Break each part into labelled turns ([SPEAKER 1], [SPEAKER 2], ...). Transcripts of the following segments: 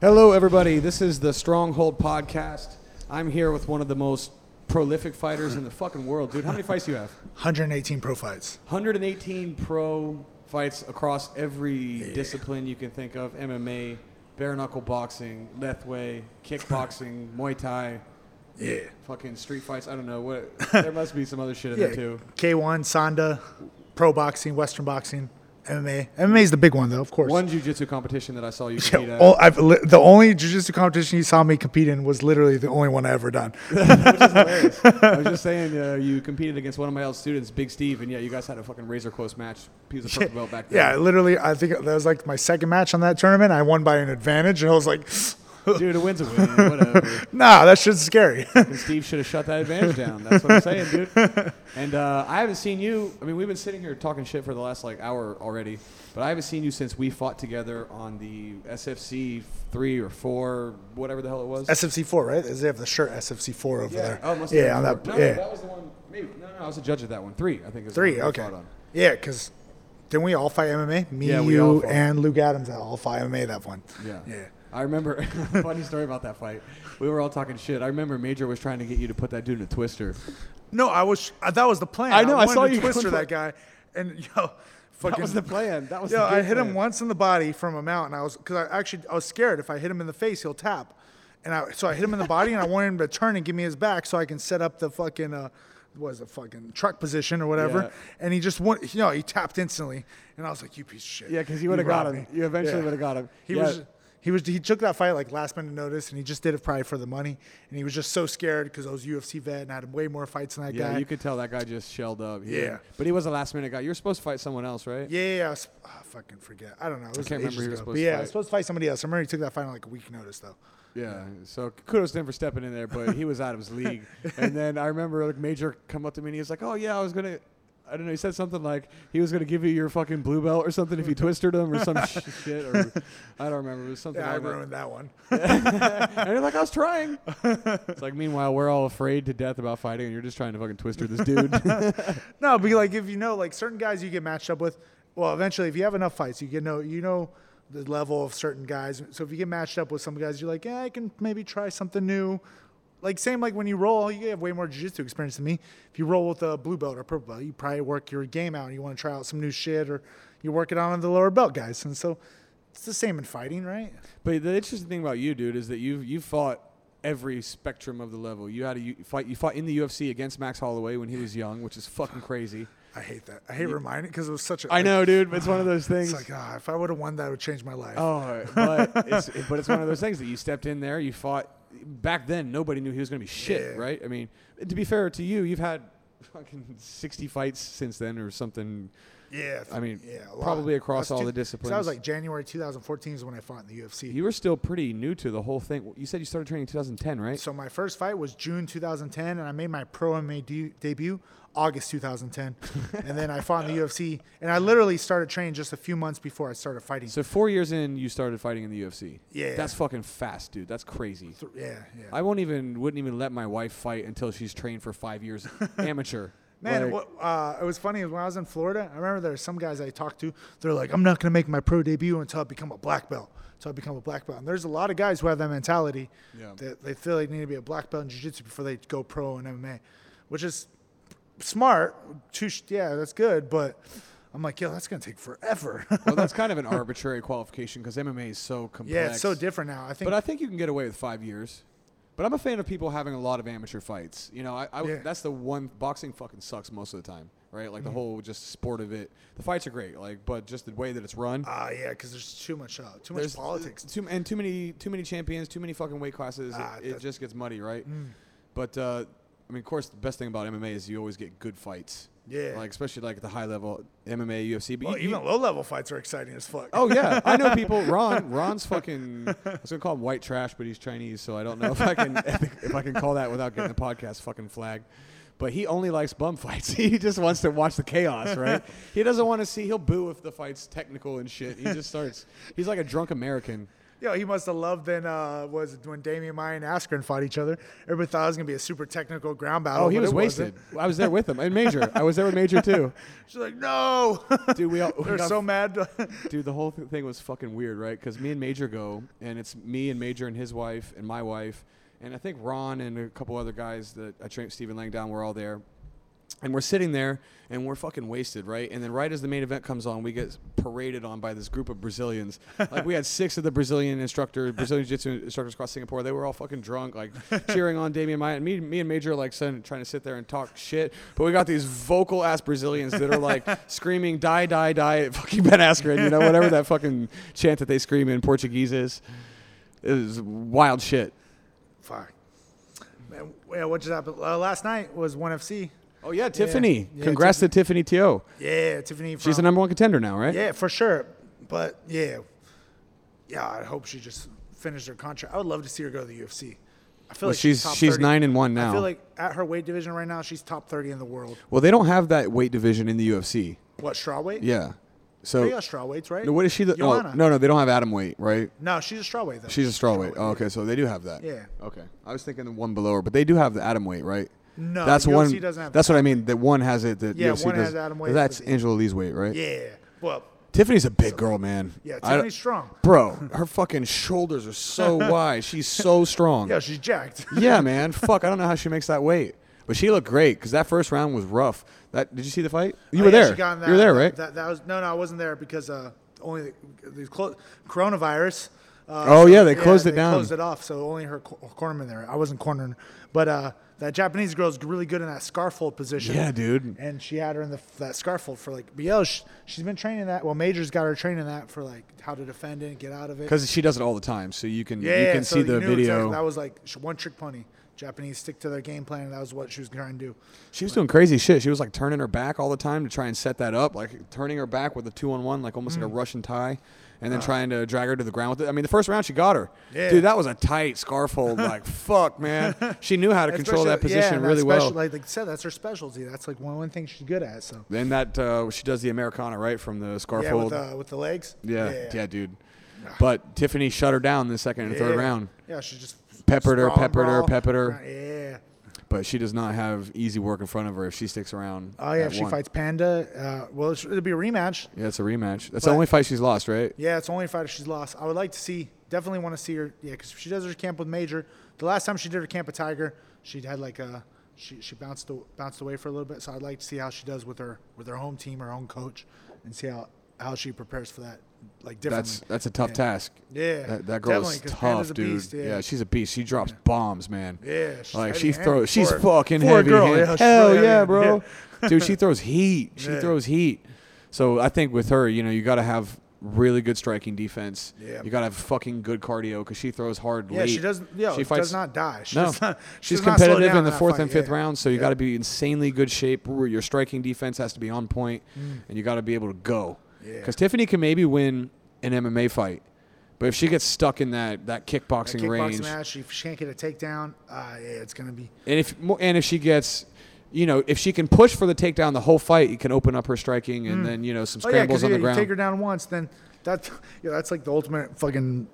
[SPEAKER 1] Hello, everybody. This is the Stronghold Podcast. I'm here with one of the most prolific fighters in the fucking world, dude. How many fights do you have?
[SPEAKER 2] 118 pro fights.
[SPEAKER 1] 118 pro fights across every discipline you can think of MMA, bare knuckle boxing, lethway, kickboxing, Muay Thai,
[SPEAKER 2] Yeah.
[SPEAKER 1] fucking street fights. I don't know. what. There must be some other shit in
[SPEAKER 2] Yeah.
[SPEAKER 1] there, too.
[SPEAKER 2] K1, Sonda, pro boxing, Western boxing, MMA. MMA is the big one though, of course.
[SPEAKER 1] One jiu-jitsu competition that I saw you compete
[SPEAKER 2] yeah,
[SPEAKER 1] at,
[SPEAKER 2] all, I've, li- the only jiu-jitsu competition you saw me compete in was literally the only one I ever done.
[SPEAKER 1] which is hilarious. I was just saying, uh, you competed against one of my old students, Big Steve, and yeah, you guys had a fucking razor-close match. He was a purple belt back then.
[SPEAKER 2] yeah, I literally, I think that was like my second match on that tournament. I won by an advantage, and I was like,
[SPEAKER 1] Dude, a win's a win. Whatever.
[SPEAKER 2] nah, that shit's scary.
[SPEAKER 1] And Steve should have shut that advantage down. That's what I'm saying, dude. And uh, I haven't seen you. I mean, we've been sitting here talking shit for the last like hour already, but I haven't seen you since we fought together on the SFC three or four, whatever the hell it was.
[SPEAKER 2] SFC4, right? They have the shirt SFC4 over
[SPEAKER 1] yeah.
[SPEAKER 2] there.
[SPEAKER 1] Oh, it must have
[SPEAKER 2] yeah, on
[SPEAKER 1] been
[SPEAKER 2] that.
[SPEAKER 1] four. No,
[SPEAKER 2] yeah,
[SPEAKER 1] no, that was the one. Maybe no, no, I was a judge at that one. Three, I think. Is the
[SPEAKER 2] three.
[SPEAKER 1] one we
[SPEAKER 2] Okay.
[SPEAKER 1] fought on.
[SPEAKER 2] Yeah, because didn't we all fight MMA? Me,
[SPEAKER 1] Yeah, we all
[SPEAKER 2] you,
[SPEAKER 1] fought.
[SPEAKER 2] and Luke Adams all fight MMA that one.
[SPEAKER 1] Yeah.
[SPEAKER 2] Yeah.
[SPEAKER 1] I remember funny story about that fight. We were all talking shit. I remember Major was trying to get you to put that dude in a twister.
[SPEAKER 2] No, I was. uh, That was the plan.
[SPEAKER 1] I know, I
[SPEAKER 2] wanted
[SPEAKER 1] saw
[SPEAKER 2] to
[SPEAKER 1] you
[SPEAKER 2] twister
[SPEAKER 1] going
[SPEAKER 2] that guy, and yo, fucking.
[SPEAKER 1] was the plan. That was
[SPEAKER 2] Yo,
[SPEAKER 1] the
[SPEAKER 2] I
[SPEAKER 1] game
[SPEAKER 2] hit him
[SPEAKER 1] plan.
[SPEAKER 2] once in the body from a mount, and I was because I actually I was scared if I hit him in the face he'll tap, and I so I hit him in the body and I wanted him to turn and give me his back so I can set up the fucking uh, was a fucking truck position or whatever,
[SPEAKER 1] Yeah.
[SPEAKER 2] and he just won. You know, he tapped instantly, and I was like, you piece of shit.
[SPEAKER 1] Yeah, 'cause you would've got
[SPEAKER 2] robbed
[SPEAKER 1] him.
[SPEAKER 2] me."
[SPEAKER 1] You eventually would've got him.
[SPEAKER 2] He
[SPEAKER 1] Yeah.
[SPEAKER 2] was. He was he took that fight like last minute notice and he just did it probably for the money and he was just so scared because I was a UFC vet and I had way more fights than that
[SPEAKER 1] Yeah,
[SPEAKER 2] guy.
[SPEAKER 1] you could tell that guy just shelled up. He
[SPEAKER 2] Yeah.
[SPEAKER 1] didn't- but he was a last minute guy. You were supposed to fight someone else, right?
[SPEAKER 2] Yeah, yeah, yeah. I was- ah, fucking forget. I don't know. It was
[SPEAKER 1] can't remember
[SPEAKER 2] ages
[SPEAKER 1] who you were
[SPEAKER 2] ago.
[SPEAKER 1] supposed
[SPEAKER 2] But
[SPEAKER 1] to
[SPEAKER 2] yeah, I
[SPEAKER 1] fight.
[SPEAKER 2] was supposed to fight somebody else. I remember he took that fight on like a week notice though.
[SPEAKER 1] Yeah. So kudos to him for stepping in there, but he was out of his league. and then I remember like Major come up to me and he was like, "Oh yeah, I was gonna." I don't know. He said something like he was going to give you your fucking blue belt or something if you twisted him or some sh- shit. Or I don't remember. It was something.
[SPEAKER 2] Yeah, I
[SPEAKER 1] like that.
[SPEAKER 2] ruined that one.
[SPEAKER 1] and you're like, I was trying. It's like, meanwhile, we're all afraid to death about fighting, and you're just trying to fucking twister this dude.
[SPEAKER 2] no, but like if you know like certain guys you get matched up with, well, eventually if you have enough fights, you get know you know the level of certain guys. So if you get matched up with some guys, you're like, yeah, I can maybe try something new. Like same like when you roll, you have way more jiu-jitsu experience than me. If you roll with a blue belt or purple belt, you probably work your game out. and You want to try out some new shit, or you work it on the lower belt guys. And so it's the same in fighting, right?
[SPEAKER 1] But the interesting thing about you, dude, is that you've you fought every spectrum of the level. You had a u- fight. You fought in the UFC against Max Holloway when he was young, which is fucking crazy.
[SPEAKER 2] I hate that. I hate reminding because it was such a.
[SPEAKER 1] I know, dude. But it's one of those
[SPEAKER 2] It's
[SPEAKER 1] things.
[SPEAKER 2] like ah, if I would have won that, would change my life.
[SPEAKER 1] oh, but it's but it's one of those things that you stepped in there. You fought. Back then, nobody knew he was going to be shit,
[SPEAKER 2] Yeah.
[SPEAKER 1] right? I mean, to be fair to you, you've had fucking sixty fights since then, or something.
[SPEAKER 2] yeah. th-
[SPEAKER 1] I mean,
[SPEAKER 2] yeah,
[SPEAKER 1] probably across all the
[SPEAKER 2] 'cause That
[SPEAKER 1] disciplines.
[SPEAKER 2] was like January 2014 is when I fought in the UFC.
[SPEAKER 1] You were still pretty new to the whole thing. You said you started training in 2010, right?
[SPEAKER 2] so my first fight was June 2010, and I made my pro MMA de- debut August 2010, and then I fought in the UFC, and I literally started training just a few months before I started fighting.
[SPEAKER 1] So four years in, you started fighting in the UFC.
[SPEAKER 2] Yeah.
[SPEAKER 1] that's fucking fast, dude. That's crazy.
[SPEAKER 2] Th- yeah, yeah.
[SPEAKER 1] I won't even wouldn't even let my wife fight until she's trained for five years, amateur.
[SPEAKER 2] Man,
[SPEAKER 1] Like,
[SPEAKER 2] what, uh, it was funny when I was in Florida. I remember there were some guys I talked to. They're like, "I'm not gonna make my pro debut until I become a black belt." Until I become a black belt, and there's a lot of guys who have that mentality.
[SPEAKER 1] Yeah.
[SPEAKER 2] That they feel they need to be a black belt in jiu-jitsu before they go pro in MMA, which is smart. Too, sh- yeah, that's good, but I'm like, yo, that's gonna take forever.
[SPEAKER 1] well, that's kind of an arbitrary qualification because MMA is so complex.
[SPEAKER 2] yeah, it's so different now. I think.
[SPEAKER 1] But I think you can get away with five years. But I'm a fan of people having a lot of amateur fights. You know, I, I
[SPEAKER 2] Yeah. Mm-hmm.
[SPEAKER 1] that's the one boxing fucking sucks most of the time, right? Like the whole just sport of it. The fights are great, like, but just the way that it's run.
[SPEAKER 2] Ah, yeah, because there's too much, uh, too much
[SPEAKER 1] There's
[SPEAKER 2] politics.
[SPEAKER 1] Too, and too many, too many champions, too many fucking weight classes. It-
[SPEAKER 2] Ah, Mm.
[SPEAKER 1] it,
[SPEAKER 2] that-
[SPEAKER 1] just gets muddy, right? But uh, I mean, of course, the best thing about MMA is you always get good fights.
[SPEAKER 2] Yeah.
[SPEAKER 1] Like especially like at the high level MMA, UFC. But
[SPEAKER 2] Well,
[SPEAKER 1] you- you-
[SPEAKER 2] even low-level fights are exciting as fuck.
[SPEAKER 1] oh yeah, I know people. Ron, Ron's fucking. I was gonna call him white trash, but he's Chinese, so I don't know if I can if I can call that without getting the podcast fucking flagged. But he only likes bum fights. he just wants to watch the chaos, right? he doesn't want to see. He'll boo if the fight's technical and shit. He just starts. He's like a drunk American.
[SPEAKER 2] Yo, he must have loved then uh, was it when Damian Maya and Askren fought each other. Everybody thought it was gonna be a super technical ground battle.
[SPEAKER 1] Oh, he
[SPEAKER 2] but
[SPEAKER 1] was
[SPEAKER 2] it
[SPEAKER 1] wasted.
[SPEAKER 2] wasn't.
[SPEAKER 1] I was there with him and Major. I was there with Major too.
[SPEAKER 2] She's like, no.
[SPEAKER 1] Dude, we all we
[SPEAKER 2] They're
[SPEAKER 1] got-
[SPEAKER 2] so mad.
[SPEAKER 1] Dude, the whole th- thing was fucking weird, right? Because me and Major go, and it's me and Major and his wife and my wife, and I think Ron and a couple other guys that I trained, Stephen Langdown, were all there. And we're sitting there, and we're fucking wasted, right? And then right as the main event comes on, we get paraded on by this group of Brazilians. like we had six of the Brazilian instructor, Brazilian Jiu-Jitsu instructors across Singapore. They were all fucking drunk, like cheering on Damian Maya. And me, me and Major like sitting- trying to sit there and talk shit, but we got these vocal ass Brazilians that are like screaming "die, die, die" at fucking Ben Askren, you know, whatever that fucking chant that they scream in Portuguese is. It was wild shit.
[SPEAKER 2] Fuck. Man, yeah, what just happened uh, last night was one FC.
[SPEAKER 1] Oh yeah, Tiffany!
[SPEAKER 2] Yeah,
[SPEAKER 1] Congrats to Tiffany To.
[SPEAKER 2] Yeah, Tiffany. From,
[SPEAKER 1] She's the number one contender now, right?
[SPEAKER 2] Yeah, for sure. But yeah, yeah. I hope she just finishes her contract. I would love to see her go to the UFC. I feel
[SPEAKER 1] Well,
[SPEAKER 2] like
[SPEAKER 1] she's-
[SPEAKER 2] top
[SPEAKER 1] she's
[SPEAKER 2] 30.
[SPEAKER 1] nine and one
[SPEAKER 2] I
[SPEAKER 1] now.
[SPEAKER 2] feel like at her weight division right now, she's top thirty in the world.
[SPEAKER 1] Well, they don't have that weight division in the UFC.
[SPEAKER 2] What straw weight?
[SPEAKER 1] Yeah. So
[SPEAKER 2] They got straw weights, right?
[SPEAKER 1] No, what is she? The, oh, no,
[SPEAKER 2] Joanna.
[SPEAKER 1] no, no, they don't have atom weight, right?
[SPEAKER 2] No, she's a straw weight though.
[SPEAKER 1] She's a straw weight. Oh, okay, so they do have that.
[SPEAKER 2] Yeah.
[SPEAKER 1] Okay. I was thinking the one below her, but they do have the atom weight, right?
[SPEAKER 2] No,
[SPEAKER 1] That's
[SPEAKER 2] UFC
[SPEAKER 1] one.
[SPEAKER 2] doesn't have
[SPEAKER 1] that's what I mean. That one has it. That
[SPEAKER 2] Yeah,
[SPEAKER 1] UFC
[SPEAKER 2] one has
[SPEAKER 1] does-
[SPEAKER 2] atom weight,
[SPEAKER 1] That's
[SPEAKER 2] but-
[SPEAKER 1] Angela Lee's weight, right?
[SPEAKER 2] Yeah. Well,
[SPEAKER 1] Tiffany's a big girl, man.
[SPEAKER 2] yeah,
[SPEAKER 1] I-
[SPEAKER 2] Tiffany's strong.
[SPEAKER 1] Bro, her fucking shoulders are so wide. She's so strong.
[SPEAKER 2] Yeah, she's jacked.
[SPEAKER 1] Yeah, man. Fuck, I don't know how she makes that weight, but she looked great because that first round was rough. That did you see the fight? You
[SPEAKER 2] Oh,
[SPEAKER 1] were
[SPEAKER 2] yeah,
[SPEAKER 1] there.
[SPEAKER 2] she got in
[SPEAKER 1] you were
[SPEAKER 2] that-
[SPEAKER 1] there, right?
[SPEAKER 2] That, that was no, no, I wasn't there because uh, only the, the clo- coronavirus. Uh,
[SPEAKER 1] Oh, yeah, they closed it down.
[SPEAKER 2] Closed it off, so only her cor- cornerman there. I wasn't cornering, but uh, that Japanese girl's really good in that scarfold position.
[SPEAKER 1] Yeah, dude.
[SPEAKER 2] And she had her in the, that scarfold for like. But yo, sh she's been training that. Well, Major's got her training that for like how to defend it, get out of it.
[SPEAKER 1] Because she does it all the time, so you can
[SPEAKER 2] yeah,
[SPEAKER 1] you can
[SPEAKER 2] so
[SPEAKER 1] see
[SPEAKER 2] you
[SPEAKER 1] the
[SPEAKER 2] knew
[SPEAKER 1] video.
[SPEAKER 2] exactly- that was like sh- one trick pony. Japanese stick to their game plan, and that was what she was trying to do.
[SPEAKER 1] She was doing crazy shit. She was like turning her back all the time to try and set that up, like turning her back with a two on one, like almost
[SPEAKER 2] Mm.
[SPEAKER 1] like a Russian tie, and then trying to drag her to the ground with it. I mean, the first round she got her.
[SPEAKER 2] Uh. Yeah.
[SPEAKER 1] Dude, that was a tight scarf hold. like, fuck, man. She knew how to control that
[SPEAKER 2] Especially- yeah,
[SPEAKER 1] position
[SPEAKER 2] and that
[SPEAKER 1] really
[SPEAKER 2] special-
[SPEAKER 1] well.
[SPEAKER 2] Like, like you said, that's her specialty. That's like one, one thing she's good at. So
[SPEAKER 1] Then that uh, she does the Americana right from the scarf
[SPEAKER 2] yeah,
[SPEAKER 1] hold.
[SPEAKER 2] with, uh, with the legs.
[SPEAKER 1] yeah, yeah, dude. But Tiffany shut her down in the second and
[SPEAKER 2] Yeah.
[SPEAKER 1] third round.
[SPEAKER 2] Yeah, she just
[SPEAKER 1] Peppered her,
[SPEAKER 2] sprawl and
[SPEAKER 1] peppered her,
[SPEAKER 2] brawl.
[SPEAKER 1] peppered her.
[SPEAKER 2] Yeah.
[SPEAKER 1] But she does not have easy work in front of her if she sticks around.
[SPEAKER 2] Oh yeah,
[SPEAKER 1] at
[SPEAKER 2] if she
[SPEAKER 1] one.
[SPEAKER 2] fights Panda, uh, well, it's- it'll be a rematch.
[SPEAKER 1] Yeah, it's a rematch. That's
[SPEAKER 2] But-
[SPEAKER 1] the only fight she's lost, right?
[SPEAKER 2] Yeah, it's the only fighter she's lost. I would like to see, definitely want to see her. Yeah, because she does her camp with Major. The last time she did her camp with Tiger, she had like a she, she bounced a- bounced away for a little bit. So I'd like to see how she does with her with her home team, her home coach, and see how how she prepares for that. Like differently.
[SPEAKER 1] That's that's a tough
[SPEAKER 2] Yeah.
[SPEAKER 1] task.
[SPEAKER 2] Yeah,
[SPEAKER 1] That, that girl
[SPEAKER 2] definitely,
[SPEAKER 1] is
[SPEAKER 2] 'cause
[SPEAKER 1] tough,
[SPEAKER 2] Panda's a
[SPEAKER 1] dude.
[SPEAKER 2] beast,
[SPEAKER 1] yeah.
[SPEAKER 2] yeah.
[SPEAKER 1] she's a beast. She drops bombs, man.
[SPEAKER 2] Yeah, she's
[SPEAKER 1] like
[SPEAKER 2] heavy
[SPEAKER 1] she throws.
[SPEAKER 2] handed
[SPEAKER 1] She's
[SPEAKER 2] for-
[SPEAKER 1] fucking
[SPEAKER 2] for a
[SPEAKER 1] heavy.
[SPEAKER 2] girl,
[SPEAKER 1] hand-
[SPEAKER 2] yeah, she's
[SPEAKER 1] Hell
[SPEAKER 2] really
[SPEAKER 1] yeah,
[SPEAKER 2] heavy
[SPEAKER 1] bro.
[SPEAKER 2] handed,
[SPEAKER 1] dude, she throws heat. She
[SPEAKER 2] Yeah.
[SPEAKER 1] throws heat. So I think with her, you know, you got to have really good striking defense.
[SPEAKER 2] Yeah.
[SPEAKER 1] You got to have fucking good cardio because she throws hard.
[SPEAKER 2] Yeah,
[SPEAKER 1] late.
[SPEAKER 2] she doesn't. Yeah, she does not die. She
[SPEAKER 1] no,
[SPEAKER 2] does not, she
[SPEAKER 1] she's
[SPEAKER 2] does not slow
[SPEAKER 1] competitive
[SPEAKER 2] down
[SPEAKER 1] in the
[SPEAKER 2] that
[SPEAKER 1] fourth
[SPEAKER 2] fight,
[SPEAKER 1] and fifth
[SPEAKER 2] yeah.
[SPEAKER 1] round, so you
[SPEAKER 2] Yeah.
[SPEAKER 1] got to be insanely good shape. Where your striking defense has to be on point, and you got to be able to go.
[SPEAKER 2] Mm. Yeah.
[SPEAKER 1] Because Tiffany can maybe win an MMA fight, but if she gets stuck in that that kickboxing,
[SPEAKER 2] Kickboxing
[SPEAKER 1] range,
[SPEAKER 2] match. She, she can't get a takedown. Uh, yeah, it's gonna be.
[SPEAKER 1] and if mo- and if she gets, you know, if she can push for the takedown the whole fight, it can open up her striking and then you know some
[SPEAKER 2] Oh yeah,
[SPEAKER 1] scrambles
[SPEAKER 2] because you,
[SPEAKER 1] on the
[SPEAKER 2] you
[SPEAKER 1] ground.
[SPEAKER 2] take her down once, then that's yeah, that's like the ultimate fucking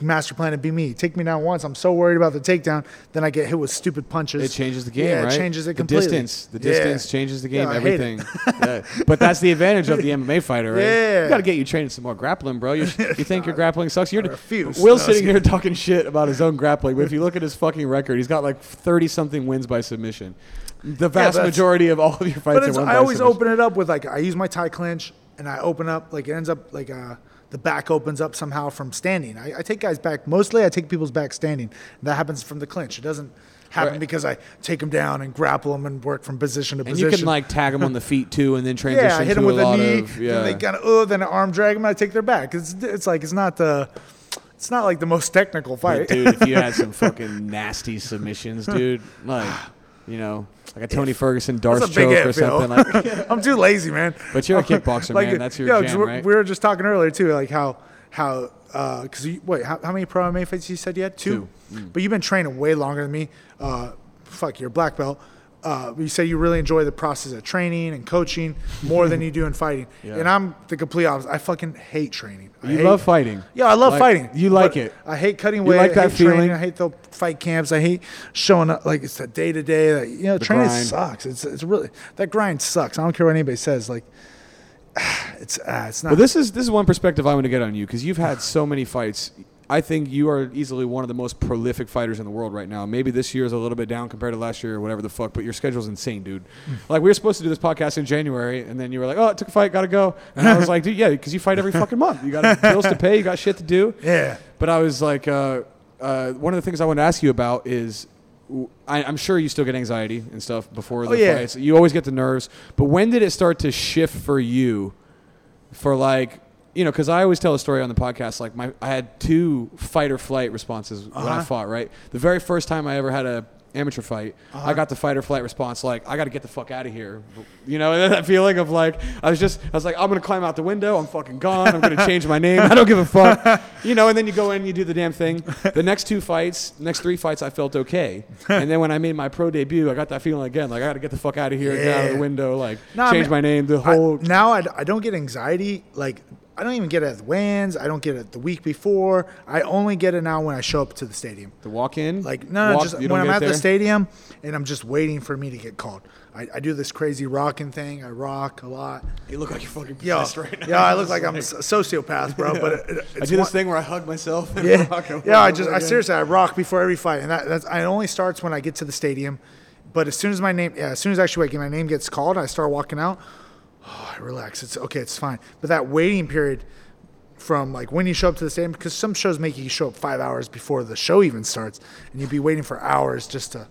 [SPEAKER 2] master plan to be me. Take me down once. I'm so worried about the takedown, then I get hit with stupid punches.
[SPEAKER 1] It changes the game,
[SPEAKER 2] Yeah,
[SPEAKER 1] right?
[SPEAKER 2] it changes it
[SPEAKER 1] the
[SPEAKER 2] completely.
[SPEAKER 1] distance, the
[SPEAKER 2] Yeah.
[SPEAKER 1] distance changes the game.
[SPEAKER 2] Yeah, I hate it.
[SPEAKER 1] everything. Yeah. But that's the advantage of the MMA fighter, right?
[SPEAKER 2] Yeah.
[SPEAKER 1] You got to get you training some more grappling, bro. You, you think your grappling sucks? You're
[SPEAKER 2] refuse.
[SPEAKER 1] Will's
[SPEAKER 2] No,
[SPEAKER 1] sitting here talking shit about his own grappling, but if you look at his fucking record, he's got like thirty something wins by submission. The vast
[SPEAKER 2] that's-
[SPEAKER 1] majority of all of your fights
[SPEAKER 2] But
[SPEAKER 1] are
[SPEAKER 2] it's,
[SPEAKER 1] won
[SPEAKER 2] I
[SPEAKER 1] by
[SPEAKER 2] always
[SPEAKER 1] submission.
[SPEAKER 2] open it up with like I use my tie clinch and I open up like it ends up like uh, the back opens up somehow from standing. I, I take guys back mostly. I take people's back standing. That happens from the clinch. It doesn't happen
[SPEAKER 1] Right.
[SPEAKER 2] because I take them down and grapple them and work from position to
[SPEAKER 1] And
[SPEAKER 2] position.
[SPEAKER 1] you can like tag him on the feet too, and then transition
[SPEAKER 2] yeah, I hit
[SPEAKER 1] to
[SPEAKER 2] them with
[SPEAKER 1] a lot
[SPEAKER 2] a knee.
[SPEAKER 1] of yeah.
[SPEAKER 2] Then they kind of oh, then an arm drag them. And I take their back. It's it's like it's not the it's not like the most technical
[SPEAKER 1] But,
[SPEAKER 2] fight.
[SPEAKER 1] dude, if you had some fucking nasty submissions, dude, like, you know, like a Tony Ferguson
[SPEAKER 2] That's a
[SPEAKER 1] Darce
[SPEAKER 2] big
[SPEAKER 1] choke or
[SPEAKER 2] if, yo.
[SPEAKER 1] something. Like,
[SPEAKER 2] I'm too lazy, man.
[SPEAKER 1] But you're a kickboxer, man. That's your
[SPEAKER 2] yeah, 'cause
[SPEAKER 1] jam,
[SPEAKER 2] we're-
[SPEAKER 1] right?
[SPEAKER 2] We were just talking earlier too, like how how because you wait, how, how many pro MMA
[SPEAKER 1] Mm.
[SPEAKER 2] fights you said you had? Two. But you've been training way longer than me. Uh, fuck, you're a black belt. uh, you say you really enjoy the process of training and coaching more than you do in fighting.
[SPEAKER 1] Yeah.
[SPEAKER 2] And I'm the complete opposite. I fucking hate training. I
[SPEAKER 1] You
[SPEAKER 2] hate-
[SPEAKER 1] love fighting.
[SPEAKER 2] Yeah, I love
[SPEAKER 1] Like,
[SPEAKER 2] fighting.
[SPEAKER 1] You like
[SPEAKER 2] but
[SPEAKER 1] it.
[SPEAKER 2] I hate cutting weight.
[SPEAKER 1] like
[SPEAKER 2] I
[SPEAKER 1] that
[SPEAKER 2] hate training,
[SPEAKER 1] feeling?
[SPEAKER 2] I hate the fight camps. I hate showing up. Like it's the day to day. Like you know, training
[SPEAKER 1] grind.
[SPEAKER 2] sucks. It's it's really that grind sucks. I don't care what anybody says. Like it's uh, it's not.
[SPEAKER 1] Well, this is this is one perspective I want to get on you because you've had so many fights. I think you are easily one of the most prolific fighters in the world right now. Maybe this year is a little bit down compared to last year or whatever the fuck, but your schedule's insane, dude.
[SPEAKER 2] Hmm.
[SPEAKER 1] Like we were supposed to do this podcast in January, and then you were like, "Oh, I took a fight, gotta go," and I was like, "Dude, yeah, because you fight every fucking month. You got bills to pay, you got shit to do."
[SPEAKER 2] yeah.
[SPEAKER 1] But I was like, uh, uh, one of the things I want to ask you about is, w- I, am sure you still get anxiety and stuff before the
[SPEAKER 2] Oh, yeah.
[SPEAKER 1] fights. You always get the nerves. But when did it start to shift for you? For like, you know, because I always tell a story on the podcast. Like my, I had two fight or flight responses when I
[SPEAKER 2] Uh-huh.
[SPEAKER 1] fought. Right, the very first time I ever had a amateur fight,
[SPEAKER 2] Uh-huh.
[SPEAKER 1] I got the fight or flight response. Like I got to get the fuck out of here. You know, and then that feeling of like I was just, I was like, I'm gonna climb out the window. I'm fucking gone. I'm gonna change my name. I don't give a fuck. You know, and then you go in and you do the damn thing. The next two fights, next three fights, I felt okay. And then when I made my pro debut, I got that feeling again. Like I got to get the fuck out of here, get out of the
[SPEAKER 2] Yeah.
[SPEAKER 1] window, like
[SPEAKER 2] No, I
[SPEAKER 1] change
[SPEAKER 2] mean,
[SPEAKER 1] my name. The
[SPEAKER 2] I-
[SPEAKER 1] whole
[SPEAKER 2] now I, d- I don't get anxiety. Like I don't even get it at the weigh-ins. I don't get it the week before. I only get it now when I show up to the stadium.
[SPEAKER 1] the walk in,
[SPEAKER 2] Like no, no,
[SPEAKER 1] walk,
[SPEAKER 2] just
[SPEAKER 1] you don't
[SPEAKER 2] when I'm
[SPEAKER 1] get
[SPEAKER 2] at
[SPEAKER 1] there.
[SPEAKER 2] the stadium and I'm just waiting for me to get called. I, I do this crazy rocking thing. I rock a lot.
[SPEAKER 1] You look like you're fucking
[SPEAKER 2] Yeah,
[SPEAKER 1] pissed right now.
[SPEAKER 2] yeah. I look like I'm a sociopath, bro. But it, it-
[SPEAKER 1] I
[SPEAKER 2] it's
[SPEAKER 1] do
[SPEAKER 2] one-
[SPEAKER 1] this thing where I hug myself. And rock
[SPEAKER 2] yeah,
[SPEAKER 1] and
[SPEAKER 2] yeah. I
[SPEAKER 1] roll
[SPEAKER 2] just,
[SPEAKER 1] over
[SPEAKER 2] I
[SPEAKER 1] again.
[SPEAKER 2] seriously, I rock before every fight, and that that's, it only starts when I get to the stadium. But as soon as my name, yeah, as soon as actually like, my name gets called, I start walking out. Oh, I relax. It's okay. It's fine. But that waiting period from like when you show up to the stadium, because some shows make you show up five hours before the show even starts, and you'd be waiting for hours just to,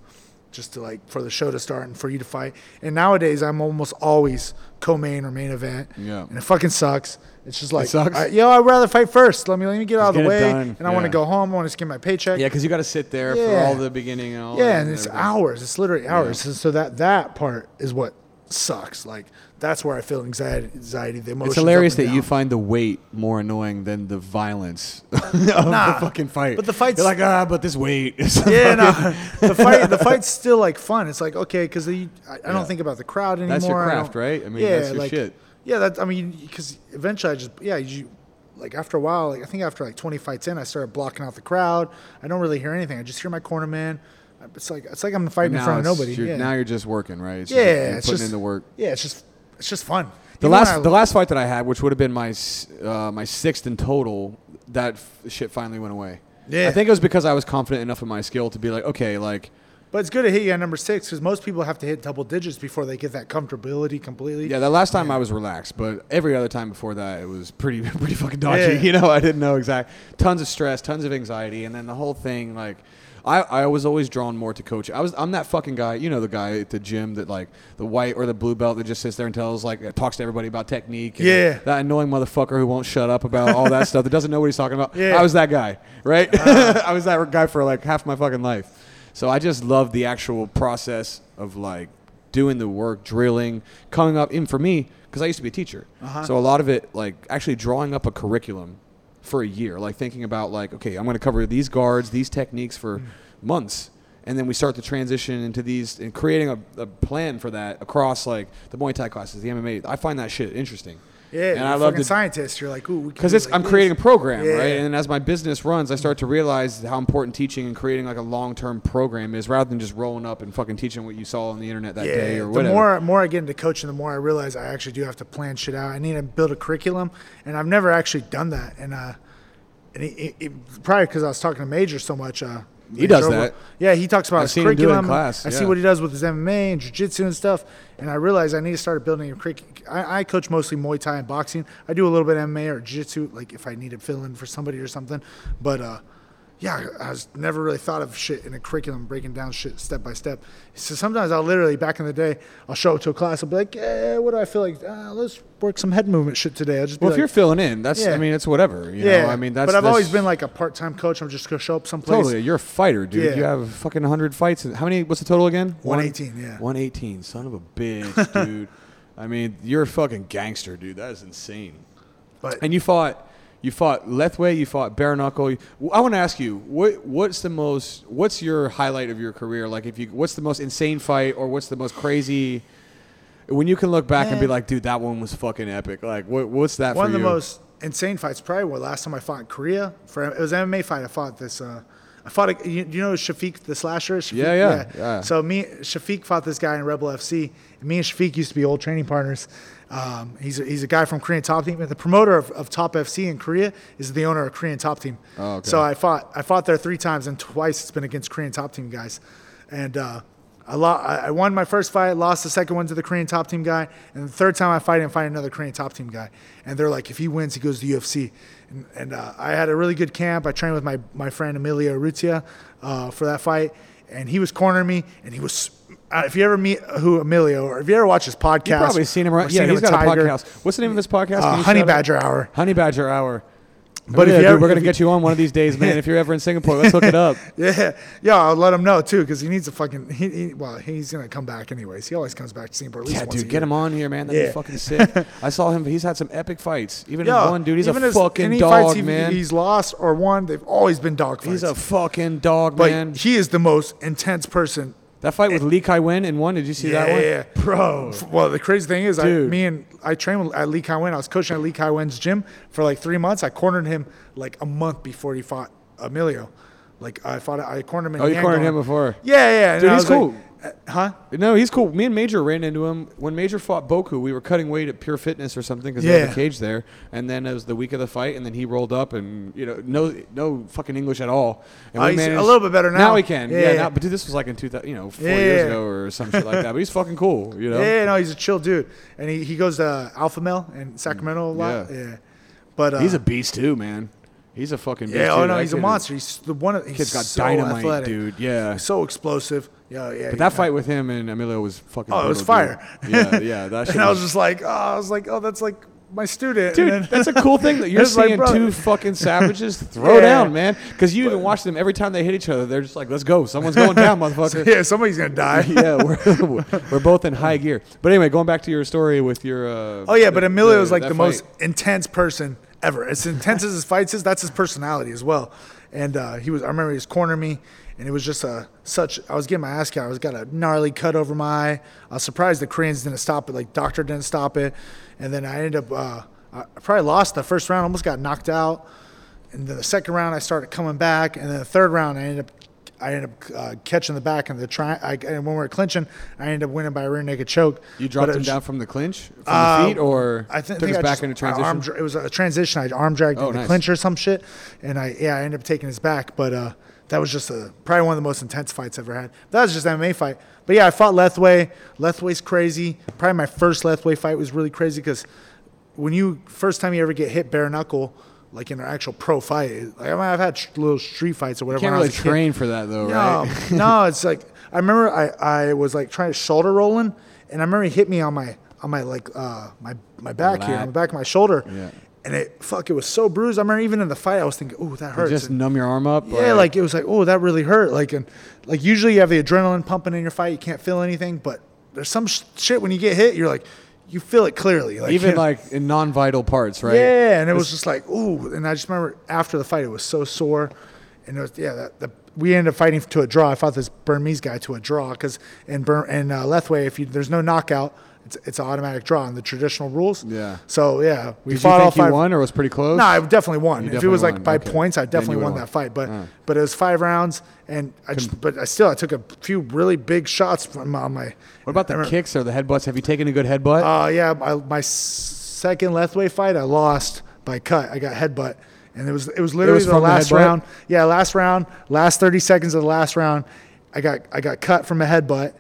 [SPEAKER 2] just to like for the show to start and for you to fight. And nowadays, I'm almost always co-main or main event.
[SPEAKER 1] Yeah.
[SPEAKER 2] And it fucking sucks. It's just like,
[SPEAKER 1] sucks?
[SPEAKER 2] I, yo, I'd rather fight first. Let me let me get out of
[SPEAKER 1] Just
[SPEAKER 2] the
[SPEAKER 1] get it
[SPEAKER 2] way,
[SPEAKER 1] done.
[SPEAKER 2] and I want
[SPEAKER 1] Yeah.
[SPEAKER 2] to go home. I want to get my paycheck.
[SPEAKER 1] Yeah, because you got to sit there for
[SPEAKER 2] Yeah.
[SPEAKER 1] all the beginning and all.
[SPEAKER 2] Yeah,
[SPEAKER 1] that
[SPEAKER 2] and it's
[SPEAKER 1] everything.
[SPEAKER 2] hours. It's literally hours. And so that that part is what sucks. Like that's where I feel anxiety, anxiety the emotions.
[SPEAKER 1] It's hilarious
[SPEAKER 2] up and
[SPEAKER 1] that you
[SPEAKER 2] down.
[SPEAKER 1] find the wait more annoying than the violence of the
[SPEAKER 2] Nah,
[SPEAKER 1] fucking fight.
[SPEAKER 2] but the fight's-
[SPEAKER 1] You're like ah, but this wait. is
[SPEAKER 2] Yeah,
[SPEAKER 1] fucking-"
[SPEAKER 2] no, the fight the fight's still like fun. It's like okay, because I, I don't
[SPEAKER 1] Yeah.
[SPEAKER 2] think about the crowd anymore.
[SPEAKER 1] That's your
[SPEAKER 2] I
[SPEAKER 1] craft,
[SPEAKER 2] don't-
[SPEAKER 1] right? I mean, that's your shit.
[SPEAKER 2] Yeah, that I mean, because eventually I just yeah you. Like after a while, like I think after like 20 fights in, I started blocking out the crowd. I don't really hear anything. I just hear my corner man. It's like it's like I'm fighting in
[SPEAKER 1] now,
[SPEAKER 2] front of
[SPEAKER 1] it's-
[SPEAKER 2] nobody.
[SPEAKER 1] You're,
[SPEAKER 2] yeah.
[SPEAKER 1] now you're just working, right? It's
[SPEAKER 2] yeah,
[SPEAKER 1] just, you're
[SPEAKER 2] it's
[SPEAKER 1] putting
[SPEAKER 2] just,
[SPEAKER 1] in the work.
[SPEAKER 2] Yeah, it's just it's just fun.
[SPEAKER 1] The
[SPEAKER 2] Even
[SPEAKER 1] last,
[SPEAKER 2] when I-
[SPEAKER 1] the last fight that I had, which would have been my s- uh, my sixth in total, that f- shit finally went away. I
[SPEAKER 2] Yeah.
[SPEAKER 1] think it was because I was confident enough in my skill to be like, okay, like
[SPEAKER 2] but it's good to hit you at number six because most people have to hit double digits before they get that comfortability completely.
[SPEAKER 1] Yeah, that last time I was relaxed, but every other time before that, it was pretty pretty fucking dodgy.
[SPEAKER 2] Yeah.
[SPEAKER 1] You know, I didn't know exact. Tons of stress, tons of anxiety, and then the whole thing like. I, I was always drawn more to coach. I was I'm that fucking guy, you know the guy at the gym that like the white or the blue belt that just sits there and tells like talks to everybody about technique. and
[SPEAKER 2] Yeah.
[SPEAKER 1] that annoying motherfucker who won't shut up about all that stuff that doesn't know what he's talking about.
[SPEAKER 2] Yeah.
[SPEAKER 1] I was that guy, right? I was that guy for like half my fucking life. So I just love the actual process of like doing the work, drilling, coming up. And for me, because I used to be a teacher, so a lot of it, like actually drawing up a curriculum for a year, like thinking about like, okay, I'm going to cover these guards, these techniques for months. And then we start to transition into these and creating a, a plan for that across like the Muay Thai classes, the MMA. I find that shit interesting.
[SPEAKER 2] yeah.
[SPEAKER 1] and
[SPEAKER 2] you're
[SPEAKER 1] I
[SPEAKER 2] a
[SPEAKER 1] love
[SPEAKER 2] fucking
[SPEAKER 1] to
[SPEAKER 2] scientist. You're like, ooh, we can
[SPEAKER 1] because
[SPEAKER 2] do
[SPEAKER 1] it's
[SPEAKER 2] it
[SPEAKER 1] I'm
[SPEAKER 2] like this.
[SPEAKER 1] creating a program,
[SPEAKER 2] Yeah.
[SPEAKER 1] right? And then as my business runs, I start to realize how important teaching and creating like a long term program is, rather than just rolling up and fucking teaching what you saw on the internet that day or whatever.
[SPEAKER 2] The more more I get into coaching, the more I realize I actually do have to plan shit out. I need to build a curriculum, and I've never actually done that. And uh, and it, it, it- probably because I was talking to Major so much. Uh,
[SPEAKER 1] He does
[SPEAKER 2] Major Ogle-
[SPEAKER 1] that.
[SPEAKER 2] Yeah, he talks about his
[SPEAKER 1] seen him do it in
[SPEAKER 2] curriculum. and
[SPEAKER 1] class,
[SPEAKER 2] I
[SPEAKER 1] yeah.
[SPEAKER 2] see what he does with his MMA and jiu-jitsu and stuff. And I realize I need to start building a curriculum. I, I coach mostly Muay Thai and boxing. I do a little bit of MMA or jiu-jitsu, like if I need to fill in for somebody or something. But uh, yeah, I was never really thought of shit in a curriculum, breaking down shit step by step. So sometimes I'll literally, back in the day, I'll show up to a class. I'll be like, eh, what do I feel like? Uh, let's work some head movement shit today. I'll just be
[SPEAKER 1] well,
[SPEAKER 2] like,
[SPEAKER 1] if you're filling in, that's I
[SPEAKER 2] Yeah.
[SPEAKER 1] mean, it's whatever. You know? I mean, that's
[SPEAKER 2] But I've
[SPEAKER 1] that's-
[SPEAKER 2] always been like a part-time coach. I'm just gonna show up someplace.
[SPEAKER 1] totally. You're a fighter, dude.
[SPEAKER 2] Yeah.
[SPEAKER 1] You have fucking 100 fights. and- How many? What's the total again?
[SPEAKER 2] 118,
[SPEAKER 1] One-
[SPEAKER 2] yeah.
[SPEAKER 1] 118. Son of a bitch, dude. I mean, you're a fucking gangster, dude. That is insane.
[SPEAKER 2] But
[SPEAKER 1] And you fought You fought Lethway. You fought bare knuckle. W- I want to ask you what what's the most what's your highlight of your career? Like if you what's the most insane fight or what's the most crazy? When you can look back and be
[SPEAKER 2] Man.
[SPEAKER 1] like, dude, that one was fucking epic. Like, what, what's that
[SPEAKER 2] One
[SPEAKER 1] for
[SPEAKER 2] of the
[SPEAKER 1] you?
[SPEAKER 2] most insane fights, probably. What last time I fought in Korea for it was an MMA fight. I fought this. Uh, I fought. A, you, you know Shafiq the slasher. Shafiq,
[SPEAKER 1] Yeah, yeah, yeah.
[SPEAKER 2] So me, Shafiq fought this guy in Rebel FC. Me and Shafiq used to be old training partners. Um, he's a, he's a guy from Korean Top Team, and the promoter of, of Top FC in Korea is the owner of Korean Top Team.
[SPEAKER 1] Oh, okay.
[SPEAKER 2] So I fought I fought there three times, and twice it's been against Korean Top Team guys, and. Uh, I, lo- I I won my first fight, lost the second one to the Korean top team guy, and the third time I fight and fight another Korean top team guy. And they're like, if he wins, he goes to UFC. And, and uh, I had a really good camp. I trained with my, my friend Emilio Rutia uh, for that fight, and he was cornering me, and he was. Uh, if you ever meet who Emilio, or if you ever watch his podcast,
[SPEAKER 1] You probably seen him
[SPEAKER 2] or
[SPEAKER 1] around. Yeah,
[SPEAKER 2] seen
[SPEAKER 1] he's
[SPEAKER 2] him at
[SPEAKER 1] got a
[SPEAKER 2] Tiger,
[SPEAKER 1] podcast. What's the name of this podcast?
[SPEAKER 2] uh,
[SPEAKER 1] Can you
[SPEAKER 2] Honey
[SPEAKER 1] shout it out?
[SPEAKER 2] Badger Hour.
[SPEAKER 1] Honey Badger Hour. yeah,
[SPEAKER 2] But if you
[SPEAKER 1] dude,
[SPEAKER 2] ever-
[SPEAKER 1] we're gonna
[SPEAKER 2] if
[SPEAKER 1] get you on one of these days, man. if you're ever in Singapore, let's hook it up.
[SPEAKER 2] Yeah, yeah, I'll let him know too, because he needs a fucking. He, he, well, he's gonna come back anyways. He always comes back to Singapore. At least
[SPEAKER 1] Yeah,
[SPEAKER 2] once a
[SPEAKER 1] dude, get
[SPEAKER 2] year.
[SPEAKER 1] him on here, man. That'd
[SPEAKER 2] Yeah.
[SPEAKER 1] be fucking sick. I saw him. He's had some epic fights. Even in
[SPEAKER 2] Yeah,
[SPEAKER 1] one, dude. He's
[SPEAKER 2] even
[SPEAKER 1] a
[SPEAKER 2] his-
[SPEAKER 1] fucking
[SPEAKER 2] any
[SPEAKER 1] dog,
[SPEAKER 2] fights he-
[SPEAKER 1] man. He's,
[SPEAKER 2] He's lost or won. They've always been dog fights.
[SPEAKER 1] a fucking dog,
[SPEAKER 2] but
[SPEAKER 1] man.
[SPEAKER 2] he is the most intense person.
[SPEAKER 1] That fight with Lee Kai Wen in one. Did you see that one?
[SPEAKER 2] Yeah.
[SPEAKER 1] bro.
[SPEAKER 2] F- Well, the crazy thing is, I,
[SPEAKER 1] Dude.
[SPEAKER 2] me and I trained with- at Lee Kai Wen. I was coaching at Lee Kai Wen's gym for like three months. I cornered him like a month before he fought Emilio. Like I fought, I cornered him. In
[SPEAKER 1] Oh, you cornered
[SPEAKER 2] Yangon.
[SPEAKER 1] him before.
[SPEAKER 2] Yeah, yeah. and
[SPEAKER 1] Dude,
[SPEAKER 2] I
[SPEAKER 1] he's
[SPEAKER 2] was like,
[SPEAKER 1] cool.
[SPEAKER 2] uh, huh?
[SPEAKER 1] No, he's cool. Me and Major ran into him when Major fought Boku. We were cutting weight at Pure Fitness or something because they had
[SPEAKER 2] Yeah.
[SPEAKER 1] a cage there. And then it was the week of the fight, and then he rolled up and you know no no fucking English at all. And
[SPEAKER 2] Oh,
[SPEAKER 1] we
[SPEAKER 2] he's a little bit better now.
[SPEAKER 1] Now he can. Yeah.
[SPEAKER 2] Yeah.
[SPEAKER 1] now- but dude, this was like in two thousand, you know, four
[SPEAKER 2] Yeah.
[SPEAKER 1] years ago or some shit like that. But he's fucking cool. You know.
[SPEAKER 2] Yeah, no, he's a chill dude, and he, he goes to Alpha Male in Sacramento a lot.
[SPEAKER 1] yeah.
[SPEAKER 2] Yeah, but uh,
[SPEAKER 1] He's a beast too, man. He's a fucking beast.
[SPEAKER 2] yeah.
[SPEAKER 1] too.
[SPEAKER 2] Oh no,
[SPEAKER 1] That
[SPEAKER 2] he's a
[SPEAKER 1] kid is-
[SPEAKER 2] monster. He's the one. of- He's
[SPEAKER 1] Kid's got
[SPEAKER 2] so
[SPEAKER 1] dynamite,
[SPEAKER 2] athletic.
[SPEAKER 1] dude. Yeah.
[SPEAKER 2] so explosive. Yeah, yeah.
[SPEAKER 1] But that fight with him and Emilio was fucking.
[SPEAKER 2] Oh, it was
[SPEAKER 1] brutal, dude.
[SPEAKER 2] fire.
[SPEAKER 1] Yeah, yeah. That shit
[SPEAKER 2] and I
[SPEAKER 1] was
[SPEAKER 2] was just like, oh, I was like, oh, that's like my student.
[SPEAKER 1] Dude,
[SPEAKER 2] and
[SPEAKER 1] that's a cool thing that you're
[SPEAKER 2] It's like,
[SPEAKER 1] seeing
[SPEAKER 2] bro-
[SPEAKER 1] two fucking savages throw
[SPEAKER 2] Yeah.
[SPEAKER 1] down, man. Because you even watch them every time they hit each other. They're just like, "Let's go! Someone's going down,
[SPEAKER 2] then,
[SPEAKER 1] motherfucker."
[SPEAKER 2] yeah, somebody's gonna die.
[SPEAKER 1] yeah, we're, we're both in high gear. But anyway, going back to your story with your. Uh,
[SPEAKER 2] Oh yeah, but Emilio is like
[SPEAKER 1] that
[SPEAKER 2] the most
[SPEAKER 1] fight.
[SPEAKER 2] intense person ever. As intense as his fights is, that's his personality as well. And uh, he was, I remember he was cornering me, and it was just a such. I was getting my ass kicked. I was got a gnarly cut over my eye. I was surprised the Koreans didn't stop it. Like doctor didn't stop it, and then I ended up. Uh, I I probably lost the first round. Almost got knocked out. And then the second round, I started coming back, and then the third round, I ended up, I ended up uh, catching the back and the try. I, and when we were clinching, I ended up winning by a rear naked choke.
[SPEAKER 1] You dropped
[SPEAKER 2] But uh, it
[SPEAKER 1] him
[SPEAKER 2] was-
[SPEAKER 1] down from the clinch, from
[SPEAKER 2] uh,
[SPEAKER 1] the feet, or
[SPEAKER 2] I thi-
[SPEAKER 1] took
[SPEAKER 2] think
[SPEAKER 1] us
[SPEAKER 2] I
[SPEAKER 1] back
[SPEAKER 2] just-
[SPEAKER 1] into
[SPEAKER 2] I
[SPEAKER 1] transition.
[SPEAKER 2] arm dra- it was a transition. I arm dragged
[SPEAKER 1] Oh,
[SPEAKER 2] in the
[SPEAKER 1] nice.
[SPEAKER 2] clinch or some shit, and I yeah I ended up taking his back. But uh, that was just a probably one of the most intense fights I've ever had. That was just an MMA fight. But yeah, I fought Lethway. Lethway's crazy. Probably my first Lethway fight was really crazy because when you first time you ever get hit bare knuckle, like in an actual pro fight, like I mean, I've had sh- little street fights or whatever.
[SPEAKER 1] Can't
[SPEAKER 2] when I was
[SPEAKER 1] really
[SPEAKER 2] a kid.
[SPEAKER 1] train for that though,
[SPEAKER 2] No,
[SPEAKER 1] right?
[SPEAKER 2] no, it's like I remember I, I was like trying to shoulder rolling, and I remember he hit me on my on my like uh my my back here on
[SPEAKER 1] Lat.
[SPEAKER 2] the back of my shoulder,
[SPEAKER 1] Yeah.
[SPEAKER 2] and it fuck it was so bruised. I remember even in the fight I was thinking, oh that hurts.
[SPEAKER 1] Just
[SPEAKER 2] And-
[SPEAKER 1] numb your arm up.
[SPEAKER 2] yeah,
[SPEAKER 1] or-
[SPEAKER 2] like it was like oh that really hurt. Like and like usually you have the adrenaline pumping in your fight, you can't feel anything, but there's some sh- shit when you get hit, you're like you feel it clearly. Like,
[SPEAKER 1] even
[SPEAKER 2] you-
[SPEAKER 1] like in non-vital parts, right?
[SPEAKER 2] yeah, and it was just like, ooh. And I just remember after the fight, it was so sore. And it was, yeah, that, the, we ended up fighting to a draw. I fought this Burmese guy to a draw because in, Bur- in uh, Lethway, if you, there's no knockout, it's, it's an automatic draw in the traditional rules.
[SPEAKER 1] Yeah.
[SPEAKER 2] So, yeah, we
[SPEAKER 1] Did you
[SPEAKER 2] fought all
[SPEAKER 1] think you
[SPEAKER 2] five.
[SPEAKER 1] won, or was pretty close?
[SPEAKER 2] No, I definitely won. if it
[SPEAKER 1] definitely
[SPEAKER 2] was like
[SPEAKER 1] won,
[SPEAKER 2] by
[SPEAKER 1] okay.
[SPEAKER 2] points, I
[SPEAKER 1] Then you
[SPEAKER 2] definitely
[SPEAKER 1] would've
[SPEAKER 2] won
[SPEAKER 1] won.
[SPEAKER 2] that fight. But but it was five rounds, and I just, but I still I took a few really big shots from on my.
[SPEAKER 1] What about
[SPEAKER 2] I
[SPEAKER 1] the
[SPEAKER 2] remember-
[SPEAKER 1] kicks or the headbutts? Have you taken a good headbutt?
[SPEAKER 2] uh, yeah, my, my s- second Lethway fight, I lost by cut. I got headbutt, and it was it was literally
[SPEAKER 1] was
[SPEAKER 2] the
[SPEAKER 1] from the
[SPEAKER 2] last
[SPEAKER 1] headbutt?
[SPEAKER 2] round. Yeah, last round, last thirty seconds of the last round, I got I got cut from a headbutt,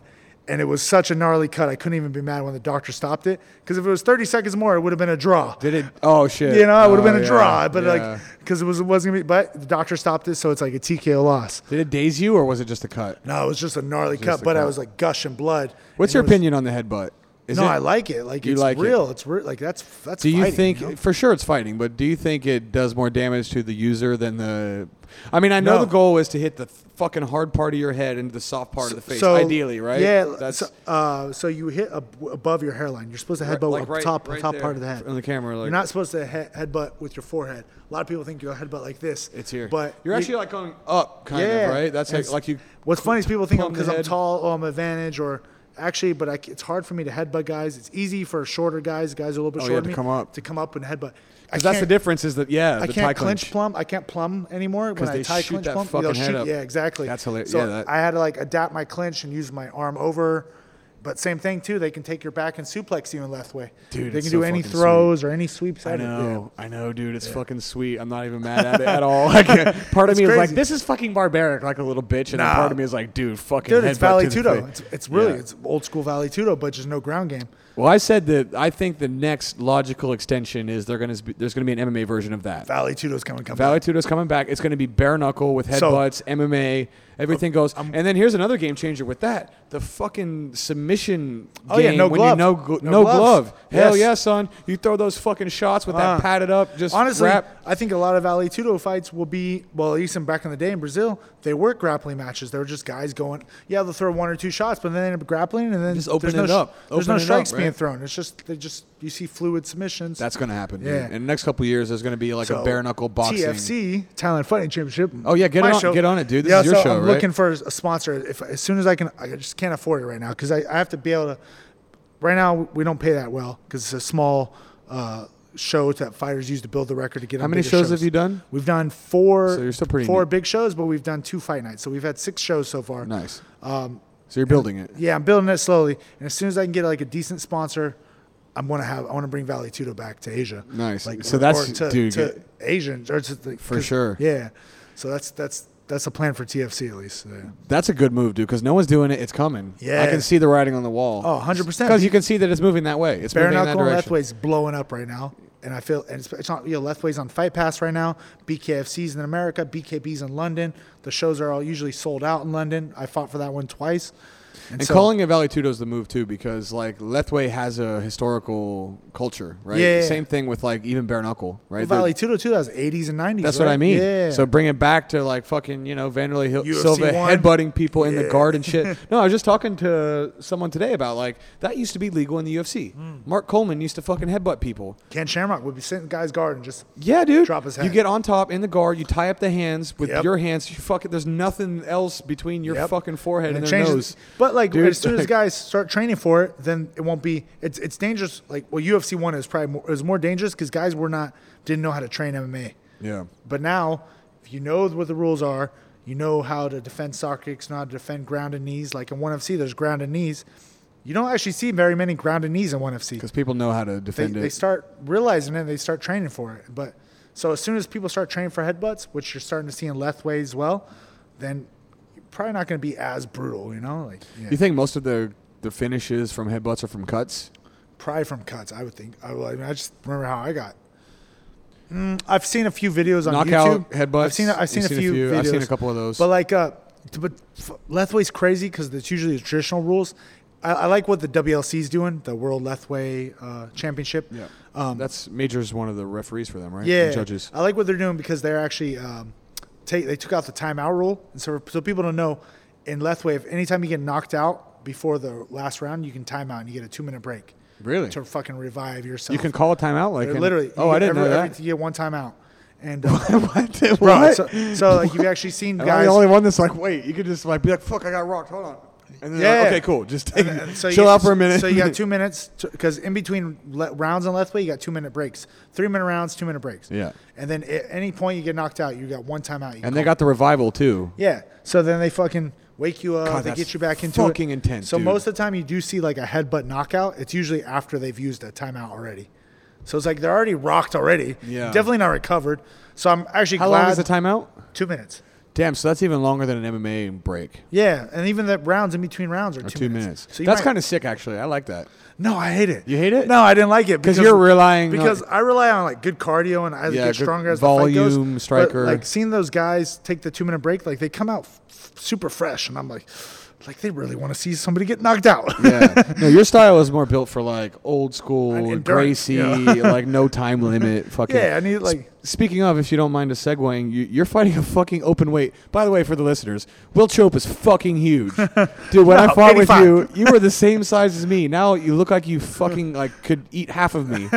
[SPEAKER 2] and it was such a gnarly cut. I couldn't even be mad when the doctor stopped it because if it was thirty seconds more, it would have been a draw.
[SPEAKER 1] Did it? Oh shit!
[SPEAKER 2] You know, it would have
[SPEAKER 1] Oh,
[SPEAKER 2] been a
[SPEAKER 1] yeah,
[SPEAKER 2] draw, but
[SPEAKER 1] yeah.
[SPEAKER 2] like because it was it wasn't gonna be. But the doctor stopped it, so it's like a TKO loss.
[SPEAKER 1] Did it daze you, or was it just a cut?
[SPEAKER 2] No, it was just a gnarly
[SPEAKER 1] just
[SPEAKER 2] cut,
[SPEAKER 1] a
[SPEAKER 2] but I
[SPEAKER 1] cut.
[SPEAKER 2] was like gushing blood.
[SPEAKER 1] What's
[SPEAKER 2] and
[SPEAKER 1] your
[SPEAKER 2] it was-
[SPEAKER 1] opinion on the headbutt? Is
[SPEAKER 2] no,
[SPEAKER 1] it-
[SPEAKER 2] I like it. Like
[SPEAKER 1] You
[SPEAKER 2] it's
[SPEAKER 1] like it?
[SPEAKER 2] real. It's real. Like that's that's.
[SPEAKER 1] Do you
[SPEAKER 2] fighting,
[SPEAKER 1] think
[SPEAKER 2] know?
[SPEAKER 1] for sure it's fighting, but do you think it does more damage to the user than the? I mean, I know
[SPEAKER 2] No.
[SPEAKER 1] the goal is to hit the fucking hard part of your head into the soft part of the face,
[SPEAKER 2] So-
[SPEAKER 1] ideally, right?
[SPEAKER 2] Yeah.
[SPEAKER 1] that's
[SPEAKER 2] so, uh, so you hit ab- above your hairline. You're supposed to
[SPEAKER 1] Right,
[SPEAKER 2] headbutt
[SPEAKER 1] like
[SPEAKER 2] up
[SPEAKER 1] right-
[SPEAKER 2] top
[SPEAKER 1] right
[SPEAKER 2] top part
[SPEAKER 1] there
[SPEAKER 2] of the head.
[SPEAKER 1] in the camera, like-
[SPEAKER 2] you're not supposed to he- headbutt with your forehead. A lot of people think you headbutt like this.
[SPEAKER 1] it's here.
[SPEAKER 2] But
[SPEAKER 1] you're actually like going up, kind of, right? That's
[SPEAKER 2] And
[SPEAKER 1] like,
[SPEAKER 2] s-
[SPEAKER 1] like you.
[SPEAKER 2] What's funny is people think
[SPEAKER 1] plumb the
[SPEAKER 2] because I'm
[SPEAKER 1] head.
[SPEAKER 2] tall, oh, I'm advantage, or actually, but I c it's hard for me to headbutt guys. It's easy for shorter guys, guys are a little bit
[SPEAKER 1] Oh, yeah,
[SPEAKER 2] shorter
[SPEAKER 1] to
[SPEAKER 2] than me,
[SPEAKER 1] come up.
[SPEAKER 2] to come up and headbutt. I
[SPEAKER 1] Because that's the
[SPEAKER 2] can't-
[SPEAKER 1] difference is that yeah,
[SPEAKER 2] I
[SPEAKER 1] the
[SPEAKER 2] can't
[SPEAKER 1] tie
[SPEAKER 2] clinch plum. I can't plum anymore when
[SPEAKER 1] 'Cause
[SPEAKER 2] I
[SPEAKER 1] they
[SPEAKER 2] tie
[SPEAKER 1] shoot
[SPEAKER 2] clinch
[SPEAKER 1] that
[SPEAKER 2] plum.
[SPEAKER 1] fucking
[SPEAKER 2] they'll
[SPEAKER 1] head
[SPEAKER 2] shoot-
[SPEAKER 1] up.
[SPEAKER 2] Yeah, exactly.
[SPEAKER 1] That's hilarious.
[SPEAKER 2] So
[SPEAKER 1] Yeah, that-
[SPEAKER 2] I had to like adapt my clinch and use my arm over. But same thing too. They can take your back and suplex you in left way.
[SPEAKER 1] Dude,
[SPEAKER 2] they
[SPEAKER 1] it's
[SPEAKER 2] can
[SPEAKER 1] so
[SPEAKER 2] do any
[SPEAKER 1] fucking
[SPEAKER 2] throws or any sweeps.
[SPEAKER 1] I
[SPEAKER 2] at it. Yeah.
[SPEAKER 1] know, I know, dude. It's fucking sweet. I'm not even mad at it at all. Like, part of
[SPEAKER 2] It's
[SPEAKER 1] me is like,
[SPEAKER 2] crazy.
[SPEAKER 1] this is fucking barbaric, like a little bitch, and then
[SPEAKER 2] Nah.
[SPEAKER 1] part of me is like, dude, fucking.
[SPEAKER 2] Dude, it's
[SPEAKER 1] headbutt
[SPEAKER 2] Valley
[SPEAKER 1] to the
[SPEAKER 2] Tudo.
[SPEAKER 1] face.
[SPEAKER 2] It's, it's really
[SPEAKER 1] Yeah.
[SPEAKER 2] it's old school Valley Tudo, but just no ground game.
[SPEAKER 1] Well, I said that I think the next logical extension is they're going to there's going to be an MMA version of that.
[SPEAKER 2] Valley Tudo's coming come back.
[SPEAKER 1] Valley Tudo's coming back. It's going to be bare knuckle with
[SPEAKER 2] So-
[SPEAKER 1] headbutts, MMA, everything goes. and then here's another game changer with that: the fucking submission
[SPEAKER 2] Oh, yeah,
[SPEAKER 1] game
[SPEAKER 2] no
[SPEAKER 1] when you
[SPEAKER 2] glove.
[SPEAKER 1] no, gl-
[SPEAKER 2] No
[SPEAKER 1] no
[SPEAKER 2] gloves.
[SPEAKER 1] glove. Hell
[SPEAKER 2] Yes.
[SPEAKER 1] yeah, son! You throw those fucking shots with
[SPEAKER 2] Ah.
[SPEAKER 1] that padded up, just
[SPEAKER 2] Honestly,
[SPEAKER 1] wrap.
[SPEAKER 2] I think a lot of Ali Tudo fights will be well, at least in back in the day in Brazil, they were grappling matches. They were just guys going, yeah, they'll throw one or two shots, but then they end up grappling and then
[SPEAKER 1] Just open
[SPEAKER 2] there's
[SPEAKER 1] it
[SPEAKER 2] no
[SPEAKER 1] up. Open
[SPEAKER 2] There's no
[SPEAKER 1] it up,
[SPEAKER 2] strikes being
[SPEAKER 1] right?
[SPEAKER 2] thrown. It's just they just you see fluid submissions.
[SPEAKER 1] That's going to happen.
[SPEAKER 2] Yeah.
[SPEAKER 1] Yeah. In the next couple of years, there's going to be like a bare knuckle boxing.
[SPEAKER 2] TFC Thailand Fighting Championship.
[SPEAKER 1] Oh, yeah, get
[SPEAKER 2] my
[SPEAKER 1] it on- get on it, dude. This is your
[SPEAKER 2] so
[SPEAKER 1] show,
[SPEAKER 2] I'm
[SPEAKER 1] right?
[SPEAKER 2] looking for a sponsor. If as soon as I can, I just can't afford it right now because I, I have to be able to. Right now, we don't pay that well because it's a small uh, show that fighters use to build the record to get.
[SPEAKER 1] How
[SPEAKER 2] on
[SPEAKER 1] many
[SPEAKER 2] bigger
[SPEAKER 1] shows, have you done?
[SPEAKER 2] We've done four.
[SPEAKER 1] So you're still pretty
[SPEAKER 2] four
[SPEAKER 1] new.
[SPEAKER 2] big shows, but we've done two fight nights, so we've had six shows so far.
[SPEAKER 1] Nice.
[SPEAKER 2] Um,
[SPEAKER 1] so you're building it.
[SPEAKER 2] Yeah, I'm building it slowly, and as soon as I can get like a decent sponsor, I'm gonna have. I want to bring Valley Tudo back to Asia.
[SPEAKER 1] Nice.
[SPEAKER 2] Like
[SPEAKER 1] So
[SPEAKER 2] or-
[SPEAKER 1] that's-
[SPEAKER 2] or to,
[SPEAKER 1] dude,
[SPEAKER 2] to Asian or to the,
[SPEAKER 1] For
[SPEAKER 2] 'cause-
[SPEAKER 1] sure.
[SPEAKER 2] Yeah. So that's that's that's a plan for TFC at least. Yeah.
[SPEAKER 1] That's a good move, dude, because no one's doing it. It's coming.
[SPEAKER 2] Yeah.
[SPEAKER 1] I can see the writing on the wall.
[SPEAKER 2] Oh, 100%.
[SPEAKER 1] Because you can see that it's moving that way. It's
[SPEAKER 2] Bare
[SPEAKER 1] moving in that
[SPEAKER 2] knuckle and
[SPEAKER 1] direction.
[SPEAKER 2] Lethway's blowing up right now, and I feel and it's, it's not you know Lethway's on Fight Pass right now. BKFC's in America, BKB's in London. The shows are all usually sold out in London. I fought for that one twice.
[SPEAKER 1] And
[SPEAKER 2] so-
[SPEAKER 1] calling it Valley Tudo is the move too, because like Lethway has a historical culture, right?
[SPEAKER 2] Yeah, yeah, yeah.
[SPEAKER 1] Same thing with like even bare knuckle, right? They're-
[SPEAKER 2] Valley Tudo too. That was 80s and 90s.
[SPEAKER 1] That's
[SPEAKER 2] right?
[SPEAKER 1] what I mean.
[SPEAKER 2] Yeah.
[SPEAKER 1] So bring it back to like fucking, you know, Vanderlei Hill,
[SPEAKER 2] UFC
[SPEAKER 1] Silva
[SPEAKER 2] one.
[SPEAKER 1] headbutting people in the
[SPEAKER 2] Yeah.
[SPEAKER 1] guard and shit. no, I was just talking to someone today about like that used to be legal in the UFC.
[SPEAKER 2] Hmm.
[SPEAKER 1] Mark Coleman used to fucking headbutt people.
[SPEAKER 2] Ken Shamrock would be sitting in the guy's guard and just
[SPEAKER 1] Yeah, dude.
[SPEAKER 2] Drop his
[SPEAKER 1] You
[SPEAKER 2] head.
[SPEAKER 1] get on top in the guard. You tie up the hands with
[SPEAKER 2] Yep.
[SPEAKER 1] your hands. You fucking. There's nothing else between your
[SPEAKER 2] Yep.
[SPEAKER 1] fucking forehead and,
[SPEAKER 2] it
[SPEAKER 1] their nose.
[SPEAKER 2] changes- But like
[SPEAKER 1] Dude,
[SPEAKER 2] as soon as
[SPEAKER 1] like-
[SPEAKER 2] guys start training for it, then it won't be. It's it's dangerous. Like well, UFC one is probably more, it was more dangerous because guys were not didn't know how to train MMA.
[SPEAKER 1] Yeah.
[SPEAKER 2] But now, if you know what the rules are, you know how to defend socket kicks, know how to defend ground and knees. Like in one FC, there's ground and knees. You don't actually see very many ground and knees in one FC.
[SPEAKER 1] Because people know how to
[SPEAKER 2] They,
[SPEAKER 1] defend it.
[SPEAKER 2] they start realizing it, and they start training for it. But so as soon as people start training for headbutts, which you're starting to see in Lethway as well, then you're probably not going to be as brutal, you know? Like, yeah.
[SPEAKER 1] You think most of the the finishes from headbutts are from cuts?
[SPEAKER 2] probably from cuts. I would think. I, well, I mean, I just remember how I got. Mm, I've seen a few videos on
[SPEAKER 1] Knockout
[SPEAKER 2] YouTube.
[SPEAKER 1] headbutts.
[SPEAKER 2] I've seen. I've seen,
[SPEAKER 1] You've
[SPEAKER 2] a, few videos.
[SPEAKER 1] I've seen a couple of those.
[SPEAKER 2] But like, uh, t- but f- Lethway's crazy because it's usually the traditional rules. I, I like what the WLC's doing, the World Lethway uh, Championship.
[SPEAKER 1] yeah.
[SPEAKER 2] Um,
[SPEAKER 1] That's Major's one of the referees for them, right? The
[SPEAKER 2] yeah. Uh,
[SPEAKER 1] judges.
[SPEAKER 2] I like what they're doing because they're actually um, take they took out the timeout rule, and so so people don't know in Lethway, if anytime you get knocked out before the last round, you can time out and you get a two minute break
[SPEAKER 1] Really?
[SPEAKER 2] to fucking revive yourself.
[SPEAKER 1] You can call a timeout like
[SPEAKER 2] They're
[SPEAKER 1] in-
[SPEAKER 2] Uh, literally.
[SPEAKER 1] Oh,
[SPEAKER 2] you
[SPEAKER 1] I
[SPEAKER 2] get
[SPEAKER 1] didn't
[SPEAKER 2] every-
[SPEAKER 1] know
[SPEAKER 2] every-
[SPEAKER 1] that.
[SPEAKER 2] You get one time out, and uh,
[SPEAKER 1] what?
[SPEAKER 2] bro,
[SPEAKER 1] What?
[SPEAKER 2] So, so like you've actually seen
[SPEAKER 1] Am I
[SPEAKER 2] guys.
[SPEAKER 1] the only one that's like, wait? You could just like be like, fuck, I got rocked. Hold on. And then yeah.
[SPEAKER 2] Yeah.
[SPEAKER 1] like, okay, cool. Just take,
[SPEAKER 2] and so you
[SPEAKER 1] chill
[SPEAKER 2] get-
[SPEAKER 1] out for a minute.
[SPEAKER 2] So you got two minutes because in between le- rounds on left way, you got two minute breaks, three minute rounds, two minute breaks.
[SPEAKER 1] Yeah.
[SPEAKER 2] And then at any point you get knocked out, you got one time out. You
[SPEAKER 1] And they got the revival too.
[SPEAKER 2] Yeah. So then they fucking wake you up.
[SPEAKER 1] God,
[SPEAKER 2] they
[SPEAKER 1] that's
[SPEAKER 2] get you back into
[SPEAKER 1] fucking
[SPEAKER 2] it.
[SPEAKER 1] intense,
[SPEAKER 2] So
[SPEAKER 1] dude.
[SPEAKER 2] most of the time you do see like a headbutt knockout. It's usually after they've used a timeout already. So it's like they're already rocked already.
[SPEAKER 1] Yeah.
[SPEAKER 2] Definitely not recovered. So I'm actually
[SPEAKER 1] How
[SPEAKER 2] glad.
[SPEAKER 1] long is the timeout?
[SPEAKER 2] Two minutes.
[SPEAKER 1] Damn, so that's even longer than an MMA break.
[SPEAKER 2] Yeah, and even the rounds in between rounds are two,
[SPEAKER 1] Two minutes.
[SPEAKER 2] So you
[SPEAKER 1] that's
[SPEAKER 2] might-
[SPEAKER 1] kind of sick, actually. I like that.
[SPEAKER 2] no, I hate it.
[SPEAKER 1] You hate it?
[SPEAKER 2] No, I didn't like it
[SPEAKER 1] 'Cause you're relying on-
[SPEAKER 2] because I rely on like good cardio and I
[SPEAKER 1] Yeah,
[SPEAKER 2] get
[SPEAKER 1] good
[SPEAKER 2] stronger as the fight goes.
[SPEAKER 1] volume,
[SPEAKER 2] But,
[SPEAKER 1] striker.
[SPEAKER 2] like seeing those guys take the two minute break, like they come out f- super fresh, and I'm like, like they really want to see somebody get knocked out.
[SPEAKER 1] yeah. No, your style is more built for like old school,
[SPEAKER 2] And endurance,
[SPEAKER 1] Gracie, like no time limit, fucking.
[SPEAKER 2] yeah, I need like
[SPEAKER 1] S- Speaking of, if you don't mind a segueing, you, you're fighting a fucking open weight. By the way, for the listeners, Will Chope is fucking huge, dude. When I
[SPEAKER 2] No,
[SPEAKER 1] fought with
[SPEAKER 2] 85.
[SPEAKER 1] you, you were the same size as me. Now you look like you fucking like could eat half of me.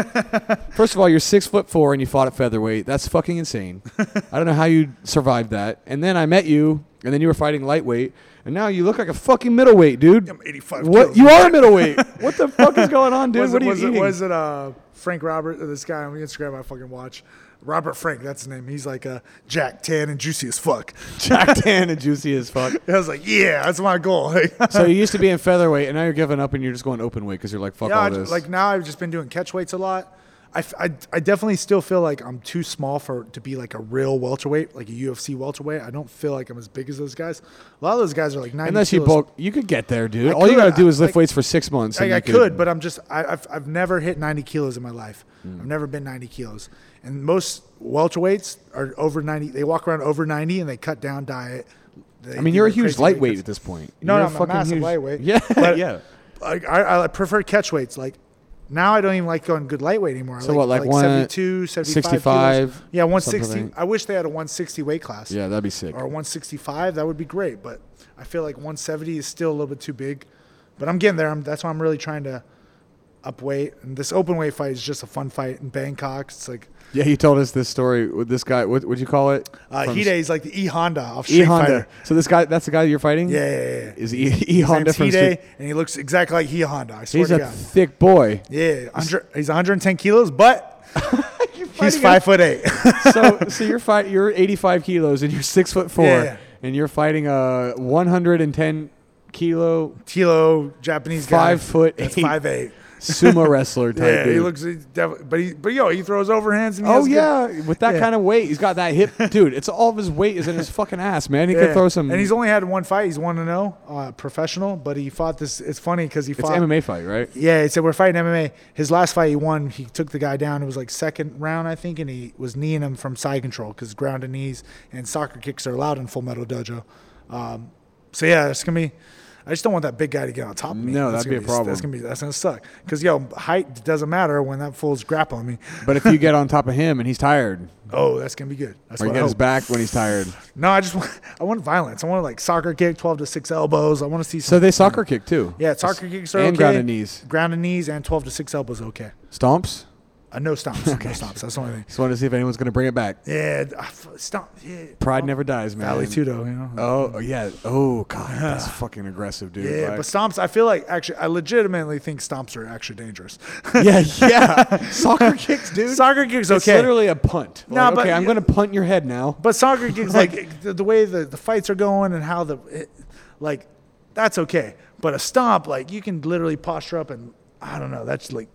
[SPEAKER 1] First of all, you're six foot four and you fought at featherweight. That's fucking insane. I don't know how you survived that. And then I met you, and then you were fighting lightweight, and now you look like a fucking middleweight, dude.
[SPEAKER 2] I'm 85
[SPEAKER 1] What
[SPEAKER 2] kilos.
[SPEAKER 1] you are a middleweight? what the fuck is going on, dude?
[SPEAKER 2] was
[SPEAKER 1] what are
[SPEAKER 2] it,
[SPEAKER 1] you
[SPEAKER 2] was it
[SPEAKER 1] eating?
[SPEAKER 2] was it uh Frank Robert or this guy on Instagram I fucking watch. Robert Frank, that's his name. He's like uh, Jack Tan and juicy as fuck.
[SPEAKER 1] Jack Dan and juicy as fuck.
[SPEAKER 2] I was like, yeah, that's my goal. Like,
[SPEAKER 1] So you used to be in featherweight, and now you're giving up, and you're just going open weight because you're like, fuck
[SPEAKER 2] yeah,
[SPEAKER 1] all
[SPEAKER 2] I
[SPEAKER 1] this.
[SPEAKER 2] just, like now I've just been doing catch weights a lot. I, f- I- I definitely still feel like I'm too small for to be like a real welterweight, like a UFC welterweight. I don't feel like I'm as big as those guys. A lot of those guys are like 90
[SPEAKER 1] unless you
[SPEAKER 2] kilos.
[SPEAKER 1] bulk, you could get there, dude.
[SPEAKER 2] I
[SPEAKER 1] all you
[SPEAKER 2] could,
[SPEAKER 1] gotta do
[SPEAKER 2] I-
[SPEAKER 1] is lift
[SPEAKER 2] like-
[SPEAKER 1] weights for six months.
[SPEAKER 2] Like,
[SPEAKER 1] and
[SPEAKER 2] I
[SPEAKER 1] you
[SPEAKER 2] could, but I'm just I, I've I've never hit 90 kilos in my life.
[SPEAKER 1] Mm.
[SPEAKER 2] I've never been 90 kilos, and most welterweights are over 90. They walk around over 90 and they cut down diet. They
[SPEAKER 1] I mean,
[SPEAKER 2] do
[SPEAKER 1] you're a
[SPEAKER 2] their
[SPEAKER 1] huge
[SPEAKER 2] crazy weight
[SPEAKER 1] lightweight
[SPEAKER 2] cuts.
[SPEAKER 1] at this point.
[SPEAKER 2] No,
[SPEAKER 1] You're
[SPEAKER 2] no,
[SPEAKER 1] a
[SPEAKER 2] I'm a
[SPEAKER 1] fucking
[SPEAKER 2] massive
[SPEAKER 1] huge-
[SPEAKER 2] lightweight.
[SPEAKER 1] Yeah,
[SPEAKER 2] But-
[SPEAKER 1] yeah.
[SPEAKER 2] Like I, I prefer catch weights. Like now, I don't even like going good lightweight anymore. I
[SPEAKER 1] So what, like one-
[SPEAKER 2] 72, 75
[SPEAKER 1] 65,
[SPEAKER 2] Kilos. Yeah, 160.
[SPEAKER 1] something like-
[SPEAKER 2] I wish they had a 160 weight class.
[SPEAKER 1] Yeah, that'd be sick.
[SPEAKER 2] Or 165, that would be great. But I feel like 170 is still a little bit too big. But I'm getting there. I'm, that's why I'm really trying to up weight. And this open weight fight is just a fun fight in Bangkok. It's like
[SPEAKER 1] Yeah, he told us this story with this guy. What would you call it?
[SPEAKER 2] uh,
[SPEAKER 1] From
[SPEAKER 2] Hide is like the E Honda off
[SPEAKER 1] E
[SPEAKER 2] Street
[SPEAKER 1] Honda.
[SPEAKER 2] Fighter.
[SPEAKER 1] So this guy, that's the guy you're fighting.
[SPEAKER 2] Yeah, yeah, yeah.
[SPEAKER 1] Is E, e Honda
[SPEAKER 2] His
[SPEAKER 1] from
[SPEAKER 2] name's
[SPEAKER 1] Street?
[SPEAKER 2] Hide, and he looks exactly like E Honda. I swear
[SPEAKER 1] He's
[SPEAKER 2] to
[SPEAKER 1] a
[SPEAKER 2] God.
[SPEAKER 1] thick boy.
[SPEAKER 2] Yeah, 100, he's 110 kilos, but he's
[SPEAKER 1] fighting a-
[SPEAKER 2] five foot eight.
[SPEAKER 1] so so you're fight you're 85 kilos and you're six foot four
[SPEAKER 2] Yeah.
[SPEAKER 1] and you're fighting a 110 kilo
[SPEAKER 2] Tilo, Japanese guy,
[SPEAKER 1] Five foot
[SPEAKER 2] that's
[SPEAKER 1] eight.
[SPEAKER 2] five eight.
[SPEAKER 1] sumo wrestler type
[SPEAKER 2] Yeah,
[SPEAKER 1] dude.
[SPEAKER 2] he looks. He's defi- but he, but yo, he throws overhands. And he
[SPEAKER 1] Oh
[SPEAKER 2] has good-
[SPEAKER 1] yeah, with that
[SPEAKER 2] Yeah.
[SPEAKER 1] kind of weight, he's got that hip, dude. It's all of his weight is in his fucking ass, man. He could
[SPEAKER 2] Yeah.
[SPEAKER 1] throw some.
[SPEAKER 2] And he's only had one fight. He's one to zero, uh, professional. But he fought this. It's funny because he
[SPEAKER 1] it's
[SPEAKER 2] fought.
[SPEAKER 1] MMA fight, right?
[SPEAKER 2] Yeah, he said we're fighting MMA. His last fight he won, he took the guy down. It was like second round, I think, and he was kneeing him from side control because ground and knees and soccer kicks are allowed in Full Metal Dojo. Um, so yeah, it's gonna be. I just don't want that big guy to get on top of me.
[SPEAKER 1] No,
[SPEAKER 2] That's
[SPEAKER 1] that'd be
[SPEAKER 2] gonna
[SPEAKER 1] a problem.
[SPEAKER 2] That's gonna be that's gonna suck. Cause yo, height doesn't matter when that fool's grappling me.
[SPEAKER 1] But if you get on top of him and he's tired,
[SPEAKER 2] Oh, that's gonna be good. That's
[SPEAKER 1] or you
[SPEAKER 2] what I
[SPEAKER 1] get his
[SPEAKER 2] hope.
[SPEAKER 1] back when he's tired,
[SPEAKER 2] No, I just want, I want violence. I want like soccer kick, twelve to six elbows. I want to see. Some,
[SPEAKER 1] so they soccer kick too.
[SPEAKER 2] yeah, soccer kicks are
[SPEAKER 1] and
[SPEAKER 2] okay.
[SPEAKER 1] ground and knees,
[SPEAKER 2] Ground and knees and twelve to six elbows okay.
[SPEAKER 1] stomps.
[SPEAKER 2] Uh, no stomps. No stomps. That's the only thing.
[SPEAKER 1] Just wanted to see if anyone's gonna bring it back.
[SPEAKER 2] Yeah, d- I f- stop. Yeah.
[SPEAKER 1] Pride never dies, man.
[SPEAKER 2] Valley Tudo, you know.
[SPEAKER 1] Oh yeah. Oh god, that's fucking aggressive, dude.
[SPEAKER 2] yeah,
[SPEAKER 1] Like-
[SPEAKER 2] but stomps. I feel like actually, I legitimately think stomps are actually dangerous.
[SPEAKER 1] yeah, yeah. Soccer kicks, dude.
[SPEAKER 2] soccer kicks
[SPEAKER 1] It's
[SPEAKER 2] okay,
[SPEAKER 1] literally a punt.
[SPEAKER 2] No,
[SPEAKER 1] Like,
[SPEAKER 2] but-
[SPEAKER 1] okay, I'm gonna punt your head now.
[SPEAKER 2] but soccer kicks like the, the way the, the fights are going and how the it, like that's okay. But a stomp, like you can literally posture up and I don't know. That's like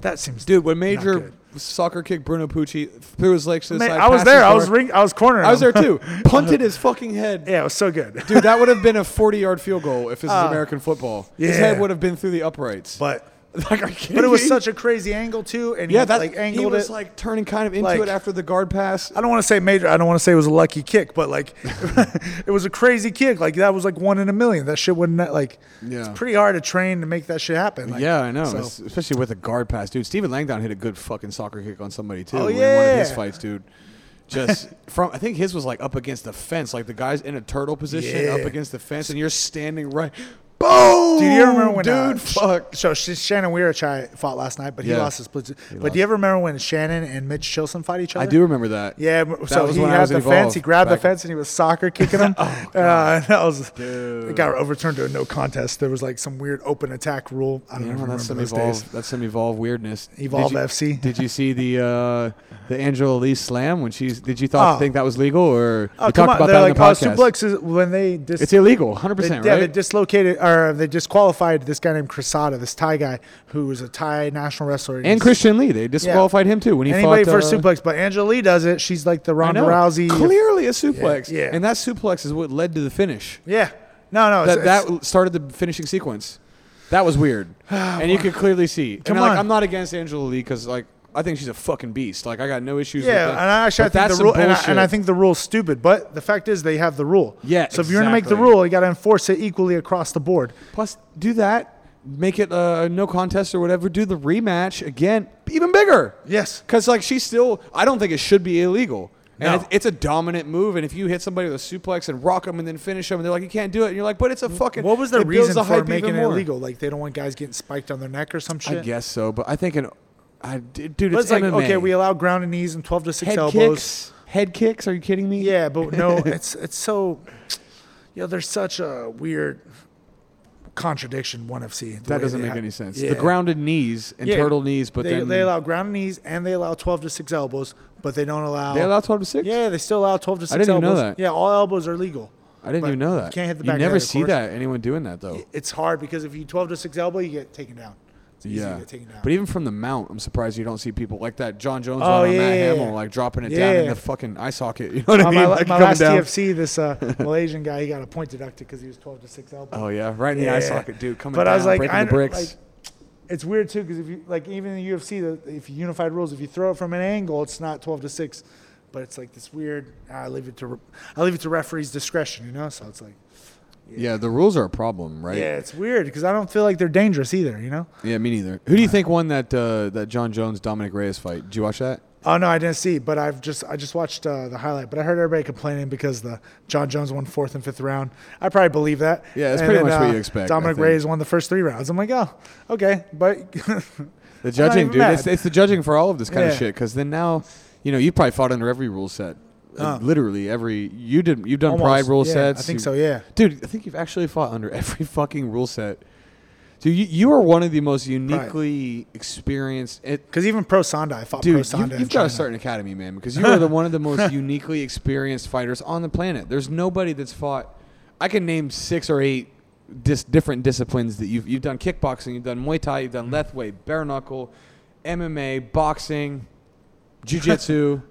[SPEAKER 2] that seems
[SPEAKER 1] Dude, when
[SPEAKER 2] not
[SPEAKER 1] Major
[SPEAKER 2] good.
[SPEAKER 1] soccer kicked Bruno Pucci threw his legs to the
[SPEAKER 2] Man,
[SPEAKER 1] side.
[SPEAKER 2] I was
[SPEAKER 1] past
[SPEAKER 2] there.
[SPEAKER 1] his
[SPEAKER 2] I was
[SPEAKER 1] guard.
[SPEAKER 2] ring. I was cornering.
[SPEAKER 1] I was there
[SPEAKER 2] him.
[SPEAKER 1] too. Punted his fucking head.
[SPEAKER 2] Yeah, it was so good.
[SPEAKER 1] Dude, that would have been a 40 yard field goal if this is American football. His head
[SPEAKER 2] yeah.
[SPEAKER 1] would have been through the uprights.
[SPEAKER 2] But
[SPEAKER 1] like, are you kidding
[SPEAKER 2] but it was
[SPEAKER 1] me?
[SPEAKER 2] such a crazy angle too, and
[SPEAKER 1] Yeah,
[SPEAKER 2] he,
[SPEAKER 1] that
[SPEAKER 2] like angled
[SPEAKER 1] he was
[SPEAKER 2] it.
[SPEAKER 1] like turning kind of into
[SPEAKER 2] Like-
[SPEAKER 1] it after the guard pass.
[SPEAKER 2] I don't want to say major. I don't want to say it was a lucky kick, but like it was a crazy kick. Like that was like one in a million. That shit wouldn't like.
[SPEAKER 1] Yeah.
[SPEAKER 2] It's pretty hard to train to make that shit happen. Like,
[SPEAKER 1] yeah, I know.
[SPEAKER 2] so-
[SPEAKER 1] Es- Especially with a guard pass, dude. Stephen Langdown hit a good fucking soccer kick on somebody too
[SPEAKER 2] Oh,
[SPEAKER 1] in one of his
[SPEAKER 2] yeah.
[SPEAKER 1] fights, dude. Just from, I think his was like up against the fence, like the guy's in a turtle position
[SPEAKER 2] Yeah.
[SPEAKER 1] up against the fence, and you're standing right. Boom!
[SPEAKER 2] Dude, do you remember when
[SPEAKER 1] dude?
[SPEAKER 2] uh, Sh-
[SPEAKER 1] fuck.
[SPEAKER 2] So Sh- Shannon Weirich fought last night, but he
[SPEAKER 1] Yeah.
[SPEAKER 2] lost his split. But
[SPEAKER 1] lost.
[SPEAKER 2] do you ever remember when Shannon and Mitch Chilson fought each other?
[SPEAKER 1] I do remember that.
[SPEAKER 2] Yeah, m- so
[SPEAKER 1] was
[SPEAKER 2] he
[SPEAKER 1] when I
[SPEAKER 2] had
[SPEAKER 1] was
[SPEAKER 2] the
[SPEAKER 1] involved
[SPEAKER 2] fence. He grabbed the
[SPEAKER 1] back- Oh,
[SPEAKER 2] fence and he was soccer kicking him. uh, and that was it got overturned to a no contest. There was like some weird open attack rule. I don't
[SPEAKER 1] Yeah,
[SPEAKER 2] know. remember
[SPEAKER 1] that's some
[SPEAKER 2] those
[SPEAKER 1] evolve.
[SPEAKER 2] days.
[SPEAKER 1] That's some evolve weirdness. Did
[SPEAKER 2] Evolve
[SPEAKER 1] you-
[SPEAKER 2] FC.
[SPEAKER 1] Did you see the uh, the Angela Lee slam when she's? Did you thought
[SPEAKER 2] Oh.
[SPEAKER 1] think that was legal or?
[SPEAKER 2] Oh
[SPEAKER 1] we
[SPEAKER 2] come
[SPEAKER 1] talked
[SPEAKER 2] on!
[SPEAKER 1] about
[SPEAKER 2] They're
[SPEAKER 1] that
[SPEAKER 2] like
[SPEAKER 1] in the podcast.
[SPEAKER 2] oh, suplex is when they dis-
[SPEAKER 1] It's illegal, hundred
[SPEAKER 2] they,
[SPEAKER 1] percent,
[SPEAKER 2] yeah, they
[SPEAKER 1] right?
[SPEAKER 2] dislocated or they disqualified this guy named Cressada, this Thai guy who was a Thai national wrestler.
[SPEAKER 1] and Christian Lee, they disqualified him too when he
[SPEAKER 2] anybody
[SPEAKER 1] fought.
[SPEAKER 2] first
[SPEAKER 1] uh,
[SPEAKER 2] suplex, but Angela Lee does it. She's like the
[SPEAKER 1] I
[SPEAKER 2] Ronda
[SPEAKER 1] know,
[SPEAKER 2] Rousey.
[SPEAKER 1] Clearly a suplex.
[SPEAKER 2] yeah.
[SPEAKER 1] And that suplex is what led to the finish.
[SPEAKER 2] Yeah, no, no,
[SPEAKER 1] That
[SPEAKER 2] it's, it's-
[SPEAKER 1] that started the finishing sequence. That was weird, and you could clearly see.
[SPEAKER 2] Come
[SPEAKER 1] and like,
[SPEAKER 2] on.
[SPEAKER 1] I'm not against Angela Lee because like I think she's a fucking beast. Like I got no issues.
[SPEAKER 2] Yeah,
[SPEAKER 1] with
[SPEAKER 2] and
[SPEAKER 1] that.
[SPEAKER 2] I actually I
[SPEAKER 1] But
[SPEAKER 2] think
[SPEAKER 1] that's
[SPEAKER 2] the
[SPEAKER 1] some
[SPEAKER 2] rule, and I,
[SPEAKER 1] bullshit.
[SPEAKER 2] and I think the rule's stupid. But the fact is, they have the rule.
[SPEAKER 1] Yeah,
[SPEAKER 2] So if you're gonna make the
[SPEAKER 1] exactly.
[SPEAKER 2] rule, you gotta enforce it equally across the board.
[SPEAKER 1] plus do that, make it uh, no contest or whatever. Do the rematch again, even bigger.
[SPEAKER 2] Yes.
[SPEAKER 1] Because like she's still, I don't think it should be illegal. And
[SPEAKER 2] No.
[SPEAKER 1] it's, it's a dominant move, and if you hit somebody with a suplex and rock them and then finish them, and they're like, "You can't do it," and you're like, "But it's a fucking."
[SPEAKER 2] What was the
[SPEAKER 1] it builds
[SPEAKER 2] reason
[SPEAKER 1] the
[SPEAKER 2] for
[SPEAKER 1] hype
[SPEAKER 2] making
[SPEAKER 1] even
[SPEAKER 2] it
[SPEAKER 1] more.
[SPEAKER 2] illegal? Like they don't want guys getting spiked on their neck or some shit.
[SPEAKER 1] I guess so, but I think an, I, dude, it's,
[SPEAKER 2] But it's like
[SPEAKER 1] MMA.
[SPEAKER 2] okay, we allow ground and knees and twelve to six
[SPEAKER 1] head
[SPEAKER 2] elbows.
[SPEAKER 1] kicks. Head kicks? Are you kidding me?
[SPEAKER 2] Yeah, but no, it's it's so. You know, there's such a weird contradiction. One FC. the way
[SPEAKER 1] That doesn't
[SPEAKER 2] they
[SPEAKER 1] make
[SPEAKER 2] have-
[SPEAKER 1] any sense.
[SPEAKER 2] Yeah.
[SPEAKER 1] The grounded knees and
[SPEAKER 2] Yeah.
[SPEAKER 1] turtle knees, but
[SPEAKER 2] they,
[SPEAKER 1] then
[SPEAKER 2] they allow ground and knees and they allow twelve to six elbows, but they don't allow.
[SPEAKER 1] They allow 12 to 6?
[SPEAKER 2] Yeah, they still allow twelve to six.
[SPEAKER 1] didn't even know
[SPEAKER 2] elbows.
[SPEAKER 1] that.
[SPEAKER 2] Yeah, all elbows are legal.
[SPEAKER 1] I didn't
[SPEAKER 2] but
[SPEAKER 1] even know
[SPEAKER 2] you
[SPEAKER 1] that.
[SPEAKER 2] can't hit the back of the
[SPEAKER 1] never
[SPEAKER 2] head, of
[SPEAKER 1] see
[SPEAKER 2] course.
[SPEAKER 1] that anyone doing that though.
[SPEAKER 2] It's hard because if you twelve to six elbow, you get taken down. It's easy to
[SPEAKER 1] yeah.
[SPEAKER 2] get taken down.
[SPEAKER 1] But even from the mount, I'm surprised you don't see people like that John Jones
[SPEAKER 2] Oh,
[SPEAKER 1] on Matt
[SPEAKER 2] yeah.
[SPEAKER 1] Hamill like dropping it down in
[SPEAKER 2] Yeah.
[SPEAKER 1] the fucking eye socket. You know what I
[SPEAKER 2] Uh,
[SPEAKER 1] mean?
[SPEAKER 2] my,
[SPEAKER 1] like
[SPEAKER 2] my
[SPEAKER 1] coming
[SPEAKER 2] last
[SPEAKER 1] down.
[SPEAKER 2] TFC, this uh, Malaysian guy, he got a point deducted because he was twelve to six elbow.
[SPEAKER 1] Oh yeah, right in the eye
[SPEAKER 2] Yeah.
[SPEAKER 1] socket, dude. Coming
[SPEAKER 2] But
[SPEAKER 1] down,
[SPEAKER 2] I was like,
[SPEAKER 1] breaking
[SPEAKER 2] I
[SPEAKER 1] the
[SPEAKER 2] don't-
[SPEAKER 1] bricks.
[SPEAKER 2] like, it's weird too because if you like even in the UFC, the, if you unified rules, if you throw it from an angle, it's not twelve to six, but it's like this weird. ah, I leave it to re- I leave it to referees' discretion, you know. So it's like,
[SPEAKER 1] yeah, the rules are a problem, right?
[SPEAKER 2] yeah, it's weird because I don't feel like they're dangerous either, you know.
[SPEAKER 1] Yeah, me neither. Who do you think won that uh, that John Jones Dominic Reyes fight? Did you watch that?
[SPEAKER 2] Oh no, I didn't see, but I've just I just watched uh, the highlight, but I heard everybody complaining because the John Jones won fourth and fifth round. I probably believe that.
[SPEAKER 1] Yeah, that's
[SPEAKER 2] And
[SPEAKER 1] pretty
[SPEAKER 2] then,
[SPEAKER 1] much what
[SPEAKER 2] uh,
[SPEAKER 1] you expect, I
[SPEAKER 2] Dominic
[SPEAKER 1] think.
[SPEAKER 2] Reyes won the first three rounds. I'm like, oh, okay, but
[SPEAKER 1] The
[SPEAKER 2] not
[SPEAKER 1] judging,
[SPEAKER 2] even
[SPEAKER 1] dude. It's,
[SPEAKER 2] mad.
[SPEAKER 1] it's the judging for all of this kind of
[SPEAKER 2] Yeah.
[SPEAKER 1] shit. Because then now, you know, you probably fought under every rule set. Uh,
[SPEAKER 2] Uh.
[SPEAKER 1] Literally every you did. You've done
[SPEAKER 2] Almost,
[SPEAKER 1] pride rule
[SPEAKER 2] yeah, I
[SPEAKER 1] sets.
[SPEAKER 2] think
[SPEAKER 1] you-
[SPEAKER 2] so, yeah.
[SPEAKER 1] dude. I think you've actually fought under every fucking rule set. Dude, you, you are one of the most uniquely experienced. It,
[SPEAKER 2] Because even Pro Sonda, I fought Pro
[SPEAKER 1] dude,
[SPEAKER 2] Sonda.
[SPEAKER 1] you,
[SPEAKER 2] in
[SPEAKER 1] you've got to
[SPEAKER 2] China.
[SPEAKER 1] start an academy, man, because you are the one of the most uniquely experienced fighters on the planet. There's nobody that's fought. I can name six or eight dis- different disciplines that you've you've done kickboxing, you've done Muay Thai, you've
[SPEAKER 2] Mm.
[SPEAKER 1] done left weight, bare knuckle, MMA, boxing, jujitsu.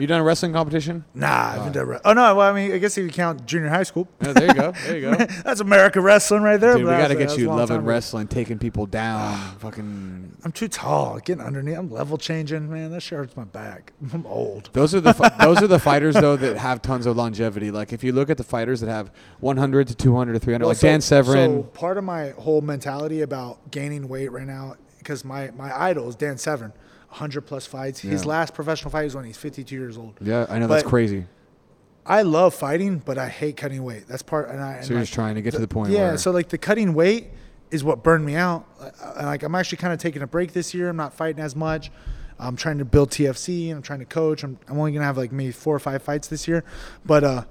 [SPEAKER 1] you done a wrestling competition?
[SPEAKER 2] Nah, I haven't done. Re- oh no, well, I mean, I guess if you count junior high school,
[SPEAKER 1] Oh, there you go. There you go.
[SPEAKER 2] that's America wrestling right there.
[SPEAKER 1] Dude, we
[SPEAKER 2] but that
[SPEAKER 1] gotta
[SPEAKER 2] was- that
[SPEAKER 1] get
[SPEAKER 2] was
[SPEAKER 1] you
[SPEAKER 2] a long
[SPEAKER 1] loving
[SPEAKER 2] time ago.
[SPEAKER 1] wrestling, taking people down, fucking
[SPEAKER 2] I'm too tall. Getting underneath, I'm level changing. Man, that shit hurts my back. I'm old.
[SPEAKER 1] Those are the fi- those are the fighters though that have tons of longevity. Like if you look at the fighters that have 100 to 200 to 300,
[SPEAKER 2] Well,
[SPEAKER 1] like
[SPEAKER 2] so-
[SPEAKER 1] Dan Severin.
[SPEAKER 2] So part of my whole mentality about gaining weight right now, because my my idol is Dan Severin, 100 plus fights. His
[SPEAKER 1] Yeah.
[SPEAKER 2] last professional fight was when he's 52 years old.
[SPEAKER 1] yeah, I know that's
[SPEAKER 2] but-
[SPEAKER 1] crazy.
[SPEAKER 2] I love fighting, but I hate cutting weight. That's part. And I and
[SPEAKER 1] So you're
[SPEAKER 2] like,
[SPEAKER 1] just trying to get to the point.
[SPEAKER 2] yeah
[SPEAKER 1] Where,
[SPEAKER 2] so like the cutting weight is what burned me out Uh, uh, like i'm actually kind of taking a break this year i'm not fighting as much i'm trying to build tfc and i'm trying to coach i'm, I'm only gonna have like maybe four or five fights this year but uh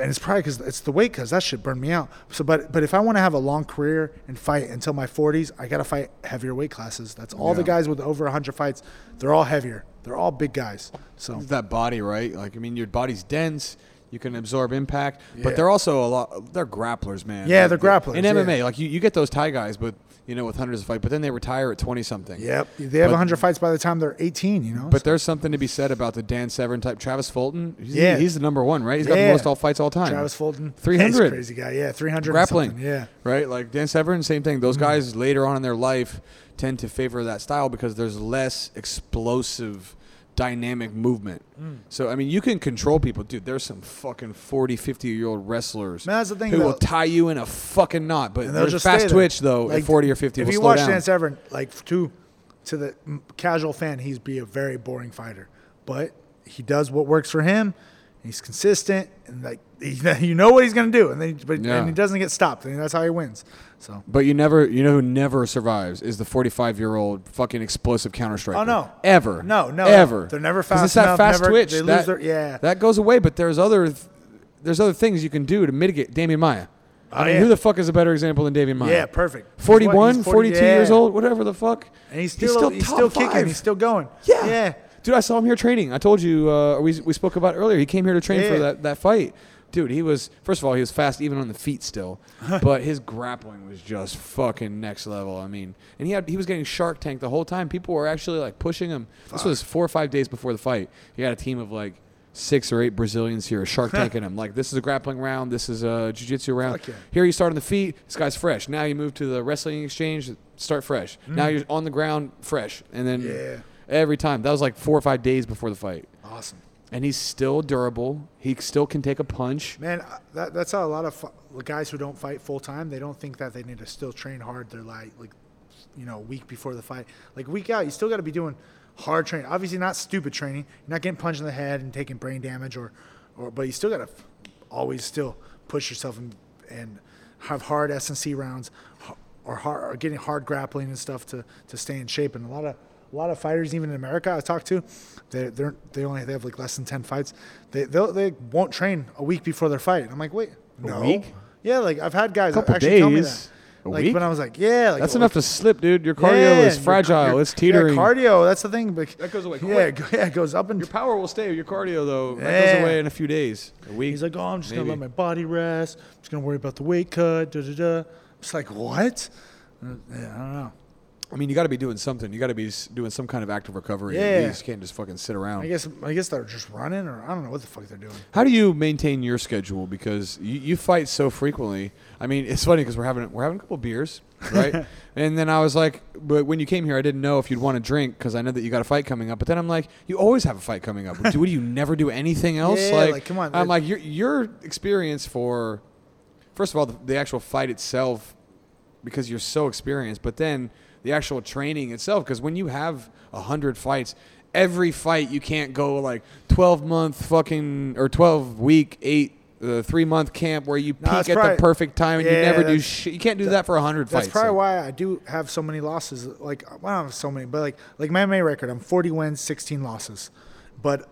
[SPEAKER 2] and it's probably because it's the weight because that shit burned me out so but but if i want to have a long career and fight until my 40s i gotta fight heavier weight classes that's all the
[SPEAKER 1] Yeah.
[SPEAKER 2] guys with over 100 fights they're all heavier they're all big guys so
[SPEAKER 1] It's that body, right? Like I mean, your body's dense. You can absorb impact,
[SPEAKER 2] Yeah.
[SPEAKER 1] but they're also a lot. They're grapplers, man.
[SPEAKER 2] Yeah,
[SPEAKER 1] Like,
[SPEAKER 2] they're grapplers,
[SPEAKER 1] in
[SPEAKER 2] yeah.
[SPEAKER 1] MMA. Like you, you get those Thai guys, but you know, with hundreds of fight, but then they retire at 20 something.
[SPEAKER 2] yep they have
[SPEAKER 1] But-
[SPEAKER 2] 100 fights by the time they're 18 you know
[SPEAKER 1] But there's something to be said about the Dan Severn type. Travis Fulton, he's,
[SPEAKER 2] Yeah.
[SPEAKER 1] he's the number one, right? He's got the
[SPEAKER 2] Yeah.
[SPEAKER 1] most all fights all time.
[SPEAKER 2] Travis Fulton, he's a
[SPEAKER 1] 300.
[SPEAKER 2] crazy guy. Yeah, three hundred
[SPEAKER 1] grappling.
[SPEAKER 2] Yeah,
[SPEAKER 1] Right? Like Dan Severn, same thing.
[SPEAKER 2] Mm.
[SPEAKER 1] Those guys later on in their life tend to favor that style because there's less explosive dynamic movement.
[SPEAKER 2] Mm.
[SPEAKER 1] So I mean, you can control people. Dude, there's some fucking 40, 50 year old wrestlers
[SPEAKER 2] Man, that's the thing,
[SPEAKER 1] who will
[SPEAKER 2] though.
[SPEAKER 1] tie you in a fucking knot, but
[SPEAKER 2] and they'll
[SPEAKER 1] their
[SPEAKER 2] just stay
[SPEAKER 1] fast
[SPEAKER 2] there.
[SPEAKER 1] twitch though
[SPEAKER 2] Like,
[SPEAKER 1] at 40 or 50
[SPEAKER 2] If
[SPEAKER 1] will
[SPEAKER 2] you
[SPEAKER 1] slow
[SPEAKER 2] watch
[SPEAKER 1] down.
[SPEAKER 2] Dan Severn, like to to the mm, casual fan, he's be a very boring fighter, but he does what works for him. He's consistent, and like he, you know what he's gonna do, and then but
[SPEAKER 1] Yeah.
[SPEAKER 2] and he doesn't get stopped, and that's how he wins. So
[SPEAKER 1] but you never, you know, who never survives is the forty-five-year-old fucking explosive counter striker.
[SPEAKER 2] Oh, no.
[SPEAKER 1] ever,
[SPEAKER 2] No, no,
[SPEAKER 1] ever.
[SPEAKER 2] they're never
[SPEAKER 1] 'Cause It's
[SPEAKER 2] fast
[SPEAKER 1] that
[SPEAKER 2] enough,
[SPEAKER 1] fast
[SPEAKER 2] never-
[SPEAKER 1] twitch.
[SPEAKER 2] they lose
[SPEAKER 1] that,
[SPEAKER 2] their- yeah.
[SPEAKER 1] that goes away. But there's other, th- there's other things you can do to mitigate. Damian Maya. I
[SPEAKER 2] Oh,
[SPEAKER 1] mean,
[SPEAKER 2] yeah.
[SPEAKER 1] who the fuck is a better example than Damian Maya?
[SPEAKER 2] yeah, perfect. He's what, he's
[SPEAKER 1] 41,
[SPEAKER 2] 40
[SPEAKER 1] 42 years
[SPEAKER 2] yeah.
[SPEAKER 1] old, whatever the fuck.
[SPEAKER 2] and he's still he's still,
[SPEAKER 1] top
[SPEAKER 2] kicking,
[SPEAKER 1] five.
[SPEAKER 2] he's still going.
[SPEAKER 1] Yeah.
[SPEAKER 2] yeah.
[SPEAKER 1] Dude, I saw him here training. I told you uh, we, we spoke about earlier. He came here to train for
[SPEAKER 2] Yeah.
[SPEAKER 1] that, that fight. Dude, he was first of all, he was fast even on the feet still. but his grappling was just fucking next level. I mean, and he had he was getting shark tank the whole time. People were actually like pushing him. This was 4 or 5 days before the fight. He had a team of like six or eight Brazilians here shark tanking him. Like this is a grappling round, this is a jiu-jitsu round.
[SPEAKER 2] Fuck yeah.
[SPEAKER 1] Here you start on the feet. This guy's fresh.
[SPEAKER 2] Mm.
[SPEAKER 1] Now you move to the wrestling exchange. Start fresh. Now you're on the ground, fresh, and then
[SPEAKER 2] Yeah.
[SPEAKER 1] Every time. That was like four or five days before the fight.
[SPEAKER 2] Awesome.
[SPEAKER 1] And he's still durable. He still can take a punch.
[SPEAKER 2] Man, uh, that, that's how a lot of fu- guys who don't fight full time, they don't think that they need to still train hard. They're like, like, you know, week before the fight, like week out, you still got to be doing hard training. Obviously, not stupid training. You're not getting punched in the head and taking brain damage, or, or, but you still got to always still push yourself and and have hard S and C rounds, h- or hard or getting hard grappling and stuff to to stay in shape. And a lot of a lot of fighters, even in America, I talked to, they they're, they only they have like less than ten fights. They they'll- they won't train a week before their fight. And I'm like, wait,
[SPEAKER 1] A
[SPEAKER 2] no.
[SPEAKER 1] week?
[SPEAKER 2] Yeah, like I've had guys
[SPEAKER 1] Couple
[SPEAKER 2] actually tell me that.
[SPEAKER 1] days? A
[SPEAKER 2] like
[SPEAKER 1] week?
[SPEAKER 2] when I was like, yeah, like
[SPEAKER 1] That's
[SPEAKER 2] well,
[SPEAKER 1] enough to slip, dude. Your cardio
[SPEAKER 2] yeah,
[SPEAKER 1] is
[SPEAKER 2] your-
[SPEAKER 1] fragile.
[SPEAKER 2] your-
[SPEAKER 1] it's teetering.
[SPEAKER 2] Yeah, cardio, that's the thing. But
[SPEAKER 1] That goes away
[SPEAKER 2] Yeah,
[SPEAKER 1] quick.
[SPEAKER 2] it go- yeah, it goes up and.
[SPEAKER 1] your power will stay. Your cardio, though, that
[SPEAKER 2] Yeah.
[SPEAKER 1] goes away in a few days. A week.
[SPEAKER 2] He's like, oh, I'm just gonna let
[SPEAKER 1] Maybe.
[SPEAKER 2] my body rest. I'm just gonna worry about the weight cut. Da da da. It's like what? Uh, yeah, I don't know.
[SPEAKER 1] I mean, you got to be doing something. You got to be s- doing some kind of active recovery.
[SPEAKER 2] Yeah.
[SPEAKER 1] You just can't just fucking sit around.
[SPEAKER 2] I guess I guess they're just running, or I don't know what the fuck they're doing.
[SPEAKER 1] How do you maintain your schedule? Because you, you fight so frequently. I mean, it's funny because we're having we're having a couple beers, right? and then I was like, but when you came here, I didn't know if you'd want to drink because I know that you got a fight coming up. But then I'm like, you always have a fight coming up. Do, what do you never do anything else?
[SPEAKER 2] Yeah, like, come on,
[SPEAKER 1] I'm
[SPEAKER 2] it-
[SPEAKER 1] like Uh, your your experience for, first of all, the, the actual fight itself, because you're so experienced. But then the actual training itself, because when you have a hundred fights, every fight you can't go like twelve month fucking or twelve week eight. Uh, three month camp where you peak
[SPEAKER 2] that's
[SPEAKER 1] at
[SPEAKER 2] probably-
[SPEAKER 1] the perfect time and you
[SPEAKER 2] Yeah,
[SPEAKER 1] never do
[SPEAKER 2] that's-
[SPEAKER 1] shit. You can't do that for a hundred
[SPEAKER 2] That's
[SPEAKER 1] fights.
[SPEAKER 2] probably
[SPEAKER 1] like-
[SPEAKER 2] why I do have so many losses. Like well, I don't have so many, but like like my MMA record, I'm 40 wins, 16 losses. But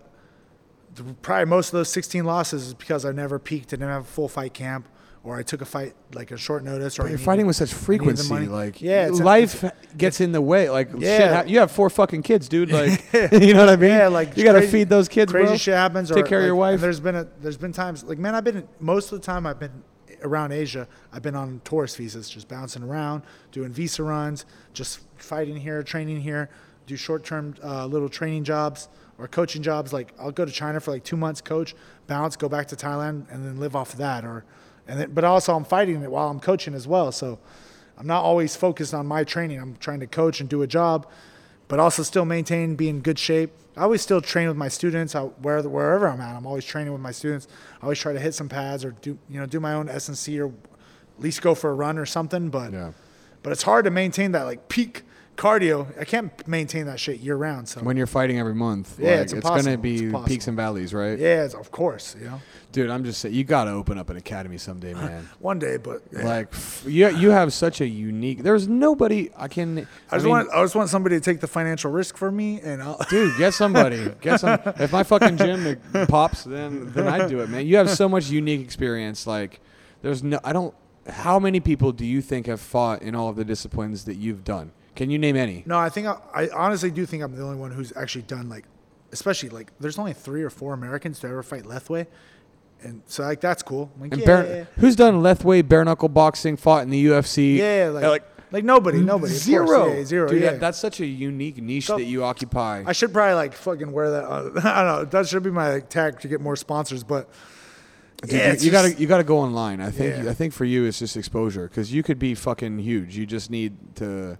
[SPEAKER 2] the, probably most of those 16 losses is because I never peaked and didn't have a full fight camp, or I took a fight like a short notice. Or I
[SPEAKER 1] But you're
[SPEAKER 2] needed-
[SPEAKER 1] fighting with such frequency,
[SPEAKER 2] money.
[SPEAKER 1] like
[SPEAKER 2] Yeah, it's a-
[SPEAKER 1] life gets in the way. Like shit,
[SPEAKER 2] Yeah.
[SPEAKER 1] ha- you have four fucking kids, dude. Like, you know what I mean?
[SPEAKER 2] Yeah, like
[SPEAKER 1] you got to
[SPEAKER 2] crazy-
[SPEAKER 1] feed those kids.
[SPEAKER 2] Crazy
[SPEAKER 1] bro.
[SPEAKER 2] shit happens.
[SPEAKER 1] Take
[SPEAKER 2] or,
[SPEAKER 1] care of
[SPEAKER 2] like,
[SPEAKER 1] your wife.
[SPEAKER 2] and There's been a, there's been times like man, I've been most of the time I've been around Asia. I've been on tourist visas, just bouncing around, doing visa runs, just fighting here, training here, do short-term uh, little training jobs or coaching jobs. Like I'll go to China for like two months, coach, bounce, go back to Thailand, and then live off of that. Or, and then, but also I'm fighting it while I'm coaching as well. So. I'm not always focused on my training. I'm trying to coach and do a job, but also still maintain be in good shape. I always still train with my students. I, where, wherever I'm at, I'm always training with my students. I always try to hit some pads or do you know do my own S and C or at least go for a run or something. But
[SPEAKER 1] Yeah.
[SPEAKER 2] but it's hard to maintain that like peak cardio. I can't maintain that shit year round. So
[SPEAKER 1] when you're fighting every month,
[SPEAKER 2] Yeah,
[SPEAKER 1] like,
[SPEAKER 2] it's
[SPEAKER 1] gonna
[SPEAKER 2] impossible. It's
[SPEAKER 1] be peaks
[SPEAKER 2] impossible.
[SPEAKER 1] and valleys, right?
[SPEAKER 2] yeah, it's, of course, you know,
[SPEAKER 1] Dude, I'm just saying, you got to open up an academy someday, man.
[SPEAKER 2] one day. But
[SPEAKER 1] like, f- you you have such a unique. There's nobody I can.
[SPEAKER 2] I just
[SPEAKER 1] mean,
[SPEAKER 2] want I just want somebody to take the financial risk for me, and I'll.
[SPEAKER 1] dude, get somebody. get some. If my fucking gym pops, then then I do it, man. You have so much unique experience. Like, there's no. I don't. How many people do you think have fought in all of the disciplines that you've done? Can you name any?
[SPEAKER 2] No, I think I, I honestly do think I'm the only one who's actually done like, especially like there's only three or four Americans to ever fight Lethway, and so like that's cool. I'm like,
[SPEAKER 1] And
[SPEAKER 2] yeah, yeah,
[SPEAKER 1] bare, who's done lethway bare knuckle boxing, fought in the UFC?
[SPEAKER 2] yeah, yeah, like, like nobody, nobody, of course,
[SPEAKER 1] zero,
[SPEAKER 2] yeah, zero,
[SPEAKER 1] Dude,
[SPEAKER 2] yeah.
[SPEAKER 1] that- that's such a unique niche
[SPEAKER 2] So-
[SPEAKER 1] that you occupy.
[SPEAKER 2] I should probably like fucking wear that. On, I don't know. That should be my like, tag to get more sponsors, but
[SPEAKER 1] Dude,
[SPEAKER 2] yeah,
[SPEAKER 1] you,
[SPEAKER 2] it's
[SPEAKER 1] you gotta
[SPEAKER 2] just-
[SPEAKER 1] you gotta go online. I think
[SPEAKER 2] Yeah.
[SPEAKER 1] I think for you it's just exposure because you could be fucking huge. You just need to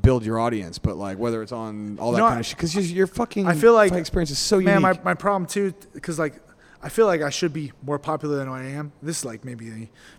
[SPEAKER 1] build your audience. But like whether it's on all that
[SPEAKER 2] No,
[SPEAKER 1] kind
[SPEAKER 2] I-
[SPEAKER 1] of shit, because your, your fucking
[SPEAKER 2] I feel like-
[SPEAKER 1] fight experience is so
[SPEAKER 2] man,
[SPEAKER 1] unique.
[SPEAKER 2] my, my problem too, because like I feel like I should be more popular than I am. This is like maybe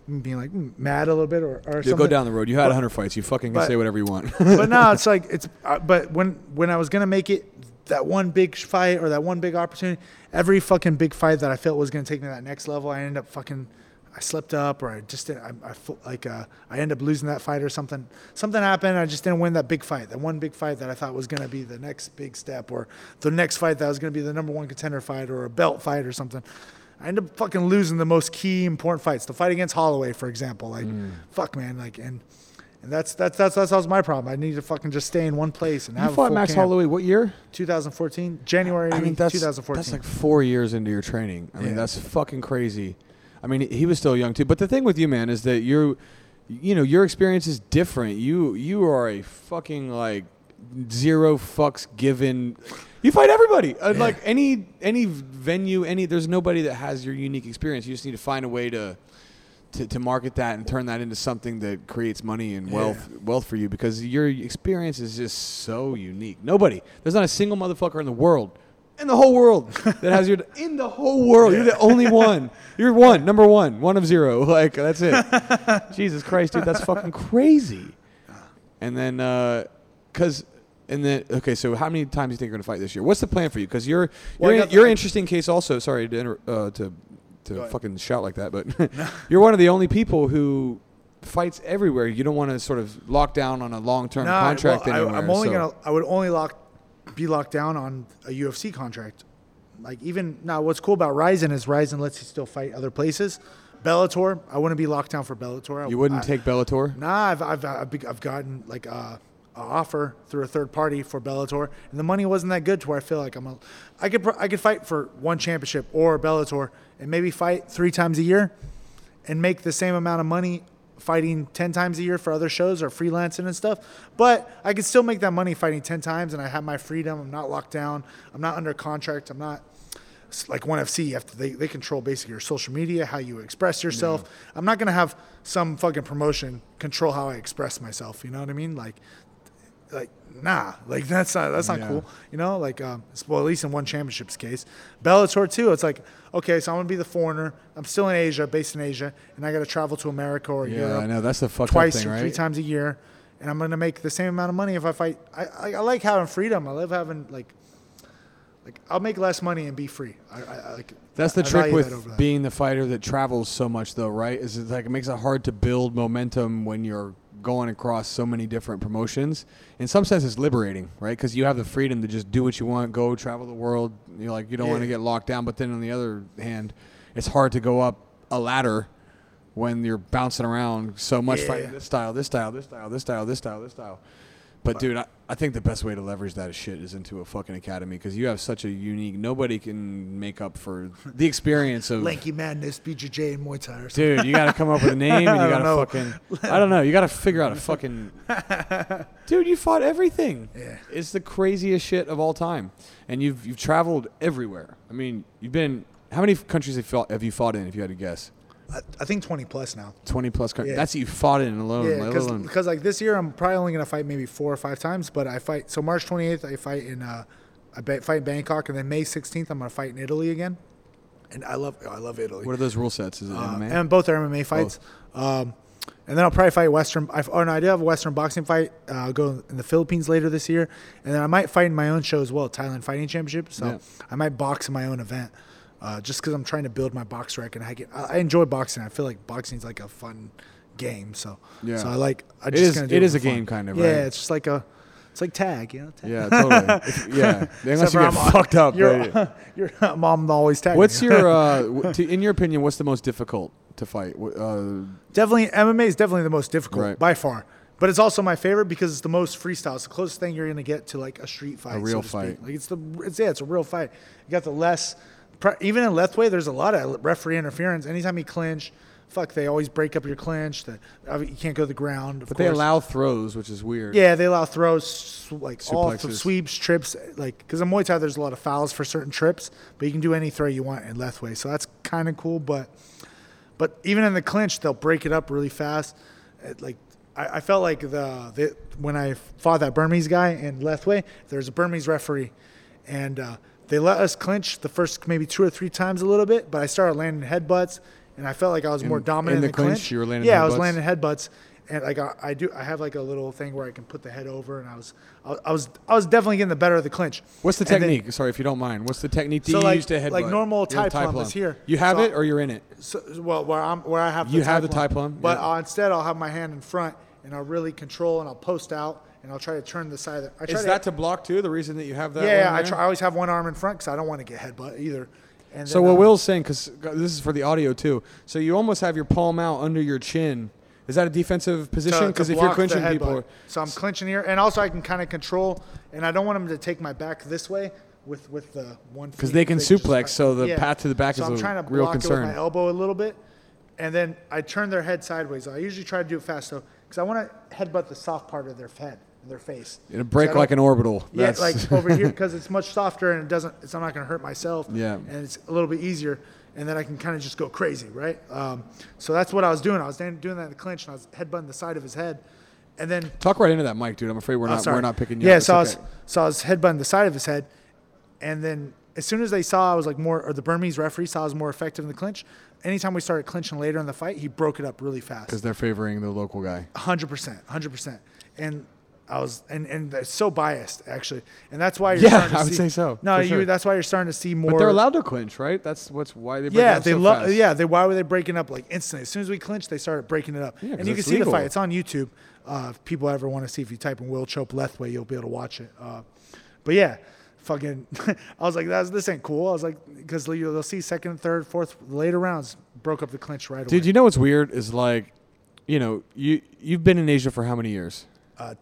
[SPEAKER 2] me being like mad a little bit or, or
[SPEAKER 1] Dude,
[SPEAKER 2] something.
[SPEAKER 1] go down the road. You had
[SPEAKER 2] But-
[SPEAKER 1] hundred fights. You fucking can
[SPEAKER 2] but-
[SPEAKER 1] say whatever you want.
[SPEAKER 2] but no, it's like it's. Uh, but when when I was gonna make it that one big sh- fight or that one big opportunity, every fucking big fight that I felt was gonna take me to that next level, I ended up fucking. I slipped up, or I just didn't. I, I felt like uh, I ended up losing that fight, or something. Something happened. I just didn't win that big fight, that one big fight that I thought was gonna be the next big step, or the next fight that was gonna be the number one contender fight, or a belt fight, or something. I ended up fucking losing the most key important fights. The fight against Holloway, for example. Like, fuck, man. Like, and and that's that's that's that's, that's my problem. I need to fucking just stay in one place and
[SPEAKER 1] you
[SPEAKER 2] have a
[SPEAKER 1] fought
[SPEAKER 2] full
[SPEAKER 1] Max
[SPEAKER 2] camp.
[SPEAKER 1] Holloway what year?
[SPEAKER 2] 2014, January
[SPEAKER 1] I mean that's
[SPEAKER 2] 2014.
[SPEAKER 1] that's like four years into your training. I mean
[SPEAKER 2] Yeah.
[SPEAKER 1] that's fucking crazy. I mean he was still young too. But the thing with you, man, is that you're, you know, your experience is different. You you are a fucking like zero fucks given. You fight everybody. Uh, Like any any venue, any there's nobody that has your unique experience. You just need to find a way to to, to market that and turn that into something that creates money and wealth wealth for you because your experience is just so unique. Nobody, there's not a single motherfucker in the world, in the whole world, that has your in the whole world. You're the only one. You're one, number one, one of zero. Like that's it. Jesus Christ, dude, that's fucking crazy. And then, uh, cause. And then, okay, so how many times do you think you're gonna fight this year? What's the plan for you? Because you're
[SPEAKER 2] Well, I
[SPEAKER 1] you're,
[SPEAKER 2] got the-
[SPEAKER 1] you're an interesting case also. Sorry to inter- uh, to
[SPEAKER 2] Go
[SPEAKER 1] to
[SPEAKER 2] ahead.
[SPEAKER 1] fucking shout like that, but you're one of the only people who fights everywhere. You don't want to sort of lock down on a long term
[SPEAKER 2] Nah,
[SPEAKER 1] contract
[SPEAKER 2] well,
[SPEAKER 1] anywhere.
[SPEAKER 2] I, am only
[SPEAKER 1] so-
[SPEAKER 2] gonna. I would only lock, be locked down on a UFC contract. Like even now, what's cool about Ryzen is Ryzen lets you still fight other places. Bellator, I wouldn't be locked down for Bellator. I-
[SPEAKER 1] You wouldn't
[SPEAKER 2] I-
[SPEAKER 1] take Bellator.
[SPEAKER 2] Nah, I've I've I've, be- I've gotten like a, a offer through a third party for Bellator, and the money wasn't that good to where I feel like I'm a, I could pro- I could fight for one championship or Bellator, and maybe fight three times a year, and make the same amount of money fighting 10 times a year for other shows or freelancing and stuff but i could still make that money fighting 10 times and i have my freedom i'm not locked down i'm not under contract i'm not s- like one FC, you have to, they, they control basically your social media, how you express yourself. I'm not gonna have some fucking promotion control how I express myself. You know what I mean? Like, like nah, like that's not that's not
[SPEAKER 1] Yeah.
[SPEAKER 2] cool. You know, like um, s- well at least in one championship's case, Bellator too. It's like okay, so I'm gonna be the foreigner. I'm still in Asia, based in Asia, and I gotta travel to America or
[SPEAKER 1] Yeah,
[SPEAKER 2] Europe
[SPEAKER 1] I know that's the fucked up
[SPEAKER 2] twice
[SPEAKER 1] thing,
[SPEAKER 2] or
[SPEAKER 1] right?
[SPEAKER 2] three times a year, and I'm gonna make the same amount of money if I fight. I, I, I like having freedom. I love having like, like I'll make less money and be free. I, I, I like
[SPEAKER 1] That's the
[SPEAKER 2] I
[SPEAKER 1] trick
[SPEAKER 2] value that over
[SPEAKER 1] with
[SPEAKER 2] that.
[SPEAKER 1] being the fighter that travels so much, though, right? Is it's like it makes it hard to build momentum when you're going across so many different promotions. In some sense, it's liberating, right? Because you have the freedom to just do what you want, go travel the world. You know, like you don't want to
[SPEAKER 2] Yeah.
[SPEAKER 1] get locked down. But then on the other hand, it's hard to go up a ladder when you're bouncing around so much,
[SPEAKER 2] Yeah.
[SPEAKER 1] fighting this style, this style, this style, this style, this style, this style. But dude, I, I think the best way to leverage that shit is into a fucking academy because you have such a unique. Nobody can make up for the experience of.
[SPEAKER 2] lanky madness, BJJ, and Muay Thai. Or something.
[SPEAKER 1] Dude, you gotta come up with a name and you
[SPEAKER 2] I
[SPEAKER 1] gotta
[SPEAKER 2] don't know.
[SPEAKER 1] fucking. I don't know. You gotta figure out a fucking. Dude, you fought everything.
[SPEAKER 2] Yeah.
[SPEAKER 1] It's the craziest shit of all time, and you've you've traveled everywhere. I mean, you've been how many countries have you fought, have you fought in? If you had to guess,
[SPEAKER 2] I, I think 20 plus now.
[SPEAKER 1] twenty plus countries.
[SPEAKER 2] Yeah.
[SPEAKER 1] That's you fought in alone.
[SPEAKER 2] Yeah,
[SPEAKER 1] let
[SPEAKER 2] because
[SPEAKER 1] alone-
[SPEAKER 2] like this year I'm probably only gonna fight maybe four or five times, but I fight so March 28th I fight in uh, I ba- fight in Bangkok, and then May 16th I'm gonna fight in Italy again, and I love I love Italy.
[SPEAKER 1] what are those rule sets? Is it
[SPEAKER 2] Uh,
[SPEAKER 1] MMA?
[SPEAKER 2] and both are MMA fights. Um, and then I'll probably fight Western. I, oh no, I do have a Western boxing fight. Uh, I'll go in the Philippines later this year, and then I might fight in my own show as well, Thailand Fighting Championship. So
[SPEAKER 1] Yeah.
[SPEAKER 2] I might box in my own event, uh, just because I'm trying to build my box rec, and I get I, I enjoy boxing. I feel like boxing's like a fun game. So
[SPEAKER 1] Yeah.
[SPEAKER 2] so I like. I'm
[SPEAKER 1] It
[SPEAKER 2] just
[SPEAKER 1] is-
[SPEAKER 2] gonna do
[SPEAKER 1] it
[SPEAKER 2] it
[SPEAKER 1] is
[SPEAKER 2] for
[SPEAKER 1] a
[SPEAKER 2] fun.
[SPEAKER 1] game kind of,
[SPEAKER 2] Yeah,
[SPEAKER 1] right?
[SPEAKER 2] it's just like a, it's like tag, you know. Tag.
[SPEAKER 1] Yeah, totally. If- yeah, unless you
[SPEAKER 2] for
[SPEAKER 1] get
[SPEAKER 2] I'm-
[SPEAKER 1] fucked up.
[SPEAKER 2] You're,
[SPEAKER 1] right?
[SPEAKER 2] you're mom always tagging.
[SPEAKER 1] What's
[SPEAKER 2] you.
[SPEAKER 1] your, uh, w- to, in your opinion, what's the most difficult to fight? Wh- Uh,
[SPEAKER 2] Definitely, MMA is definitely the most difficult
[SPEAKER 1] Right.
[SPEAKER 2] by far, but it's also my favorite because it's the most freestyle. It's the closest thing you're gonna get to like a street fight,
[SPEAKER 1] real
[SPEAKER 2] so to
[SPEAKER 1] fight.
[SPEAKER 2] Speak. Like it's the it's yeah, it's a real fight. You got the less, pre- even in Lethway, there's a lot of referee interference. Anytime you clinch, fuck, they always break up your clinch. That I mean, you can't go to the ground. Of
[SPEAKER 1] but they
[SPEAKER 2] course.
[SPEAKER 1] allow throws, which is weird.
[SPEAKER 2] Yeah, they allow throws, sw- like all th-
[SPEAKER 1] Suplexes.
[SPEAKER 2] sweeps, trips, like because in Muay Thai there's a lot of fouls for certain trips, but you can do any throw you want in left way, so that's kind of cool. But but even in the clinch, they'll break it up really fast. It, like I, I felt like the, the when I fought that Burmese guy in left way, there's a Burmese referee, and uh, they let us clinch the first maybe two or three times a little bit, but I started landing headbutts, and I felt like I was more
[SPEAKER 1] In-
[SPEAKER 2] dominant
[SPEAKER 1] in
[SPEAKER 2] in
[SPEAKER 1] the
[SPEAKER 2] the,
[SPEAKER 1] clinch, you were landing
[SPEAKER 2] Yeah, I was
[SPEAKER 1] headbutts?
[SPEAKER 2] landing headbutts, and like I, I do, I have like a little thing where I can put the head over, and I was, I, I was, I was definitely getting the better of the clinch.
[SPEAKER 1] What's the
[SPEAKER 2] And then-
[SPEAKER 1] technique? Sorry if you don't mind. What's the technique that
[SPEAKER 2] So,
[SPEAKER 1] you
[SPEAKER 2] like-
[SPEAKER 1] use to headbutt?
[SPEAKER 2] like normal
[SPEAKER 1] You have
[SPEAKER 2] Thai plum is here.
[SPEAKER 1] You have
[SPEAKER 2] So-
[SPEAKER 1] it or you're in it.
[SPEAKER 2] so, well, where I'm, where I have the
[SPEAKER 1] You have the Thai
[SPEAKER 2] tie
[SPEAKER 1] plum,
[SPEAKER 2] but
[SPEAKER 1] yeah.
[SPEAKER 2] I'll, instead I'll have my hand in front, and I'll really control, and I'll post out, and I'll try to turn the side. Of the, I try
[SPEAKER 1] Is
[SPEAKER 2] to,
[SPEAKER 1] that to block too? The reason that you have that?
[SPEAKER 2] yeah, yeah,
[SPEAKER 1] one
[SPEAKER 2] I,
[SPEAKER 1] there?
[SPEAKER 2] try, I always have one arm in front because I don't want to get headbutt either. And
[SPEAKER 1] So
[SPEAKER 2] then,
[SPEAKER 1] what
[SPEAKER 2] um,
[SPEAKER 1] Will's saying, because this is for the audio too. So you almost have your palm out under your chin. Is that a defensive
[SPEAKER 2] to-
[SPEAKER 1] position?
[SPEAKER 2] to
[SPEAKER 1] Because if you're
[SPEAKER 2] block the
[SPEAKER 1] clinching people,
[SPEAKER 2] headbutt. so I'm clinching here, and also I can kind of control, and I don't want them to take my back this way with with the one. Because
[SPEAKER 1] they can suplex, so the path to the back
[SPEAKER 2] so
[SPEAKER 1] is
[SPEAKER 2] I'm
[SPEAKER 1] a
[SPEAKER 2] trying to
[SPEAKER 1] real
[SPEAKER 2] block It
[SPEAKER 1] concern.
[SPEAKER 2] with my elbow a little bit, and then I turn their head sideways. I usually try to do it fast, though, because I want to headbutt the soft part of their head, their face.
[SPEAKER 1] it'll break like an orbital.
[SPEAKER 2] Yeah,
[SPEAKER 1] That's-
[SPEAKER 2] like over here because it's much softer and it doesn't. It's, I'm not going to hurt myself.
[SPEAKER 1] Yeah.
[SPEAKER 2] And it's a little bit easier. and then I can kind of just go crazy, right? Um, so that's what I was doing. I was dan- doing that in the clinch, and I was headbutting the side of his head, and then
[SPEAKER 1] Talk right into that mic, dude. I'm afraid we're
[SPEAKER 2] Oh,
[SPEAKER 1] not
[SPEAKER 2] sorry.
[SPEAKER 1] we're not picking you
[SPEAKER 2] yeah,
[SPEAKER 1] up. It's
[SPEAKER 2] so I was
[SPEAKER 1] okay.
[SPEAKER 2] so I was headbutting the side of his head, and then as soon as they saw I was like more, or the Burmese referee saw I was more effective in the clinch. Anytime we started clinching later in the fight, he broke it up really fast.
[SPEAKER 1] because they're favoring the local guy.
[SPEAKER 2] hundred percent, hundred percent. And I was, and and they're so biased actually, and that's why you're
[SPEAKER 1] Yeah,
[SPEAKER 2] starting to
[SPEAKER 1] I would
[SPEAKER 2] see-
[SPEAKER 1] say so,
[SPEAKER 2] No,
[SPEAKER 1] for
[SPEAKER 2] you.
[SPEAKER 1] sure.
[SPEAKER 2] That's why you're starting to see more.
[SPEAKER 1] But they're allowed to clinch, right? That's what's why they. Break it
[SPEAKER 2] Yeah,
[SPEAKER 1] up
[SPEAKER 2] they
[SPEAKER 1] so
[SPEAKER 2] love.
[SPEAKER 1] fast.
[SPEAKER 2] Yeah, they. Why were they breaking up like instantly? As soon as we clinched, they started breaking it up.
[SPEAKER 1] 'cause
[SPEAKER 2] and you can
[SPEAKER 1] it's
[SPEAKER 2] see the
[SPEAKER 1] legal.
[SPEAKER 2] fight. It's on YouTube. Uh, if people ever want to see, if you type in Will Chope Lethway, you'll be able to watch it. Uh, but yeah, fucking. I was like, that's, this ain't cool. I was like, because they'll see second, third, fourth, later rounds broke up the clinch right away.
[SPEAKER 1] Dude, you know what's weird is like, you know, you you've been in Asia for how many years?
[SPEAKER 2] uh,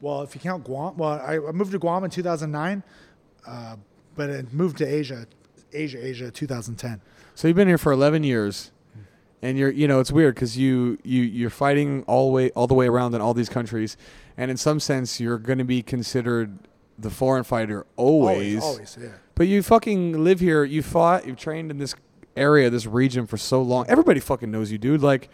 [SPEAKER 2] well, if you count Guam, well, I, I moved to Guam in 2009, uh, but I moved to Asia, Asia, Asia, 2010.
[SPEAKER 1] So you've been here for 11 years, and you're you know it's weird because you you you're fighting all way all the way around in all these countries, and in some sense you're going to be considered the foreign fighter
[SPEAKER 2] Oh,
[SPEAKER 1] always.
[SPEAKER 2] always, yeah.
[SPEAKER 1] But you fucking live here. You fought. You've trained in this area, this region for so long. Everybody fucking knows you, dude. Like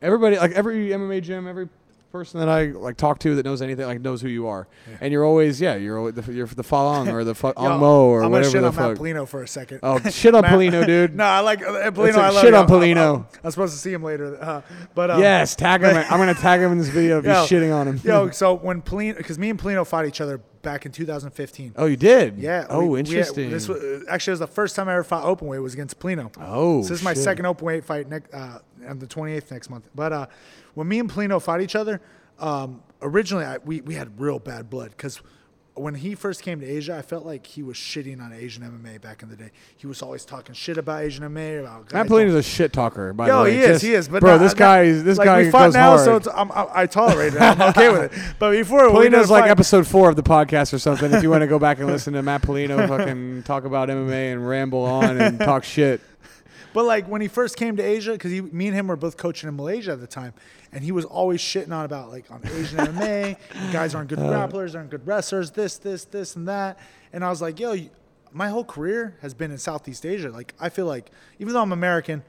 [SPEAKER 1] everybody, like every MMA gym, every person that I like talk to that knows anything, like knows who you are. And you're always, yeah, you're always the, you're the Falong or the fu-
[SPEAKER 2] Yo,
[SPEAKER 1] Ong Mo or
[SPEAKER 2] I'm gonna
[SPEAKER 1] whatever
[SPEAKER 2] shit
[SPEAKER 1] the
[SPEAKER 2] on Matt
[SPEAKER 1] fuck.
[SPEAKER 2] Polino for a second.
[SPEAKER 1] Oh, shit on
[SPEAKER 2] Matt-
[SPEAKER 1] Polino, dude.
[SPEAKER 2] no, I like uh, Polino.
[SPEAKER 1] It's a
[SPEAKER 2] I love
[SPEAKER 1] shit
[SPEAKER 2] you.
[SPEAKER 1] on
[SPEAKER 2] I'm- I'm-
[SPEAKER 1] Polino.
[SPEAKER 2] I'm- I'm supposed to see him later, uh, but um,
[SPEAKER 1] Yes, tag him. I'm gonna tag him in this video if
[SPEAKER 2] yo,
[SPEAKER 1] you're shitting on him.
[SPEAKER 2] yo, so when Polino, because me and Polino fought each other back in 2015.
[SPEAKER 1] oh, you did.
[SPEAKER 2] Yeah.
[SPEAKER 1] Oh,
[SPEAKER 2] we- we-
[SPEAKER 1] interesting.
[SPEAKER 2] this was, uh, actually it was the first time I ever fought open weight was against Polino.
[SPEAKER 1] Oh,
[SPEAKER 2] So this is my
[SPEAKER 1] shit.
[SPEAKER 2] second open weight fight next uh, on the 28th next month. But uh, when me and Polino fought each other, um, originally I, we we had real bad blood because when he first came to Asia, I felt like he was shitting on Asian MMA back in the day. He was always talking shit about Asian MMA. About
[SPEAKER 1] Matt
[SPEAKER 2] guys don't-
[SPEAKER 1] Polino's a shit talker. By
[SPEAKER 2] Yo,
[SPEAKER 1] the way,
[SPEAKER 2] he is,
[SPEAKER 1] Just-
[SPEAKER 2] he is. But
[SPEAKER 1] bro,
[SPEAKER 2] no,
[SPEAKER 1] this
[SPEAKER 2] I-
[SPEAKER 1] guy, is this
[SPEAKER 2] like,
[SPEAKER 1] guy
[SPEAKER 2] we fought
[SPEAKER 1] goes
[SPEAKER 2] now,
[SPEAKER 1] hard.
[SPEAKER 2] so it's, I'm, I, I tolerate it. I'm okay with it. But before we did a
[SPEAKER 1] Polino's like
[SPEAKER 2] fight-
[SPEAKER 1] episode four of the podcast or something. If you want to go back and listen to Matt Polino fucking talk about MMA and ramble on and talk shit.
[SPEAKER 2] But like when he first came to Asia, because me and him were both coaching in Malaysia at the time, and he was always shitting on about like on Asian MMA, guys aren't good
[SPEAKER 1] Uh.
[SPEAKER 2] grapplers, aren't good wrestlers, this, this, this, and that. And I was like, yo, you- my whole career has been in Southeast Asia. Like I feel like even though I'm American,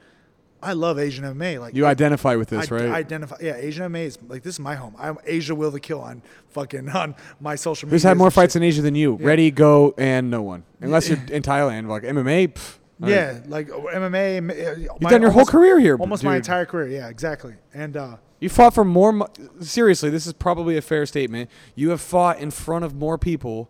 [SPEAKER 2] I love Asian MMA. Like
[SPEAKER 1] You identify with
[SPEAKER 2] I
[SPEAKER 1] this,
[SPEAKER 2] I
[SPEAKER 1] right?
[SPEAKER 2] identify. Yeah, Asian MMA is like this is my home. I'm Asia will the kill on fucking on my social media.
[SPEAKER 1] Who's had more fights in Asia than you? Ready, go, and no one. Unless you're in Thailand, like MMA. Pff, I don't-
[SPEAKER 2] Yeah, like MMA. m- You've
[SPEAKER 1] done your whole career here,
[SPEAKER 2] Almost my
[SPEAKER 1] dude.
[SPEAKER 2] entire career. Yeah, exactly. And uh,
[SPEAKER 1] You fought for more. Mo- Seriously, this is probably a fair statement. You have fought in front of more people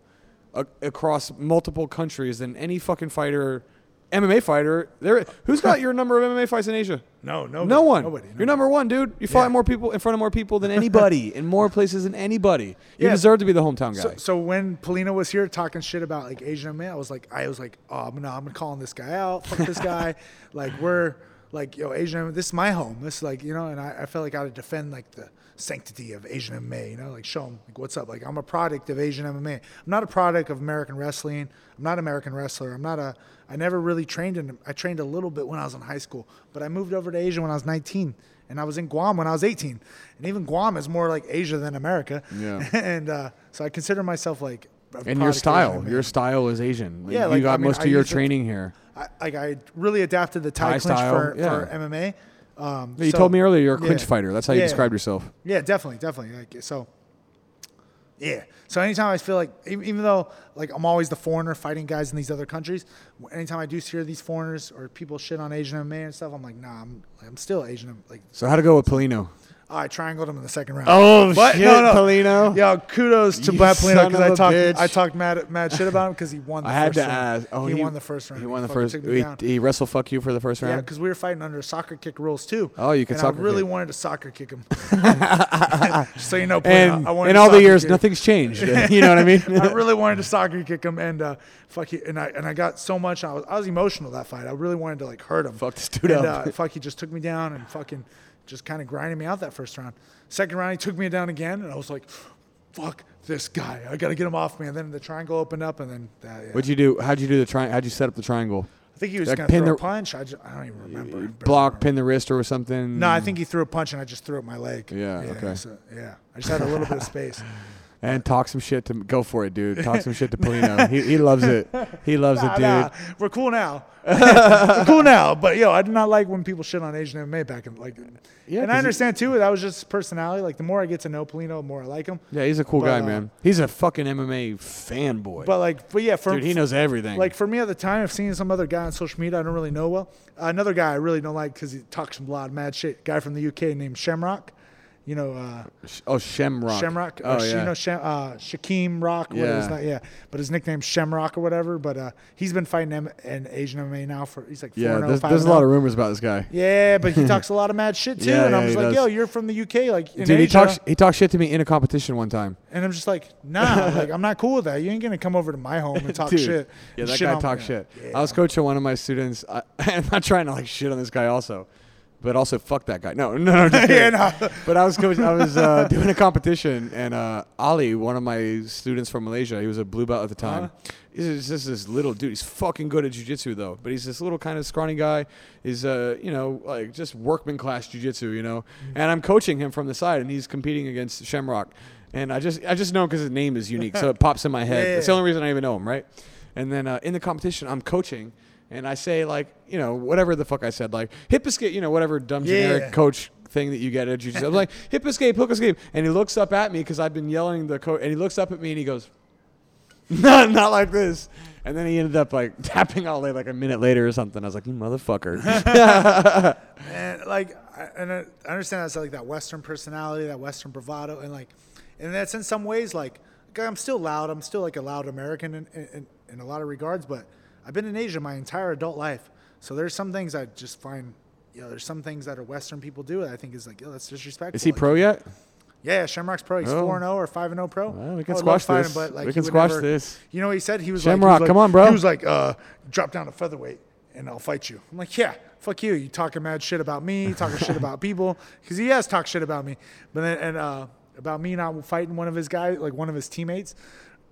[SPEAKER 1] a- across multiple countries than any fucking fighter, MMA fighter. There, who's got your number of MMA fights in Asia?
[SPEAKER 2] No, nobody.
[SPEAKER 1] no one.
[SPEAKER 2] Nobody.
[SPEAKER 1] You're number one, dude. You fought
[SPEAKER 2] Yeah.
[SPEAKER 1] more people in front of more people than anybody in more places than anybody. You
[SPEAKER 2] Yeah.
[SPEAKER 1] deserve to be the hometown guy.
[SPEAKER 2] So, so when Polina was here talking shit about like Asian MMA, I was like, I was like, oh no, I'm calling this guy out. Fuck this guy. like we're like yo Asian MMA. This is my home. This is like you know, and I, I felt like I had to defend like the sanctity of Asian MMA. You know, like show them like what's up. Like I'm a product of Asian MMA. I'm not a product of American wrestling. I'm not an American wrestler. I'm not a. I never really trained in. I trained a little bit when I was in high school, but I moved over to Asia when I was 19. And I was in Guam when I was 18, and even Guam is more like Asia than America.
[SPEAKER 1] Yeah.
[SPEAKER 2] and uh, so I consider myself like. a
[SPEAKER 1] and
[SPEAKER 2] product
[SPEAKER 1] your
[SPEAKER 2] of
[SPEAKER 1] style,
[SPEAKER 2] anime.
[SPEAKER 1] your style is Asian.
[SPEAKER 2] Yeah,
[SPEAKER 1] you
[SPEAKER 2] like,
[SPEAKER 1] got
[SPEAKER 2] I mean,
[SPEAKER 1] most
[SPEAKER 2] I
[SPEAKER 1] of your
[SPEAKER 2] use it-
[SPEAKER 1] training here.
[SPEAKER 2] I, like I really adapted the Thai,
[SPEAKER 1] Thai
[SPEAKER 2] clinch
[SPEAKER 1] style,
[SPEAKER 2] for,
[SPEAKER 1] yeah.
[SPEAKER 2] for MMA. Um,
[SPEAKER 1] You
[SPEAKER 2] so-
[SPEAKER 1] told me earlier you're a clinch
[SPEAKER 2] yeah.
[SPEAKER 1] fighter. That's how you
[SPEAKER 2] Yeah.
[SPEAKER 1] described yourself.
[SPEAKER 2] Yeah, definitely, definitely. Like so. Yeah. So anytime I feel like, even, even though like I'm always the foreigner fighting guys in these other countries, anytime I do hear these foreigners or people shit on Asian MMA and stuff, I'm like, nah, I'm I'm still Asian. Like
[SPEAKER 1] So how to go with Polino?
[SPEAKER 2] I triangled him in the second round.
[SPEAKER 1] Oh
[SPEAKER 2] But-
[SPEAKER 1] shit,
[SPEAKER 2] no, no.
[SPEAKER 1] Polino!
[SPEAKER 2] Yo, kudos to
[SPEAKER 1] You
[SPEAKER 2] Matt Polino
[SPEAKER 1] son
[SPEAKER 2] because
[SPEAKER 1] of
[SPEAKER 2] I
[SPEAKER 1] a
[SPEAKER 2] talked
[SPEAKER 1] bitch.
[SPEAKER 2] I talked mad mad shit about him because he won. The
[SPEAKER 1] I had
[SPEAKER 2] first
[SPEAKER 1] to
[SPEAKER 2] round.
[SPEAKER 1] ask. Oh,
[SPEAKER 2] he, won the first round.
[SPEAKER 1] He won the
[SPEAKER 2] fucking
[SPEAKER 1] first.
[SPEAKER 2] took me
[SPEAKER 1] He,
[SPEAKER 2] down.
[SPEAKER 1] he wrestle fuck you for the first
[SPEAKER 2] Yeah,
[SPEAKER 1] round.
[SPEAKER 2] because we were fighting under soccer kick rules too.
[SPEAKER 1] Oh, you could
[SPEAKER 2] and
[SPEAKER 1] soccer
[SPEAKER 2] I really
[SPEAKER 1] kick.
[SPEAKER 2] wanted to soccer kick him. Just so you know, Polino,
[SPEAKER 1] and
[SPEAKER 2] I wanted
[SPEAKER 1] in
[SPEAKER 2] to
[SPEAKER 1] all the
[SPEAKER 2] soccer
[SPEAKER 1] years,
[SPEAKER 2] kick him.
[SPEAKER 1] nothing's changed. you know what I mean?
[SPEAKER 2] I really wanted to soccer kick him, and uh, fuck, he, and I and I got so much. I was I was emotional that fight. I really wanted to like hurt him.
[SPEAKER 1] Fuck this dude
[SPEAKER 2] and,
[SPEAKER 1] up.
[SPEAKER 2] Uh, fuck, he just took me down and fucking just kind of grinded me out that first round. Second round, he took me down again, and I was like, fuck this guy. I gotta get him off me. And then the triangle opened up, and then uh, yeah.
[SPEAKER 1] What'd you do? How'd you do the triangle? How'd you set up the triangle?
[SPEAKER 2] I think he was
[SPEAKER 1] like,
[SPEAKER 2] gonna
[SPEAKER 1] pin
[SPEAKER 2] throw a
[SPEAKER 1] the-
[SPEAKER 2] punch. I, ju- I don't even remember. But-
[SPEAKER 1] Block, pin the wrist, or something?
[SPEAKER 2] No, I think he threw a punch, and I just threw up my leg.
[SPEAKER 1] Yeah, okay.
[SPEAKER 2] so- yeah, I just had a little bit of space.
[SPEAKER 1] and talk some shit to go for it, dude. Talk some shit to Polino. he, he loves it. He loves it,
[SPEAKER 2] Nah,
[SPEAKER 1] dude.
[SPEAKER 2] nah, we're cool now. we're cool now. But yo, I do not like when people shit on Asian MMA back in like.
[SPEAKER 1] Yeah,
[SPEAKER 2] and
[SPEAKER 1] 'cause
[SPEAKER 2] I
[SPEAKER 1] he-
[SPEAKER 2] understand too. That was just his personality. Like the more I get to know Polino, the more I like him.
[SPEAKER 1] Yeah, he's a cool
[SPEAKER 2] But,
[SPEAKER 1] guy,
[SPEAKER 2] uh,
[SPEAKER 1] man. He's a fucking MMA fanboy.
[SPEAKER 2] But like, but yeah, for
[SPEAKER 1] dude, he knows everything.
[SPEAKER 2] like for me at the time, I've seen some other guy on social media I don't really know well. another guy I really don't like because he talks some lot of mad shit. Guy from the UK named Shamrock. You know, uh,
[SPEAKER 1] Sh- oh, Shamrock.
[SPEAKER 2] Shamrock.
[SPEAKER 1] Oh,
[SPEAKER 2] or, Sh-
[SPEAKER 1] yeah.
[SPEAKER 2] You know, Sham- uh, Shaquem Rock. Whatever his
[SPEAKER 1] Yeah.
[SPEAKER 2] name- yeah. But his nickname's Shamrock or whatever. But uh, he's been fighting M- an Asian MMA now for he's like four
[SPEAKER 1] yeah,
[SPEAKER 2] and oh,
[SPEAKER 1] there's,
[SPEAKER 2] five
[SPEAKER 1] there's a
[SPEAKER 2] and oh.
[SPEAKER 1] lot of rumors about this guy.
[SPEAKER 2] Yeah, but he talks a lot of mad shit too,
[SPEAKER 1] Yeah,
[SPEAKER 2] and
[SPEAKER 1] yeah,
[SPEAKER 2] I'm
[SPEAKER 1] he
[SPEAKER 2] just
[SPEAKER 1] does.
[SPEAKER 2] like, yo, you're from the UK, like in
[SPEAKER 1] Dude, he
[SPEAKER 2] Asia,
[SPEAKER 1] talks he talked shit to me in a competition one time.
[SPEAKER 2] and I'm just like, nah, like I'm not cool with that. You ain't gonna come over to my home and talk
[SPEAKER 1] Dude,
[SPEAKER 2] shit.
[SPEAKER 1] Yeah,
[SPEAKER 2] and
[SPEAKER 1] that
[SPEAKER 2] shit
[SPEAKER 1] guy
[SPEAKER 2] on-
[SPEAKER 1] talks
[SPEAKER 2] yeah.
[SPEAKER 1] shit. I was coaching one of my students. I, I'm not trying to like shit on this guy also, but also fuck that guy. No, no, no. just
[SPEAKER 2] Yeah,
[SPEAKER 1] kidding.
[SPEAKER 2] no.
[SPEAKER 1] But I was coach, I was uh, doing a competition, and uh, Ali, one of my students from Malaysia, he was a blue belt at the
[SPEAKER 2] Uh-huh.
[SPEAKER 1] time. He's just this little dude. He's fucking good at jujitsu though, but he's this little kind of scrawny guy. He's uh, you know, like just workman class jujitsu, you know.
[SPEAKER 2] Mm-hmm.
[SPEAKER 1] And I'm coaching him from the side, and he's competing against Shamrock. And I just I just know because his name is unique, so it pops in my head.
[SPEAKER 2] Yeah.
[SPEAKER 1] It's the only reason I even know him, right? And then uh, in the competition, I'm coaching. And I say like you know whatever the fuck I said like hip escape you know whatever dumb generic
[SPEAKER 2] Yeah.
[SPEAKER 1] coach thing that you get at jiu-jitsu. I'm like, hip escape, hook escape. And he looks up at me because I've been yelling the coach. And he looks up at me and he goes, not, not like this. And then he ended up like tapping all day like a minute later or something. I was like, you motherfucker.
[SPEAKER 2] and like I, and I I understand that's like that Western personality, that Western bravado, and like, and that's in some ways like like, I'm still loud. I'm still like a loud American in, in, in a lot of regards, but I've been in Asia my entire adult life, so there's some things I just find. You know, there's some things that are Western people do that I think is like, yo, that's disrespectful.
[SPEAKER 1] Is he
[SPEAKER 2] Like,
[SPEAKER 1] pro yet?
[SPEAKER 2] Yeah, Shamrock's pro. He's
[SPEAKER 1] Oh.
[SPEAKER 2] four and zero or five and zero pro.
[SPEAKER 1] Well, we
[SPEAKER 2] I
[SPEAKER 1] can
[SPEAKER 2] would love
[SPEAKER 1] squash
[SPEAKER 2] to
[SPEAKER 1] this.
[SPEAKER 2] fight
[SPEAKER 1] We
[SPEAKER 2] he
[SPEAKER 1] can
[SPEAKER 2] would
[SPEAKER 1] squash this.
[SPEAKER 2] You know what he said? He was
[SPEAKER 1] Shamrock,
[SPEAKER 2] like, he was like-
[SPEAKER 1] come on, bro.
[SPEAKER 2] He was like, uh, drop down to featherweight and I'll fight you. I'm like, yeah, fuck you. You talking mad shit about me, talking shit about people, because he has talked shit about me, but then and uh, about me not fighting one of his guys, like one of his teammates.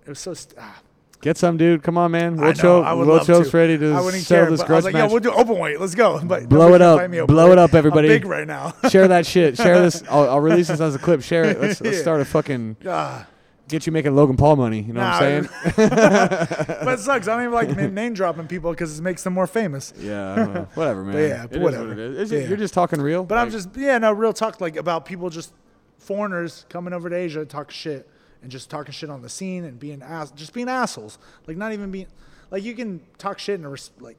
[SPEAKER 2] It was so. St- ah,
[SPEAKER 1] Get some, dude. Come on, man.
[SPEAKER 2] I know,
[SPEAKER 1] Rocho,
[SPEAKER 2] I would love
[SPEAKER 1] Rocho's
[SPEAKER 2] to.
[SPEAKER 1] ready to
[SPEAKER 2] I wouldn't
[SPEAKER 1] sell
[SPEAKER 2] care,
[SPEAKER 1] this
[SPEAKER 2] but I was
[SPEAKER 1] grudge
[SPEAKER 2] like,
[SPEAKER 1] match.
[SPEAKER 2] yeah, we'll do open weight. Let's go. But
[SPEAKER 1] Blow
[SPEAKER 2] nobody
[SPEAKER 1] it
[SPEAKER 2] can
[SPEAKER 1] up.
[SPEAKER 2] fight me open
[SPEAKER 1] Blow it
[SPEAKER 2] weight.
[SPEAKER 1] up,
[SPEAKER 2] I'm
[SPEAKER 1] everybody.
[SPEAKER 2] big right now.
[SPEAKER 1] Share that shit. Share this. I'll, I'll release this as a clip. Share it. Let's, let's
[SPEAKER 2] Yeah.
[SPEAKER 1] start a fucking
[SPEAKER 2] Ah.
[SPEAKER 1] get you making Logan Paul money. You know what I'm
[SPEAKER 2] Nah,
[SPEAKER 1] saying?
[SPEAKER 2] but it sucks. I don't even like name- name dropping people because it makes them more famous.
[SPEAKER 1] yeah. I don't know. Whatever, man.
[SPEAKER 2] yeah,
[SPEAKER 1] It is
[SPEAKER 2] whatever.
[SPEAKER 1] what it is. Is it-
[SPEAKER 2] Yeah.
[SPEAKER 1] You're just talking real.
[SPEAKER 2] But I'm
[SPEAKER 1] Like,
[SPEAKER 2] just yeah, no real talk like about people just foreigners coming over to Asia talk shit and just talking shit on the scene and being ass just being assholes. Like not even being like you can talk shit in a res- like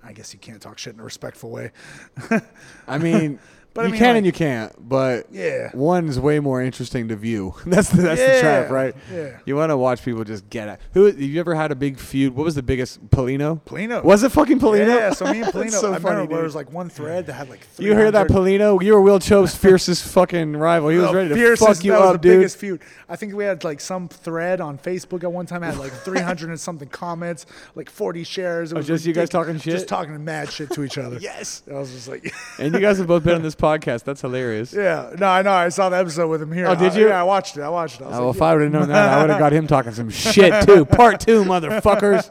[SPEAKER 2] I guess you can't talk shit in a respectful way.
[SPEAKER 1] I mean,
[SPEAKER 2] But I
[SPEAKER 1] you
[SPEAKER 2] mean,
[SPEAKER 1] can
[SPEAKER 2] like-
[SPEAKER 1] and you can't. But
[SPEAKER 2] Yeah.
[SPEAKER 1] one's way more interesting to view. That's the, that's the trap,
[SPEAKER 2] Yeah,
[SPEAKER 1] right?
[SPEAKER 2] yeah.
[SPEAKER 1] You want to watch people just get it. Who have you ever had a big feud? What was the biggest Polino?
[SPEAKER 2] Polino.
[SPEAKER 1] Was it fucking Polino?
[SPEAKER 2] yeah, so me and
[SPEAKER 1] That's
[SPEAKER 2] Polino
[SPEAKER 1] so
[SPEAKER 2] I
[SPEAKER 1] funny,
[SPEAKER 2] remember
[SPEAKER 1] dude.
[SPEAKER 2] there was like one thread that had like
[SPEAKER 1] you hear that
[SPEAKER 2] 300
[SPEAKER 1] Polino? You were Will Chope's fiercest fucking rival. He was
[SPEAKER 2] Oh,
[SPEAKER 1] ready to
[SPEAKER 2] fiercest-
[SPEAKER 1] fuck you
[SPEAKER 2] that was
[SPEAKER 1] up,
[SPEAKER 2] the
[SPEAKER 1] dude.
[SPEAKER 2] biggest feud. I think we had like some thread on Facebook at one time had like 300 and something comments, like 40 shares. It was
[SPEAKER 1] Oh, just you guys
[SPEAKER 2] ridic-
[SPEAKER 1] talking shit?
[SPEAKER 2] Just talking mad shit to each other.
[SPEAKER 1] Yes.
[SPEAKER 2] I was just like,
[SPEAKER 1] and you guys have both been on this podcast. That's hilarious.
[SPEAKER 2] yeah. No, I know. I saw the episode with him here.
[SPEAKER 1] Oh, did
[SPEAKER 2] I-
[SPEAKER 1] you?
[SPEAKER 2] yeah, I watched it. I watched it. I was
[SPEAKER 1] Oh, well,
[SPEAKER 2] like,
[SPEAKER 1] if I would have known that, I would have got him talking some shit too. Part two, motherfuckers.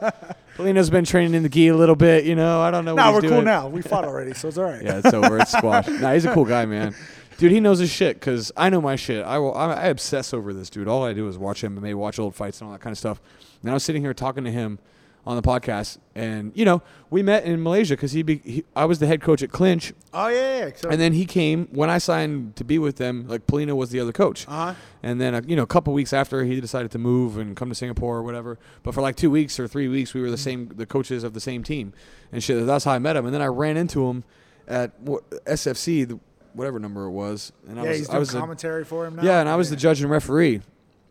[SPEAKER 1] Polino's been training in the gi a little bit. You know, I don't know.
[SPEAKER 2] no,
[SPEAKER 1] what he's
[SPEAKER 2] we're cool
[SPEAKER 1] doing.
[SPEAKER 2] now. We fought already, so it's all right.
[SPEAKER 1] Yeah, it's over. It's squash. Nah, he's a cool guy, man. Dude, he knows his shit because I know my shit. I, will, I I obsess over this, dude. All I do is watch MMA, watch old fights, and all that kind of stuff. And I was sitting here talking to him on the podcast, and you know, we met in Malaysia because he, be, he I was the head coach at Clinch,
[SPEAKER 2] Oh, yeah. yeah. So,
[SPEAKER 1] and then he came when I signed to be with them. Like Polino was the other coach,
[SPEAKER 2] Uh-huh.
[SPEAKER 1] and then uh, you know, a couple weeks after he decided to move and come to Singapore or whatever. But for like two weeks or three weeks, we were the
[SPEAKER 2] Mm-hmm.
[SPEAKER 1] same, the coaches of the same team, and shit. That's how I met him. And then I ran into him at what, SFC, the, whatever number it was, and I
[SPEAKER 2] yeah,
[SPEAKER 1] was,
[SPEAKER 2] he's
[SPEAKER 1] I
[SPEAKER 2] doing
[SPEAKER 1] was the-
[SPEAKER 2] commentary for him now.
[SPEAKER 1] yeah, and I was the judge and referee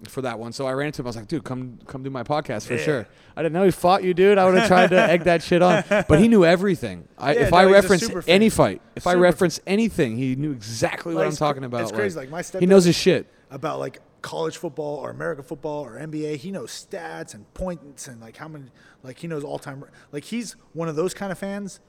[SPEAKER 1] for that one. So I ran to him. I was like, dude, come come do my podcast for
[SPEAKER 2] Yeah.
[SPEAKER 1] sure. I didn't know he fought you, dude. I would have tried to egg that shit on. But he knew everything. I,
[SPEAKER 2] Yeah,
[SPEAKER 1] if
[SPEAKER 2] no,
[SPEAKER 1] I
[SPEAKER 2] he's a
[SPEAKER 1] reference
[SPEAKER 2] super fan.
[SPEAKER 1] any fight, if I
[SPEAKER 2] Super
[SPEAKER 1] reference anything, he knew exactly
[SPEAKER 2] Like,
[SPEAKER 1] what I'm
[SPEAKER 2] it's-
[SPEAKER 1] talking about.
[SPEAKER 2] it's crazy, like, my
[SPEAKER 1] he
[SPEAKER 2] stepdad-
[SPEAKER 1] knows his shit.
[SPEAKER 2] about like college football or American football or NBA. He knows stats and points and like how many, like he knows all time. Like he's one of those kind of fans,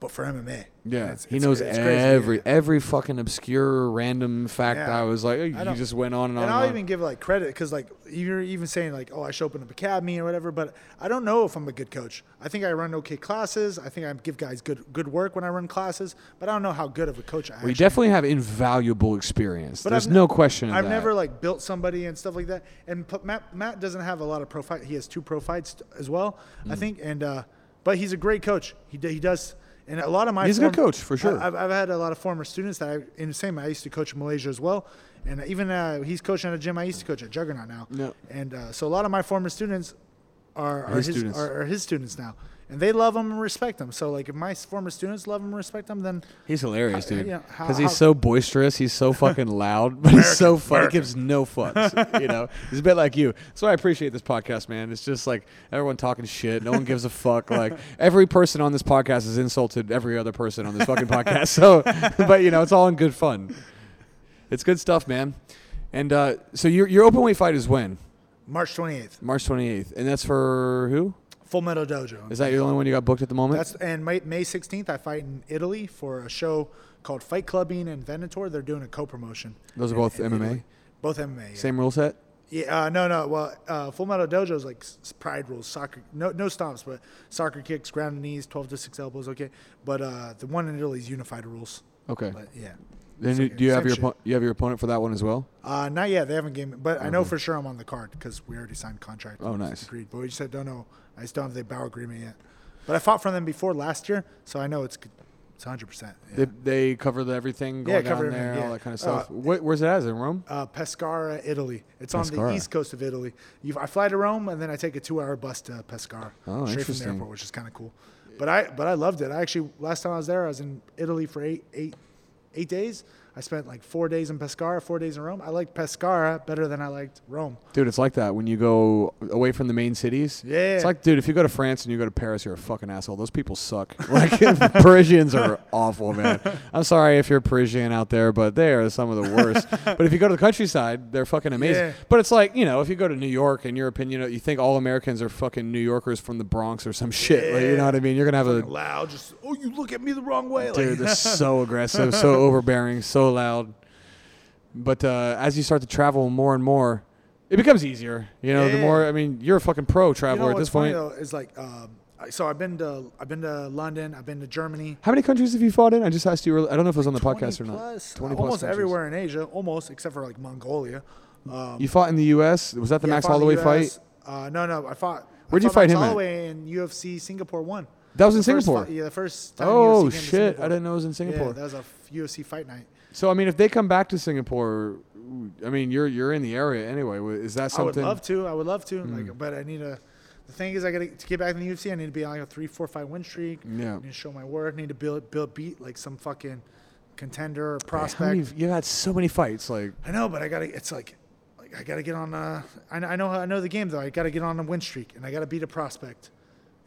[SPEAKER 2] but for MMA.
[SPEAKER 1] Yeah,
[SPEAKER 2] It's-
[SPEAKER 1] he
[SPEAKER 2] it's-
[SPEAKER 1] knows
[SPEAKER 2] it's crazy.
[SPEAKER 1] every every fucking obscure random fact.
[SPEAKER 2] Yeah.
[SPEAKER 1] I was like, you
[SPEAKER 2] don't-
[SPEAKER 1] just went on and on.
[SPEAKER 2] And
[SPEAKER 1] And
[SPEAKER 2] I'll
[SPEAKER 1] on.
[SPEAKER 2] even give like credit because like you're even saying like, oh, I show up in a academy or whatever, but I don't know if I'm a good coach. I think I run okay classes. I think I give guys good good work when I run classes, but I don't know how good of a coach I
[SPEAKER 1] we
[SPEAKER 2] actually.
[SPEAKER 1] definitely have invaluable experience.
[SPEAKER 2] But
[SPEAKER 1] There's
[SPEAKER 2] I've ne-
[SPEAKER 1] no question. of
[SPEAKER 2] I've
[SPEAKER 1] that.
[SPEAKER 2] never like built somebody and stuff like that. And p- Matt Matt doesn't have a lot of pro fight. He has two pro fights t- as well,
[SPEAKER 1] Mm.
[SPEAKER 2] I think. And uh, but he's a great coach. He d- he does. And a lot of my
[SPEAKER 1] He's a good
[SPEAKER 2] form-
[SPEAKER 1] coach, for sure.
[SPEAKER 2] I, have I've had a lot of former students that I in the same. I used to coach in Malaysia as well, and even uh, he's coaching at a gym I used to coach at Juggernaut now.
[SPEAKER 1] Yeah.
[SPEAKER 2] And uh, so a lot of my former students are, are
[SPEAKER 1] His
[SPEAKER 2] his,
[SPEAKER 1] students.
[SPEAKER 2] Are, are his students now, and they love him and respect him. So like if my s- former students love him and respect him, then
[SPEAKER 1] He's hilarious,
[SPEAKER 2] How-
[SPEAKER 1] dude.
[SPEAKER 2] yeah, how-
[SPEAKER 1] Because
[SPEAKER 2] how-
[SPEAKER 1] he's so boisterous, he's so fucking loud, but he's so funny. He gives no fucks. you know, he's a bit like you. That's why I appreciate this podcast, man. It's just like everyone talking shit. No one gives a fuck. Like every person on this podcast has insulted every other person on this fucking podcast. So, but you know, it's all in good fun. It's good stuff, man. And uh, so your your open weight fight is when
[SPEAKER 2] March 28th,
[SPEAKER 1] March 28th, and that's for who?
[SPEAKER 2] Full Metal Dojo.
[SPEAKER 1] Is that your only one you got booked at the moment?
[SPEAKER 2] That's and May, May 16th, I fight in Italy for a show called Fight Clubbing in Venator. They're doing a co-promotion.
[SPEAKER 1] Those are
[SPEAKER 2] in-
[SPEAKER 1] both
[SPEAKER 2] in
[SPEAKER 1] MMA?
[SPEAKER 2] Italy. Both MMA. Yeah.
[SPEAKER 1] Same rule set.
[SPEAKER 2] Yeah. Uh, no, no. Well, uh, Full Metal Dojo is like s- Pride rules, soccer. No, no stomps, but soccer kicks, ground knees, 12 to six elbows. Okay. But uh, the one in Italy is unified rules.
[SPEAKER 1] Okay.
[SPEAKER 2] But yeah.
[SPEAKER 1] Then
[SPEAKER 2] It's
[SPEAKER 1] you,
[SPEAKER 2] okay.
[SPEAKER 1] do you have
[SPEAKER 2] Same
[SPEAKER 1] your
[SPEAKER 2] shit.
[SPEAKER 1] oppo- you have your opponent for that one as well?
[SPEAKER 2] Uh, not yet. They haven't given, but I know for sure I'm on the card because we already signed contract.
[SPEAKER 1] Mm-hmm. Oh,
[SPEAKER 2] and
[SPEAKER 1] nice.
[SPEAKER 2] Agreed. But we just said don't know. I just don't have the bow agreement yet. But I fought from them before last year, so I know it's good- it's 100. percent
[SPEAKER 1] They, they cover the everything
[SPEAKER 2] Yeah,
[SPEAKER 1] going
[SPEAKER 2] cover
[SPEAKER 1] down there,
[SPEAKER 2] everything,
[SPEAKER 1] all
[SPEAKER 2] yeah.
[SPEAKER 1] that kind of
[SPEAKER 2] Uh,
[SPEAKER 1] stuff. Wh- where's it at? Is it in Rome?
[SPEAKER 2] Uh, Pescara, Italy. It's on
[SPEAKER 1] Pescara.
[SPEAKER 2] the east coast of Italy. You, I fly to Rome and then I take a two-hour bus to Pescara,
[SPEAKER 1] Oh,
[SPEAKER 2] straight from the
[SPEAKER 1] interesting.
[SPEAKER 2] airport, which is kind of cool. But I but I loved it. I actually last time I was there, I was in Italy for eight eight eight days. I spent like four days in Pescara, four days in Rome. I liked Pescara better than I liked Rome.
[SPEAKER 1] Dude, it's like that when you go away from the main cities.
[SPEAKER 2] Yeah.
[SPEAKER 1] It's like, dude, if you go to France and you go to Paris, you're a fucking asshole. Those people suck. Like, Parisians are awful, man. I'm sorry if you're Parisian out there, but they are some of the worst. but if you go to the countryside, they're fucking amazing.
[SPEAKER 2] Yeah.
[SPEAKER 1] But it's like, you know, if you go to New York and you're opinion, you know, you think all Americans are fucking New Yorkers from the Bronx or some shit. Like, you know
[SPEAKER 2] Yeah.
[SPEAKER 1] what I mean? You're going to have a
[SPEAKER 2] Loud, just oh, you look at me the wrong way. like-
[SPEAKER 1] Dude, they're so aggressive, so overbearing, so loud. But uh, as you start to travel more and more, it becomes easier. You know, the
[SPEAKER 2] Yeah.
[SPEAKER 1] more I mean, you're a fucking pro
[SPEAKER 2] You know
[SPEAKER 1] traveler at this
[SPEAKER 2] what's funny
[SPEAKER 1] point.
[SPEAKER 2] though is like, um, I- so I've been to I've been to London, I've been to Germany.
[SPEAKER 1] How many countries have you fought in? I just asked you. earlier- I don't know if it was on the
[SPEAKER 2] 20
[SPEAKER 1] podcast or not.
[SPEAKER 2] plus,
[SPEAKER 1] Twenty plus
[SPEAKER 2] almost
[SPEAKER 1] countries.
[SPEAKER 2] everywhere in Asia, almost except for like Mongolia. Um,
[SPEAKER 1] You fought in the U.S. Was that the
[SPEAKER 2] yeah, I
[SPEAKER 1] Max
[SPEAKER 2] fought in the
[SPEAKER 1] Holloway
[SPEAKER 2] US.
[SPEAKER 1] fight?
[SPEAKER 2] Uh, no, no, I fought.
[SPEAKER 1] Where'd
[SPEAKER 2] I
[SPEAKER 1] you
[SPEAKER 2] fought
[SPEAKER 1] fight
[SPEAKER 2] Max
[SPEAKER 1] him at?
[SPEAKER 2] Holloway in UFC Singapore one.
[SPEAKER 1] That was in
[SPEAKER 2] The first
[SPEAKER 1] Singapore?
[SPEAKER 2] fight- yeah, the first. Time
[SPEAKER 1] Oh
[SPEAKER 2] UFC came to
[SPEAKER 1] shit! I
[SPEAKER 2] Singapore.
[SPEAKER 1] didn't know it was in Singapore.
[SPEAKER 2] Yeah, that was a f- UFC fight night.
[SPEAKER 1] so I mean, if they come back to Singapore, I mean, you're you're in the area anyway. Is that something? Hmm.
[SPEAKER 2] I would love to. I would love to. Like, but I need to. The thing is, I got to get back in the UFC. I need to be on like a three, four, five win streak.
[SPEAKER 1] Yeah.
[SPEAKER 2] I need to show my worth. need to build, build, beat like some fucking contender or
[SPEAKER 1] How many-
[SPEAKER 2] prospect.
[SPEAKER 1] you've had so many fights, like
[SPEAKER 2] I know, but I got to. It's like, like I got to get on. Uh, I, kn- I know. I know the game though. I got to get on a win streak, and I got to beat a prospect.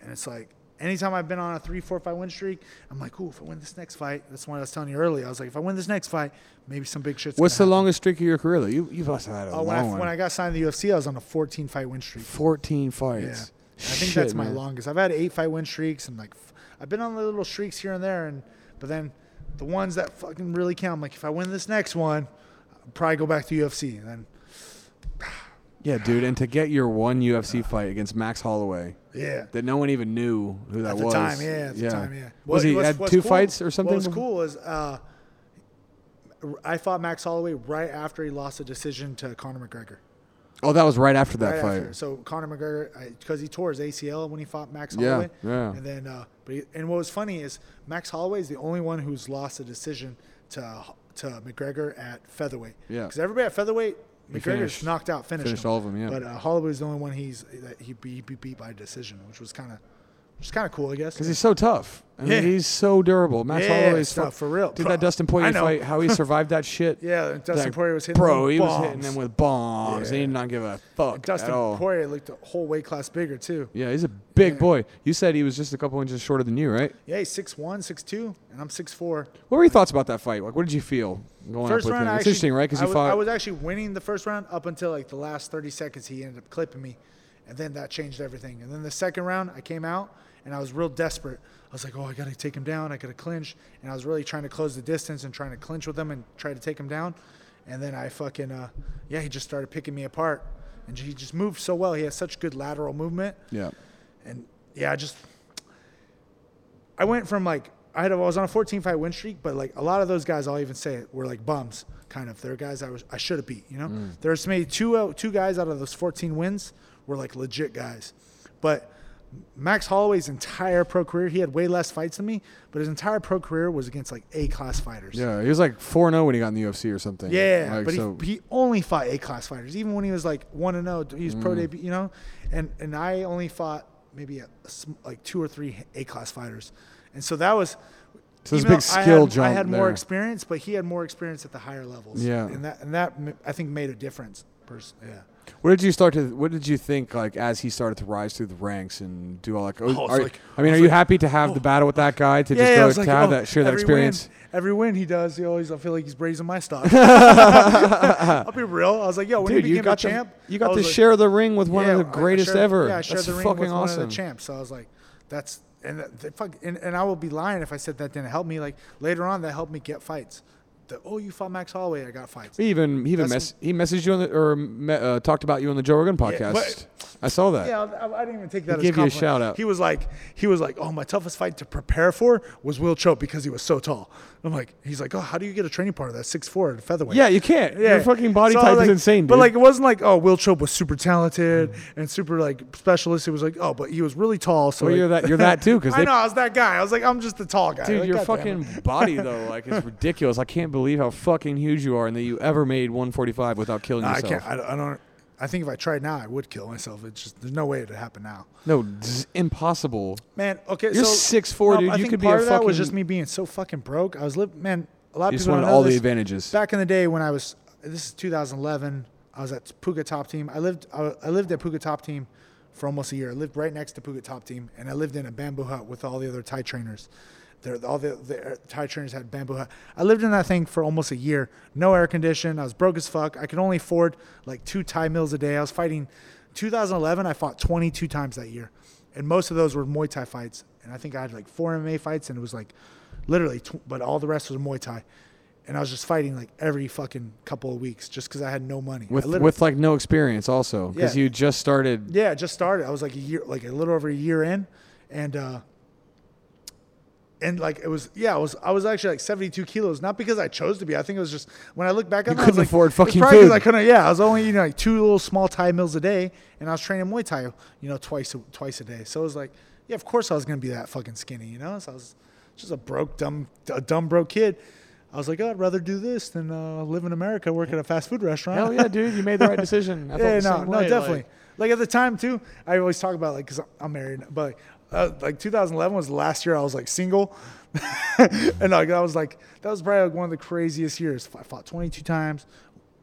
[SPEAKER 2] And it's like. Anytime I've been on a three, four, five win streak, I'm like, ooh, if I win this next fight, that's why I was telling you earlier. I was like, if I win this next fight, maybe some big shit's
[SPEAKER 1] what's the
[SPEAKER 2] gonna
[SPEAKER 1] longest streak of your career? Though you you've also had a
[SPEAKER 2] happen. Uh,
[SPEAKER 1] long
[SPEAKER 2] when, I,
[SPEAKER 1] one.
[SPEAKER 2] when I got signed to the UFC, I was on a 14 fight win streak.
[SPEAKER 1] 14
[SPEAKER 2] Yeah.
[SPEAKER 1] fights.
[SPEAKER 2] I think
[SPEAKER 1] Shit,
[SPEAKER 2] that's my
[SPEAKER 1] man.
[SPEAKER 2] longest. I've had eight fight win streaks and like f- I've been on the little streaks here and there and but then the ones that fucking really count, I'm like if I win this next one, I'll probably go back to UFC and then
[SPEAKER 1] Yeah, dude, and to get your one UFC fight against Max Holloway
[SPEAKER 2] yeah.
[SPEAKER 1] that no one even knew who that
[SPEAKER 2] At the
[SPEAKER 1] was.
[SPEAKER 2] time, yeah, at the time, yeah.
[SPEAKER 1] Was
[SPEAKER 2] What-
[SPEAKER 1] he
[SPEAKER 2] what's-
[SPEAKER 1] had
[SPEAKER 2] what's
[SPEAKER 1] two
[SPEAKER 2] cool-
[SPEAKER 1] fights or something?
[SPEAKER 2] What was cool was uh, I fought Max Holloway right after he lost a decision to Conor McGregor.
[SPEAKER 1] Oh, that was right after that
[SPEAKER 2] Right
[SPEAKER 1] fight.
[SPEAKER 2] after. So Conor McGregor, because he tore his ACL when he fought Max
[SPEAKER 1] Yeah,
[SPEAKER 2] Holloway.
[SPEAKER 1] yeah.
[SPEAKER 2] And then, uh, but he, and what was funny is Max Holloway is the only one who's lost a decision to to McGregor at featherweight.
[SPEAKER 1] Yeah.
[SPEAKER 2] Because everybody at featherweight, McGregor's
[SPEAKER 1] finished-
[SPEAKER 2] knocked out, finished,
[SPEAKER 1] finished
[SPEAKER 2] him.
[SPEAKER 1] all of 'em, yeah.
[SPEAKER 2] But uh, Holloway's the only one he's that he beat, he beat by decision, which was kind of, which is kind of cool, I guess.
[SPEAKER 1] Because he's so tough. I mean,
[SPEAKER 2] Yeah.
[SPEAKER 1] he's so durable. Max
[SPEAKER 2] Yeah,
[SPEAKER 1] Holloway's
[SPEAKER 2] stuff,
[SPEAKER 1] fu-
[SPEAKER 2] for real.
[SPEAKER 1] Did
[SPEAKER 2] Bro,
[SPEAKER 1] that Dustin
[SPEAKER 2] I
[SPEAKER 1] Poirier
[SPEAKER 2] know.
[SPEAKER 1] fight? How he survived that shit?
[SPEAKER 2] yeah, and Dustin
[SPEAKER 1] Like,
[SPEAKER 2] Poirier was hitting
[SPEAKER 1] bro.
[SPEAKER 2] them
[SPEAKER 1] he
[SPEAKER 2] bombs.
[SPEAKER 1] was hitting them with bombs. He
[SPEAKER 2] Yeah.
[SPEAKER 1] did not give a fuck
[SPEAKER 2] Dustin
[SPEAKER 1] at all.
[SPEAKER 2] Poirier looked a whole weight class bigger too.
[SPEAKER 1] Yeah, he's a big boy. You said he was just a couple inches shorter than you, right?
[SPEAKER 2] Yeah, he's 6'1", 6'2", and I'm 6'4".
[SPEAKER 1] What were your thoughts about that fight? Like, what did you feel going up
[SPEAKER 2] First
[SPEAKER 1] with
[SPEAKER 2] round,
[SPEAKER 1] him?
[SPEAKER 2] I
[SPEAKER 1] It's
[SPEAKER 2] actually,
[SPEAKER 1] interesting, right? Because
[SPEAKER 2] I
[SPEAKER 1] you
[SPEAKER 2] was,
[SPEAKER 1] fought.
[SPEAKER 2] I was actually winning the first round up until like the last 30 seconds. He ended up clipping me, and then that changed everything. And then the second round, I came out, and I was real desperate. I was like, oh, I gotta take him down. I gotta clinch, and I was really trying to close the distance and trying to clinch with him and try to take him down. And then I fucking uh, yeah, he just started picking me apart, and he just moved so well. He has such good lateral movement,
[SPEAKER 1] Yeah.
[SPEAKER 2] and yeah, I just I went from like I had I was on a 14 fight win streak, but like a lot of those guys, I'll even say it, were like bums, kind of. They're guys I was I should have beat. You know, there's maybe two out two guys out of those 14 wins were like legit guys, but Max Holloway's entire pro career, he had way less fights than me, but his entire pro career was against like A class fighters.
[SPEAKER 1] Yeah, he was like four and zero when he got in the UFC or something.
[SPEAKER 2] Yeah,
[SPEAKER 1] Like,
[SPEAKER 2] but
[SPEAKER 1] so-
[SPEAKER 2] he, he only fought A class fighters. Even when he was like one and zero, he was pro
[SPEAKER 1] Mm.
[SPEAKER 2] debut. You know, and and I only fought maybe a, a sm- like two or three A class fighters, and so that was.
[SPEAKER 1] So it's a
[SPEAKER 2] even
[SPEAKER 1] big
[SPEAKER 2] though I
[SPEAKER 1] skill
[SPEAKER 2] had, I
[SPEAKER 1] jump
[SPEAKER 2] had
[SPEAKER 1] there.
[SPEAKER 2] more experience, but he had more experience at the higher levels.
[SPEAKER 1] Yeah.
[SPEAKER 2] and that and that m- I think made a difference. Pers- yeah.
[SPEAKER 1] what did you start to? What did you think like as he started to rise through the ranks and do all like? Oh,
[SPEAKER 2] I was
[SPEAKER 1] are,
[SPEAKER 2] like-
[SPEAKER 1] I mean, are
[SPEAKER 2] I was
[SPEAKER 1] you
[SPEAKER 2] like, oh.
[SPEAKER 1] happy to have the battle with that guy to
[SPEAKER 2] yeah,
[SPEAKER 1] just
[SPEAKER 2] yeah, I
[SPEAKER 1] go
[SPEAKER 2] was
[SPEAKER 1] to
[SPEAKER 2] like,
[SPEAKER 1] have
[SPEAKER 2] oh,
[SPEAKER 1] that share that
[SPEAKER 2] every
[SPEAKER 1] experience?
[SPEAKER 2] Win, every win he does, he always. I feel like he's raising my stock. I'll be real. I was like, yo, when he
[SPEAKER 1] Dude,
[SPEAKER 2] became
[SPEAKER 1] you got
[SPEAKER 2] a
[SPEAKER 1] to,
[SPEAKER 2] champ,
[SPEAKER 1] you
[SPEAKER 2] I
[SPEAKER 1] got to
[SPEAKER 2] was like-
[SPEAKER 1] share the ring with one of the
[SPEAKER 2] I- I
[SPEAKER 1] greatest
[SPEAKER 2] shared-
[SPEAKER 1] ever.
[SPEAKER 2] Yeah, I shared
[SPEAKER 1] That's
[SPEAKER 2] the ring
[SPEAKER 1] fucking
[SPEAKER 2] with
[SPEAKER 1] awesome.
[SPEAKER 2] one of the champs. So I was like, that's and that- the fuck, and, and I will be lying if I said that didn't help me. Like later on, that helped me get fights. The, oh, you fought Max Holloway, I got fights.
[SPEAKER 1] He even he even mess,
[SPEAKER 2] That's-
[SPEAKER 1] he messaged you on the, or me, uh, talked about you on the Joe Rogan podcast.
[SPEAKER 2] but-
[SPEAKER 1] I saw that.
[SPEAKER 2] Yeah, I, I didn't even take that. as
[SPEAKER 1] gave you a
[SPEAKER 2] compliment.
[SPEAKER 1] shout out.
[SPEAKER 2] He was like, he was like, oh, my toughest fight to prepare for was Will Chope because he was so tall. I'm like, he's like, oh, how do you get a training partner that's six four and featherweight?
[SPEAKER 1] Yeah, you can't. Your fucking body
[SPEAKER 2] So I
[SPEAKER 1] type
[SPEAKER 2] was
[SPEAKER 1] is
[SPEAKER 2] like-
[SPEAKER 1] insane, dude.
[SPEAKER 2] But like, it wasn't like, oh, Will Chope was super talented and super like specialist. It was like, oh, but he was really tall. So
[SPEAKER 1] Well,
[SPEAKER 2] like-
[SPEAKER 1] you're that- you're that too, 'cause
[SPEAKER 2] I
[SPEAKER 1] they-
[SPEAKER 2] know I was that guy. I was like, I'm just the tall guy.
[SPEAKER 1] Dude,
[SPEAKER 2] Like,
[SPEAKER 1] your
[SPEAKER 2] God damn it.
[SPEAKER 1] fucking body though, like, is ridiculous. I can't believe how fucking huge you are, and that you ever made 145 without killing
[SPEAKER 2] No, I
[SPEAKER 1] yourself.
[SPEAKER 2] can't. I, don't- I don't. I think if I tried now, I would kill myself. It's just there's no way it'd happen now.
[SPEAKER 1] No, z- impossible.
[SPEAKER 2] Man, okay,
[SPEAKER 1] You're
[SPEAKER 2] so
[SPEAKER 1] 6'4", dude.
[SPEAKER 2] I
[SPEAKER 1] You
[SPEAKER 2] think
[SPEAKER 1] could be
[SPEAKER 2] part
[SPEAKER 1] a
[SPEAKER 2] of that was
[SPEAKER 1] fucking-
[SPEAKER 2] just me being so fucking broke. I was living, man. A lot
[SPEAKER 1] You
[SPEAKER 2] of
[SPEAKER 1] just
[SPEAKER 2] people don't
[SPEAKER 1] wanted
[SPEAKER 2] know
[SPEAKER 1] all the
[SPEAKER 2] this.
[SPEAKER 1] advantages.
[SPEAKER 2] Back in the day when I was, this is 2011. I was at Puka Top Team. I lived, I, I lived at Puka Top Team for almost a year. I lived right next to Puka Top Team, and I lived in a bamboo hut with all the other Thai trainers. There, all the, the uh, Thai trainers had bamboo hut. I lived in that thing for almost a year. No air conditioning. I was broke as fuck. I could only afford like two Thai meals a day. I was fighting. 2011, I fought 22 times that year and most of those were Muay Thai fights. And I think I had like four MMA fights, and it was like literally, tw- but all the rest was Muay Thai. And I was just fighting like every fucking couple of weeks just because I had no money. I
[SPEAKER 1] With
[SPEAKER 2] literally-
[SPEAKER 1] with like no experience, also because
[SPEAKER 2] Yeah.
[SPEAKER 1] you just started.
[SPEAKER 2] yeah, I just started. I was like a year, like a little over a year in, and uh, and like it was, yeah, I was, I was actually like seventy-two kilos, not because I chose to be. I think it was just when I look back on, it, I was
[SPEAKER 1] couldn't
[SPEAKER 2] like,
[SPEAKER 1] afford
[SPEAKER 2] it's
[SPEAKER 1] fucking
[SPEAKER 2] probably 'cause
[SPEAKER 1] food.
[SPEAKER 2] I couldn't. Yeah, I was only eating like two little small Thai meals a day, and I was training Muay Thai, you know, twice a, twice a day. So it was like, yeah, of course I was gonna be that fucking skinny, you know. So I was just a broke, dumb, a dumb broke kid. I was like, oh, I'd rather do this than uh, live in America, work at a fast food restaurant.
[SPEAKER 1] Hell yeah, dude! You made the right decision. I felt
[SPEAKER 2] Yeah,
[SPEAKER 1] the
[SPEAKER 2] no,
[SPEAKER 1] same
[SPEAKER 2] no,
[SPEAKER 1] way,
[SPEAKER 2] definitely. Like,
[SPEAKER 1] like-
[SPEAKER 2] at the time too, I always talk about like because I'm married, but like, uh, like 2011 was the last year I was like single, and like I was like that was probably like, one of the craziest years. I fought 22 times,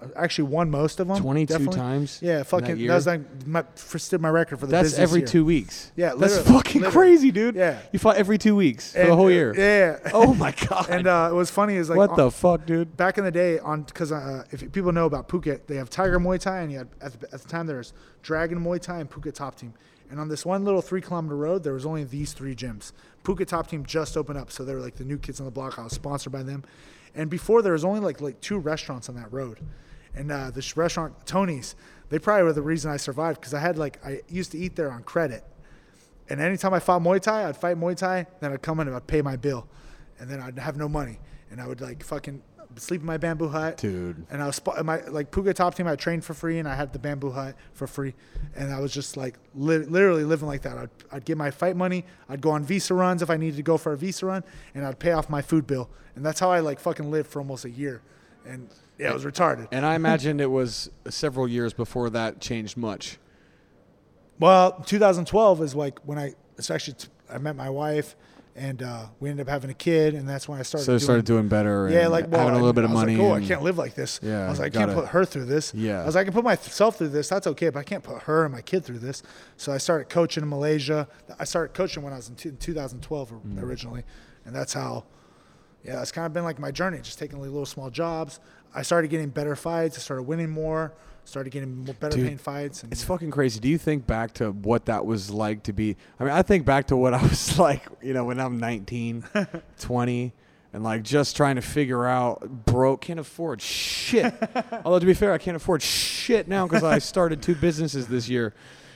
[SPEAKER 2] I actually won most of them.
[SPEAKER 1] 22
[SPEAKER 2] definitely.
[SPEAKER 1] times in
[SPEAKER 2] Yeah,
[SPEAKER 1] that
[SPEAKER 2] fucking. That,
[SPEAKER 1] year?
[SPEAKER 2] was like my first did my record for the
[SPEAKER 1] that's
[SPEAKER 2] busiest
[SPEAKER 1] every
[SPEAKER 2] year.
[SPEAKER 1] two weeks.
[SPEAKER 2] Yeah,
[SPEAKER 1] that's
[SPEAKER 2] literally,
[SPEAKER 1] fucking
[SPEAKER 2] literally.
[SPEAKER 1] crazy, dude.
[SPEAKER 2] Yeah.
[SPEAKER 1] you fought every two weeks for the
[SPEAKER 2] And,
[SPEAKER 1] whole
[SPEAKER 2] uh,
[SPEAKER 1] year.
[SPEAKER 2] Yeah.
[SPEAKER 1] Oh my god!
[SPEAKER 2] and uh, it was funny is like
[SPEAKER 1] what
[SPEAKER 2] on-
[SPEAKER 1] the fuck, dude?
[SPEAKER 2] back in the day on because uh, if people know about Phuket, they have Tiger Muay Thai, and you had at the, at the time there was Dragon Muay Thai and Phuket Top Team. And on this one little three kilometer road, there was only these three gyms. Phuket Top Team just opened up, so they were like the new kids on the block. I was sponsored by them, and before there was only like like two restaurants on that road, and uh, this restaurant Tony's, they probably were the reason I survived because I had like I used to eat there on credit. And anytime I fought Muay Thai, I'd fight Muay Thai, then I'd come in and I'd pay my bill, and then I'd have no money, and I would like fucking sleep in my bamboo hut,
[SPEAKER 1] Dude.
[SPEAKER 2] And I was spo- my like Puga Top Team, I trained for free, and I had the bamboo hut for free, and I was just like li- literally living like that. I'd, I'd get my fight money, I'd go on visa runs if I needed to go for a visa run, and I'd pay off my food bill, and that's how I like fucking lived for almost a year, and yeah, it was retarded.
[SPEAKER 1] And I imagined it was several years before that changed much.
[SPEAKER 2] Well, 2012 is like when I it's actually t- I met my wife, and uh, we ended up having a kid, and that's when I started.
[SPEAKER 1] So you started doing better.
[SPEAKER 2] Yeah,
[SPEAKER 1] and
[SPEAKER 2] like well,
[SPEAKER 1] having a little
[SPEAKER 2] I,
[SPEAKER 1] bit of
[SPEAKER 2] I was
[SPEAKER 1] money.
[SPEAKER 2] Like, oh, I
[SPEAKER 1] and-
[SPEAKER 2] can't live like this.
[SPEAKER 1] Yeah,
[SPEAKER 2] I was like, I can't
[SPEAKER 1] gotta-
[SPEAKER 2] put her through this.
[SPEAKER 1] Yeah.
[SPEAKER 2] I was like, I can put myself through this. That's okay, but I can't put her and my kid through this. So I started coaching in Malaysia. I started coaching when I was in two- 2012 or-
[SPEAKER 1] Mm.
[SPEAKER 2] originally, and that's how. Yeah, it's kind of been like my journey, just taking like little small jobs. I started getting better fights. I started winning more. Started getting more better
[SPEAKER 1] Dude,
[SPEAKER 2] paying fights. And
[SPEAKER 1] It's fucking crazy. Do you think back to what that was like to be? I mean, I think back to what I was like, you know, when I'm 19, 20, and like just trying to figure out, broke, can't afford shit. Although, to be fair, I can't afford shit now because I started two businesses this year.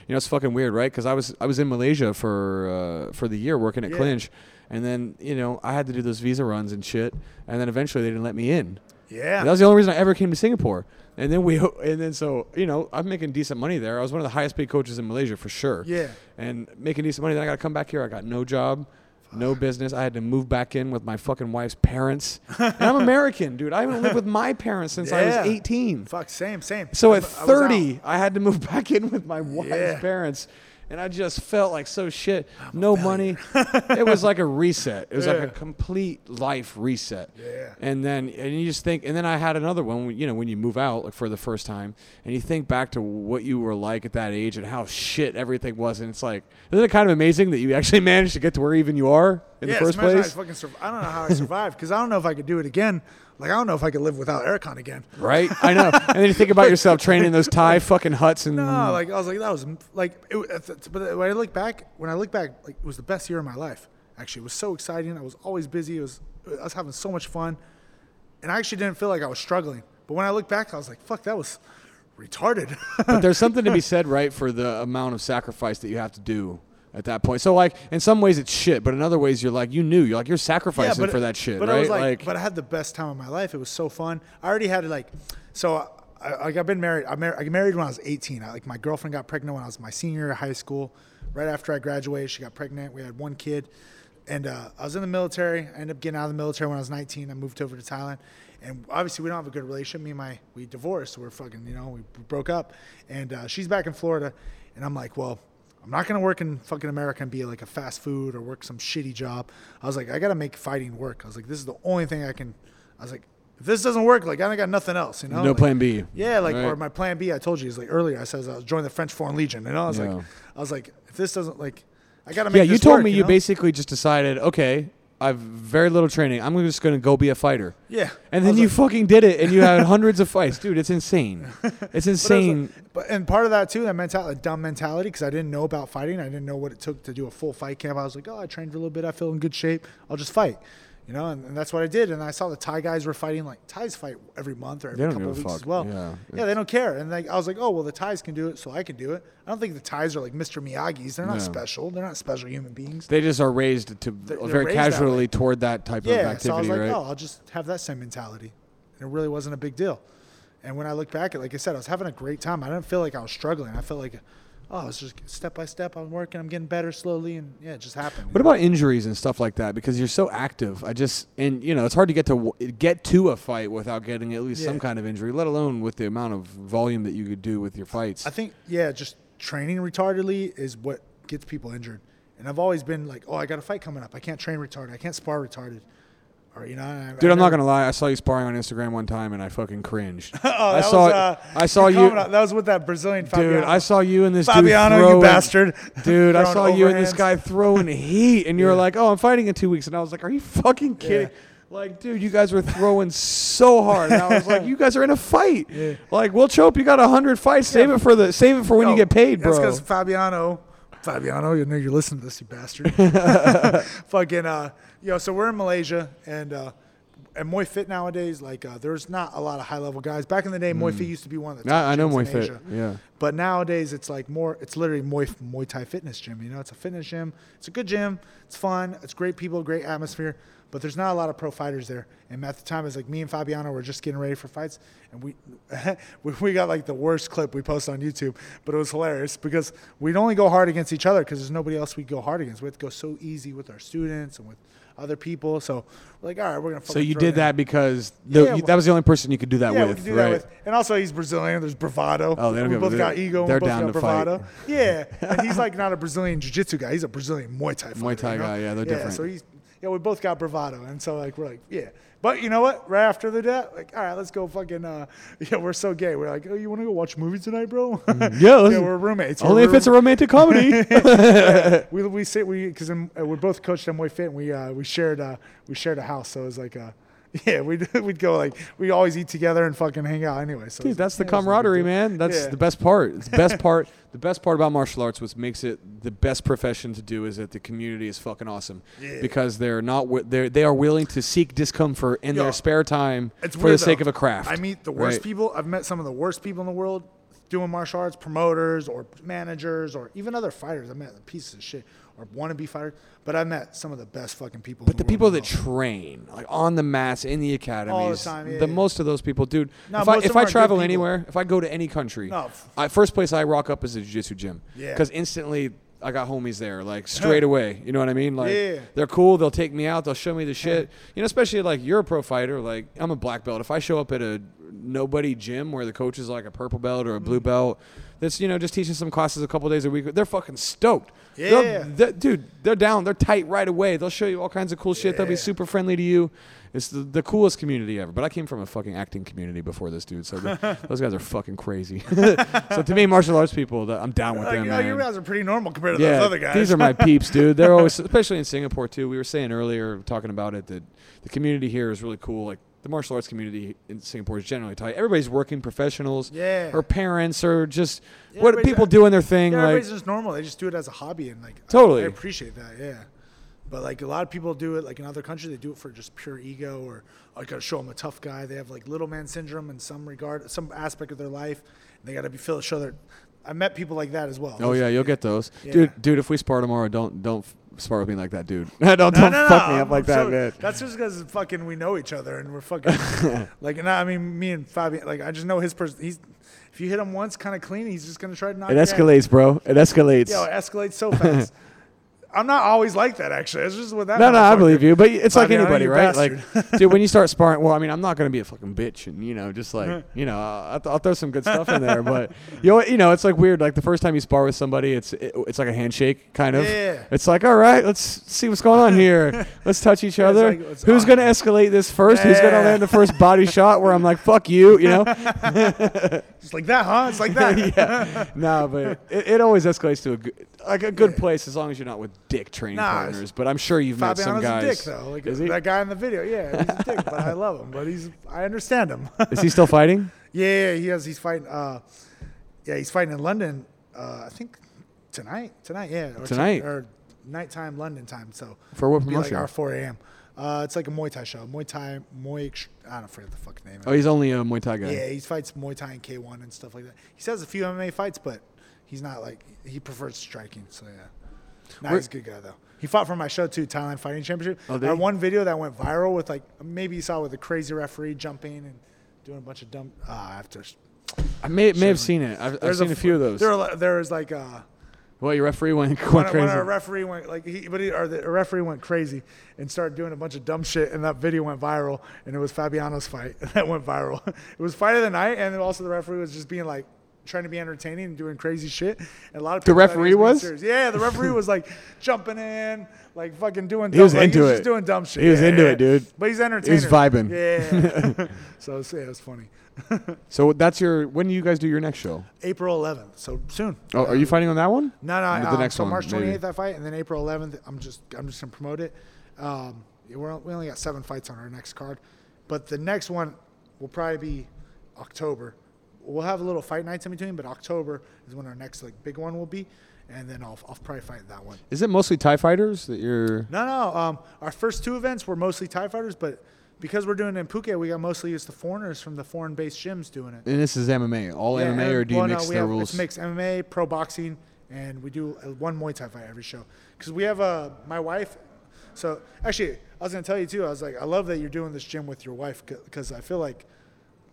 [SPEAKER 1] You know, it's fucking weird, right? Because I was I was in Malaysia for uh, for the year working at
[SPEAKER 2] Yeah.
[SPEAKER 1] Clinch, and then you know I had to do those visa runs and shit, and then eventually they didn't let me in.
[SPEAKER 2] yeah,
[SPEAKER 1] That was the only reason I ever came to Singapore. And then we, and then so you know, I'm making decent money there. I was one of the highest paid coaches in Malaysia for sure.
[SPEAKER 2] Yeah.
[SPEAKER 1] And making decent money. Then I got to come back here. I got no job, no business. I had to move back in with my fucking wife's parents. and I'm American, dude. I haven't lived with my parents since I was
[SPEAKER 2] Yeah.
[SPEAKER 1] 18.
[SPEAKER 2] fuck, same, same.
[SPEAKER 1] So
[SPEAKER 2] I-
[SPEAKER 1] at
[SPEAKER 2] I was out.
[SPEAKER 1] 30, I, had to move back in with my wife's
[SPEAKER 2] Yeah.
[SPEAKER 1] parents. And I just felt like so shit. no money. it was like a reset. It was like
[SPEAKER 2] Yeah.
[SPEAKER 1] a complete life reset.
[SPEAKER 2] Yeah.
[SPEAKER 1] And then and you just think and then I had another one when, you know when you move out like for the first time and you think back to what you were like at that age and how shit everything was and it's like isn't it kind of amazing that you actually managed to get to where even you are in
[SPEAKER 2] yeah,
[SPEAKER 1] the first
[SPEAKER 2] imagine
[SPEAKER 1] place?
[SPEAKER 2] I, fucking sur- I don't know how I survived because I don't know if I could do it again. Like I don't know if I could live without aircon again.
[SPEAKER 1] Right? I know. and then you think about yourself training in those Thai fucking huts and
[SPEAKER 2] No, like I was like that was like it, was- it's- it's- but when I look back, when I look back, like it was the best year of my life. Actually, it was so exciting. I was always busy. It was I was having so much fun, and I actually didn't feel like I was struggling. But when I look back, I was like, "Fuck, that was retarded."
[SPEAKER 1] but there's something to be said, right, for the amount of sacrifice that you have to do at that point. So, like, in some ways it's shit, but in other ways you're like, you knew, you're like, you're sacrificing for that shit,
[SPEAKER 2] but
[SPEAKER 1] right?
[SPEAKER 2] I was like, but I had the best time of my life. It was so fun. I already had like, so I, I like I've been married. I, mar- I got married when I was 18. I, like my girlfriend got pregnant when I was my senior year of high school. Right after I graduated, she got pregnant. We had one kid, and uh, I was in the military. I ended up getting out of the military when I was 19. I moved over to Thailand, and obviously we don't have a good relationship. Me and my we divorced. We're fucking you know we broke up, and uh, she's back in Florida, and I'm like, well. I'm not gonna work in fucking America and be like a fast food or work some shitty job. I was like, I gotta make fighting work. I was like, this is the only thing I can. I was like, if this doesn't work, like I ain't got nothing else, you know.
[SPEAKER 1] no
[SPEAKER 2] Like,
[SPEAKER 1] plan B.
[SPEAKER 2] Yeah, like or
[SPEAKER 1] Right.
[SPEAKER 2] my plan B. I told you is like earlier. I says I was joining the French Foreign Legion, and I was
[SPEAKER 1] Yeah.
[SPEAKER 2] like, I was like, if this doesn't like, I gotta make.
[SPEAKER 1] yeah, you
[SPEAKER 2] this
[SPEAKER 1] told
[SPEAKER 2] work,
[SPEAKER 1] me you,
[SPEAKER 2] know?
[SPEAKER 1] basically just decided, okay, I've very little training. I'm just going to go be a fighter.
[SPEAKER 2] Yeah.
[SPEAKER 1] And
[SPEAKER 2] I
[SPEAKER 1] then
[SPEAKER 2] was
[SPEAKER 1] you
[SPEAKER 2] like-
[SPEAKER 1] fucking did it, and you had hundreds of fights, dude. It's insane. It's
[SPEAKER 2] But I was
[SPEAKER 1] insane.
[SPEAKER 2] like- but and part of that too, that mentality, dumb mentality, because I didn't know about fighting. I didn't know what it took to do a full fight camp. I was like, oh, I trained for a little bit. I feel in good shape. I'll just fight, you know. And, and that's what I did. And I saw the Thai guys were fighting like Thais fight every month or every
[SPEAKER 1] don't
[SPEAKER 2] couple
[SPEAKER 1] give
[SPEAKER 2] of
[SPEAKER 1] a
[SPEAKER 2] weeks
[SPEAKER 1] fuck.
[SPEAKER 2] as well.
[SPEAKER 1] Yeah.
[SPEAKER 2] yeah, they don't care. And like I was like, oh well, the Thais can do it, so I can do it. I don't think the Thais are like Mr. Miyagi's. They're not
[SPEAKER 1] No.
[SPEAKER 2] special. They're not special human beings.
[SPEAKER 1] they just are raised to
[SPEAKER 2] they're
[SPEAKER 1] very
[SPEAKER 2] raised that way.
[SPEAKER 1] casually toward that type of
[SPEAKER 2] Yeah,
[SPEAKER 1] activity,
[SPEAKER 2] so I was like,
[SPEAKER 1] right?
[SPEAKER 2] oh, I'll just have that same mentality. And it really wasn't a big deal. And when I look back at, like I said, I was having a great time. I didn't feel like I was struggling. I felt like, oh, it's just step by step. I'm working. I'm getting better slowly, and yeah, it just happened.
[SPEAKER 1] What about injuries and stuff like that? Because you're so active, I just and you know it's hard to get to w- get to a fight without getting at least some
[SPEAKER 2] Yeah.
[SPEAKER 1] kind of injury, let alone with the amount of volume that you could do with your fights.
[SPEAKER 2] I think yeah, just training retardedly is what gets people injured. And I've always been like, oh, I got a fight coming up. I can't train retarded. I can't spar retarded. Or you know, I,
[SPEAKER 1] Dude,
[SPEAKER 2] I
[SPEAKER 1] I'm not
[SPEAKER 2] never-
[SPEAKER 1] gonna lie. I saw you sparring on Instagram one time, and I fucking cringed.
[SPEAKER 2] Oh,
[SPEAKER 1] I
[SPEAKER 2] that
[SPEAKER 1] saw
[SPEAKER 2] was, uh,
[SPEAKER 1] I saw
[SPEAKER 2] your
[SPEAKER 1] you,
[SPEAKER 2] comment on- That was with that Brazilian
[SPEAKER 1] dude.
[SPEAKER 2] Fabiano.
[SPEAKER 1] I saw you and this
[SPEAKER 2] Fabiano,
[SPEAKER 1] dude
[SPEAKER 2] you
[SPEAKER 1] throwing,
[SPEAKER 2] bastard.
[SPEAKER 1] Dude, I
[SPEAKER 2] Throwing
[SPEAKER 1] saw you and this
[SPEAKER 2] overhands.
[SPEAKER 1] guy throwing heat, and you were like, "Oh, I'm fighting in two weeks," and I was like, "Are you fucking kidding?" Like, dude, you guys were throwing so hard, and I was like, "You guys are in a fight." Like, Will Chope, you got hundred fights. Save it for the save it for when you
[SPEAKER 2] Yo,
[SPEAKER 1] get paid,
[SPEAKER 2] That's
[SPEAKER 1] bro.
[SPEAKER 2] because Fabiano, Fabiano, you know you're listening to this, you bastard. Fucking, uh, yo. So we're in Malaysia, and uh, and Muay Fit nowadays, like, uh, there's not a lot of high level guys. Back in the day, Muay Fit used to be one of the.
[SPEAKER 1] Yeah,
[SPEAKER 2] Top
[SPEAKER 1] Mm. I know
[SPEAKER 2] gyms
[SPEAKER 1] Muay
[SPEAKER 2] in
[SPEAKER 1] Fit,
[SPEAKER 2] Asia.
[SPEAKER 1] yeah.
[SPEAKER 2] But nowadays, it's like more. It's literally Muay Muay Thai fitness gym. You know, it's a fitness gym. It's a good gym. It's fun. It's great people, great atmosphere. But there's not a lot of pro fighters there. And at the time, it's like me and Fabiano were just getting ready for fights, and we we- we got like the worst clip we posted on YouTube. But it was hilarious because we'd only go hard against each other because there's nobody else we would go hard against. We had to go so easy with our students and with other people. So we're like, all right, we're gonna.
[SPEAKER 1] so
[SPEAKER 2] fucking
[SPEAKER 1] you
[SPEAKER 2] throw
[SPEAKER 1] did
[SPEAKER 2] it in."
[SPEAKER 1] that because the,
[SPEAKER 2] Yeah,
[SPEAKER 1] you- that was the only person you could do that
[SPEAKER 2] Yeah,
[SPEAKER 1] with,
[SPEAKER 2] we can do
[SPEAKER 1] right?
[SPEAKER 2] that with. And also, he's Brazilian. There's bravado.
[SPEAKER 1] Oh, they don't
[SPEAKER 2] we
[SPEAKER 1] give a-
[SPEAKER 2] both got ego.
[SPEAKER 1] they're
[SPEAKER 2] we both
[SPEAKER 1] down
[SPEAKER 2] got
[SPEAKER 1] to
[SPEAKER 2] bravado.
[SPEAKER 1] fight.
[SPEAKER 2] Yeah, and he's like not a Brazilian jiu-jitsu guy. He's a Brazilian Muay Thai. Fighter,
[SPEAKER 1] Thai
[SPEAKER 2] you know?
[SPEAKER 1] guy, yeah, they're different.
[SPEAKER 2] So he's yeah, we both got bravado, and so like we're like yeah. But you know what? Right after the debt, like all right, let's go fucking. Uh, yeah, we're so gay. We're like, oh, you want to go watch movies tonight, bro?
[SPEAKER 1] Yeah,
[SPEAKER 2] yeah,
[SPEAKER 1] listen,
[SPEAKER 2] we're roommates.
[SPEAKER 1] Mm-hmm. only if it's a romantic comedy.
[SPEAKER 2] we we sit we because we're both coached at Muay Fit. And we uh, we shared uh, we shared a house, so it was like uh Yeah, we'd we'd go like we always eat together and fucking hang out anyway. So
[SPEAKER 1] Dude,
[SPEAKER 2] it's-
[SPEAKER 1] that's the
[SPEAKER 2] yeah, it's no big
[SPEAKER 1] camaraderie,
[SPEAKER 2] deal.
[SPEAKER 1] man. That's
[SPEAKER 2] Yeah.
[SPEAKER 1] the best part. It's the best part. The best part about martial arts, what makes it the best profession to do, is that the community is fucking awesome.
[SPEAKER 2] Yeah.
[SPEAKER 1] Because they're not wi- they they are willing to seek discomfort in
[SPEAKER 2] Yo,
[SPEAKER 1] their spare time
[SPEAKER 2] It's
[SPEAKER 1] for
[SPEAKER 2] weird,
[SPEAKER 1] the sake
[SPEAKER 2] though.
[SPEAKER 1] of a craft.
[SPEAKER 2] I meet the worst
[SPEAKER 1] Right.
[SPEAKER 2] people. I've met some of the worst people in the world doing martial arts, promoters or managers or even other fighters. I met pieces of shit or wannabe fighters, but I met some of the best fucking people.
[SPEAKER 1] But
[SPEAKER 2] in the,
[SPEAKER 1] the
[SPEAKER 2] world
[SPEAKER 1] people
[SPEAKER 2] as
[SPEAKER 1] that
[SPEAKER 2] well.
[SPEAKER 1] train, like on the mats in the academies,
[SPEAKER 2] time, yeah,
[SPEAKER 1] the
[SPEAKER 2] yeah.
[SPEAKER 1] most of those people, dude.
[SPEAKER 2] No,
[SPEAKER 1] if I
[SPEAKER 2] most of
[SPEAKER 1] if
[SPEAKER 2] them
[SPEAKER 1] I
[SPEAKER 2] are good
[SPEAKER 1] travel
[SPEAKER 2] people.
[SPEAKER 1] anywhere, if I go to any country,
[SPEAKER 2] No, f-
[SPEAKER 1] I, first place I rock up is a jiu-jitsu gym.
[SPEAKER 2] Yeah.
[SPEAKER 1] Because instantly I got homies there, like straight away. You know what I mean? Like
[SPEAKER 2] Yeah. Uh-huh.
[SPEAKER 1] they're cool. They'll take me out. They'll show me the shit. You know, especially like you're a pro fighter. Like I'm a black belt. If I show up at a nobody gym where the coach is like a purple belt or a
[SPEAKER 2] Mm.
[SPEAKER 1] blue belt, that's you know just teaching some classes a couple days a week. They're fucking stoked. They'll-
[SPEAKER 2] Yeah.
[SPEAKER 1] they're- dude, they're down. They're tight right away. They'll show you all kinds of cool shit. They'll be
[SPEAKER 2] Yeah.
[SPEAKER 1] super friendly to you. It's the, the coolest community ever. But I came from a fucking acting community before this, dude. So the, those guys are fucking crazy. so to me, martial arts people, that- I'm down with
[SPEAKER 2] Like,
[SPEAKER 1] them.
[SPEAKER 2] oh, you
[SPEAKER 1] man.
[SPEAKER 2] guys are pretty normal compared to
[SPEAKER 1] yeah,
[SPEAKER 2] those other guys.
[SPEAKER 1] these are my peeps, dude. They're always, especially in Singapore too. We were saying earlier, talking about it, that the community here is really cool. Like the martial arts community in Singapore is generally tight. Everybody's working professionals,
[SPEAKER 2] Yeah.
[SPEAKER 1] or parents, or just
[SPEAKER 2] Yeah,
[SPEAKER 1] what
[SPEAKER 2] everybody's
[SPEAKER 1] people
[SPEAKER 2] got-
[SPEAKER 1] doing their thing.
[SPEAKER 2] Yeah,
[SPEAKER 1] like
[SPEAKER 2] everybody's just normal. They just do it as a hobby and like I-
[SPEAKER 1] Totally.
[SPEAKER 2] I, appreciate that. Yeah, but like a lot of people do it like in other countries. They do it for just pure ego or I gotta show I'm a tough guy. They have like little man syndrome in some regard, some aspect of their life. And they gotta be feel show their. I met people like that as well.
[SPEAKER 1] Oh yeah, you'll get those,
[SPEAKER 2] Yeah.
[SPEAKER 1] dude. Dude, if we spar tomorrow, don't don't f- spar with me like that, dude. don't don't
[SPEAKER 2] No, no,
[SPEAKER 1] fuck
[SPEAKER 2] no,
[SPEAKER 1] me up
[SPEAKER 2] I'm-
[SPEAKER 1] like
[SPEAKER 2] I'm
[SPEAKER 1] that,
[SPEAKER 2] so-
[SPEAKER 1] man.
[SPEAKER 2] That's just because fucking we know each other and we're fucking like. And I, I mean, me and Fabian, like I just know his person. He's if you hit him once, kind of clean, he's just gonna try to knock.
[SPEAKER 1] It
[SPEAKER 2] you out.
[SPEAKER 1] escalates, bro. It escalates.
[SPEAKER 2] Yo, it escalates so fast. I'm not always like that, actually. It's just with that.
[SPEAKER 1] no, no, I
[SPEAKER 2] motherfucker.
[SPEAKER 1] believe you, but it's
[SPEAKER 2] I
[SPEAKER 1] like
[SPEAKER 2] mean, I know
[SPEAKER 1] anybody,
[SPEAKER 2] you
[SPEAKER 1] right?
[SPEAKER 2] bastard.
[SPEAKER 1] Like, dude, when you start sparring, well, I mean, I'm not gonna be a fucking bitch, and you know, just like, you know, I'll, I'll throw some good stuff in there, but you know, you know, it's like weird. Like the first time you spar with somebody, it's it, it's like a handshake, kind of.
[SPEAKER 2] Yeah.
[SPEAKER 1] It's like, all right, let's see what's going on here. Let's touch each
[SPEAKER 2] it's
[SPEAKER 1] other.
[SPEAKER 2] like, it's
[SPEAKER 1] Who's
[SPEAKER 2] on.
[SPEAKER 1] gonna escalate this first? Who's gonna
[SPEAKER 2] Yeah.
[SPEAKER 1] land the first body shot? Where I'm like, fuck you, you know.
[SPEAKER 2] It's like that, huh? It's like that.
[SPEAKER 1] yeah. No, but it, it always escalates to a good, like a good
[SPEAKER 2] Yeah.
[SPEAKER 1] place as long as you're not with dick training
[SPEAKER 2] Nah, it's-
[SPEAKER 1] partners. But I'm sure you've met some
[SPEAKER 2] Fabiano's
[SPEAKER 1] guys.
[SPEAKER 2] a dick, though. Like,
[SPEAKER 1] is, he,
[SPEAKER 2] That guy in the video, yeah, he's a dick, but I love him. But he's, I understand him.
[SPEAKER 1] is he still fighting?
[SPEAKER 2] yeah, yeah, he has. He's fighting. Uh, yeah, he's fighting in London. Uh, I think tonight. Tonight, yeah. Or to-
[SPEAKER 1] Tonight.
[SPEAKER 2] or nighttime London time. So
[SPEAKER 1] For what
[SPEAKER 2] it'd be like
[SPEAKER 1] promotion?
[SPEAKER 2] our 4 a.m. Uh, it's like a Muay Thai show. Muay Thai, Muay. Ex- I don't forget the fucking name. of
[SPEAKER 1] oh, he's only a Muay Thai guy.
[SPEAKER 2] Yeah, he fights Muay Thai and K1 and stuff like that. He says a few MMA fights, but he's not like he prefers striking. So yeah, nah,
[SPEAKER 1] Where-
[SPEAKER 2] he's a good guy though. He fought for my show too, Thailand Fighting Championship.
[SPEAKER 1] Oh, did
[SPEAKER 2] Our
[SPEAKER 1] he?
[SPEAKER 2] one video that went viral with like maybe you saw with a crazy referee jumping and doing a bunch of dumb. Ah, after
[SPEAKER 1] I may, may have seen it. I've, I've seen a, few of those.
[SPEAKER 2] There, are, there was like uh,
[SPEAKER 1] well, your referee went,
[SPEAKER 2] when,
[SPEAKER 1] went
[SPEAKER 2] when
[SPEAKER 1] crazy.
[SPEAKER 2] our referee went like he, but he, or the a referee went crazy and started doing a bunch of dumb shit, and that video went viral, and it was Fabiano's fight that went viral. It was fight of the night, and then also the referee was just being like trying to be entertaining and doing crazy shit. And a lot of people thought he
[SPEAKER 1] referee
[SPEAKER 2] being
[SPEAKER 1] was?
[SPEAKER 2] serious. yeah, the referee was like jumping in, like fucking doing. Dumb,
[SPEAKER 1] was
[SPEAKER 2] like,
[SPEAKER 1] into
[SPEAKER 2] he was
[SPEAKER 1] it.
[SPEAKER 2] Just doing dumb shit.
[SPEAKER 1] He was
[SPEAKER 2] Yeah,
[SPEAKER 1] into
[SPEAKER 2] yeah.
[SPEAKER 1] it, dude.
[SPEAKER 2] But he's entertaining.
[SPEAKER 1] vibing.
[SPEAKER 2] Yeah. so it's- yeah, it was funny.
[SPEAKER 1] so that's your. When do you guys do your next show?
[SPEAKER 2] April 11th, so soon.
[SPEAKER 1] Oh, are you fighting on that one?
[SPEAKER 2] No, no.
[SPEAKER 1] The
[SPEAKER 2] um,
[SPEAKER 1] next
[SPEAKER 2] so
[SPEAKER 1] one,
[SPEAKER 2] March
[SPEAKER 1] maybe.
[SPEAKER 2] 28th, I fight, and then April 11th, I'm just I'm just gonna promote it. Um, we're, we only got seven fights on our next card, but the next one will probably be October. We'll have a little fight nights in between, but October is when our next like big one will be, and then I'll I'll probably fight that one.
[SPEAKER 1] Is it mostly Thai fighters that you're?
[SPEAKER 2] No, no. Um, our first two events were mostly Thai fighters, but because we're doing it in Phuket, we got mostly just the foreigners from the foreign-based gyms doing it.
[SPEAKER 1] And this is MMA, all
[SPEAKER 2] Yeah,
[SPEAKER 1] MMA,
[SPEAKER 2] and-
[SPEAKER 1] or do you
[SPEAKER 2] well, no,
[SPEAKER 1] mix
[SPEAKER 2] we
[SPEAKER 1] the
[SPEAKER 2] have-
[SPEAKER 1] rules?
[SPEAKER 2] It's mixed MMA, pro boxing, and we do uh, one Muay Thai fight every show. Because we have uh, my wife. So actually, I was gonna tell you too. I was like, I love that you're doing this gym with your wife because I feel like,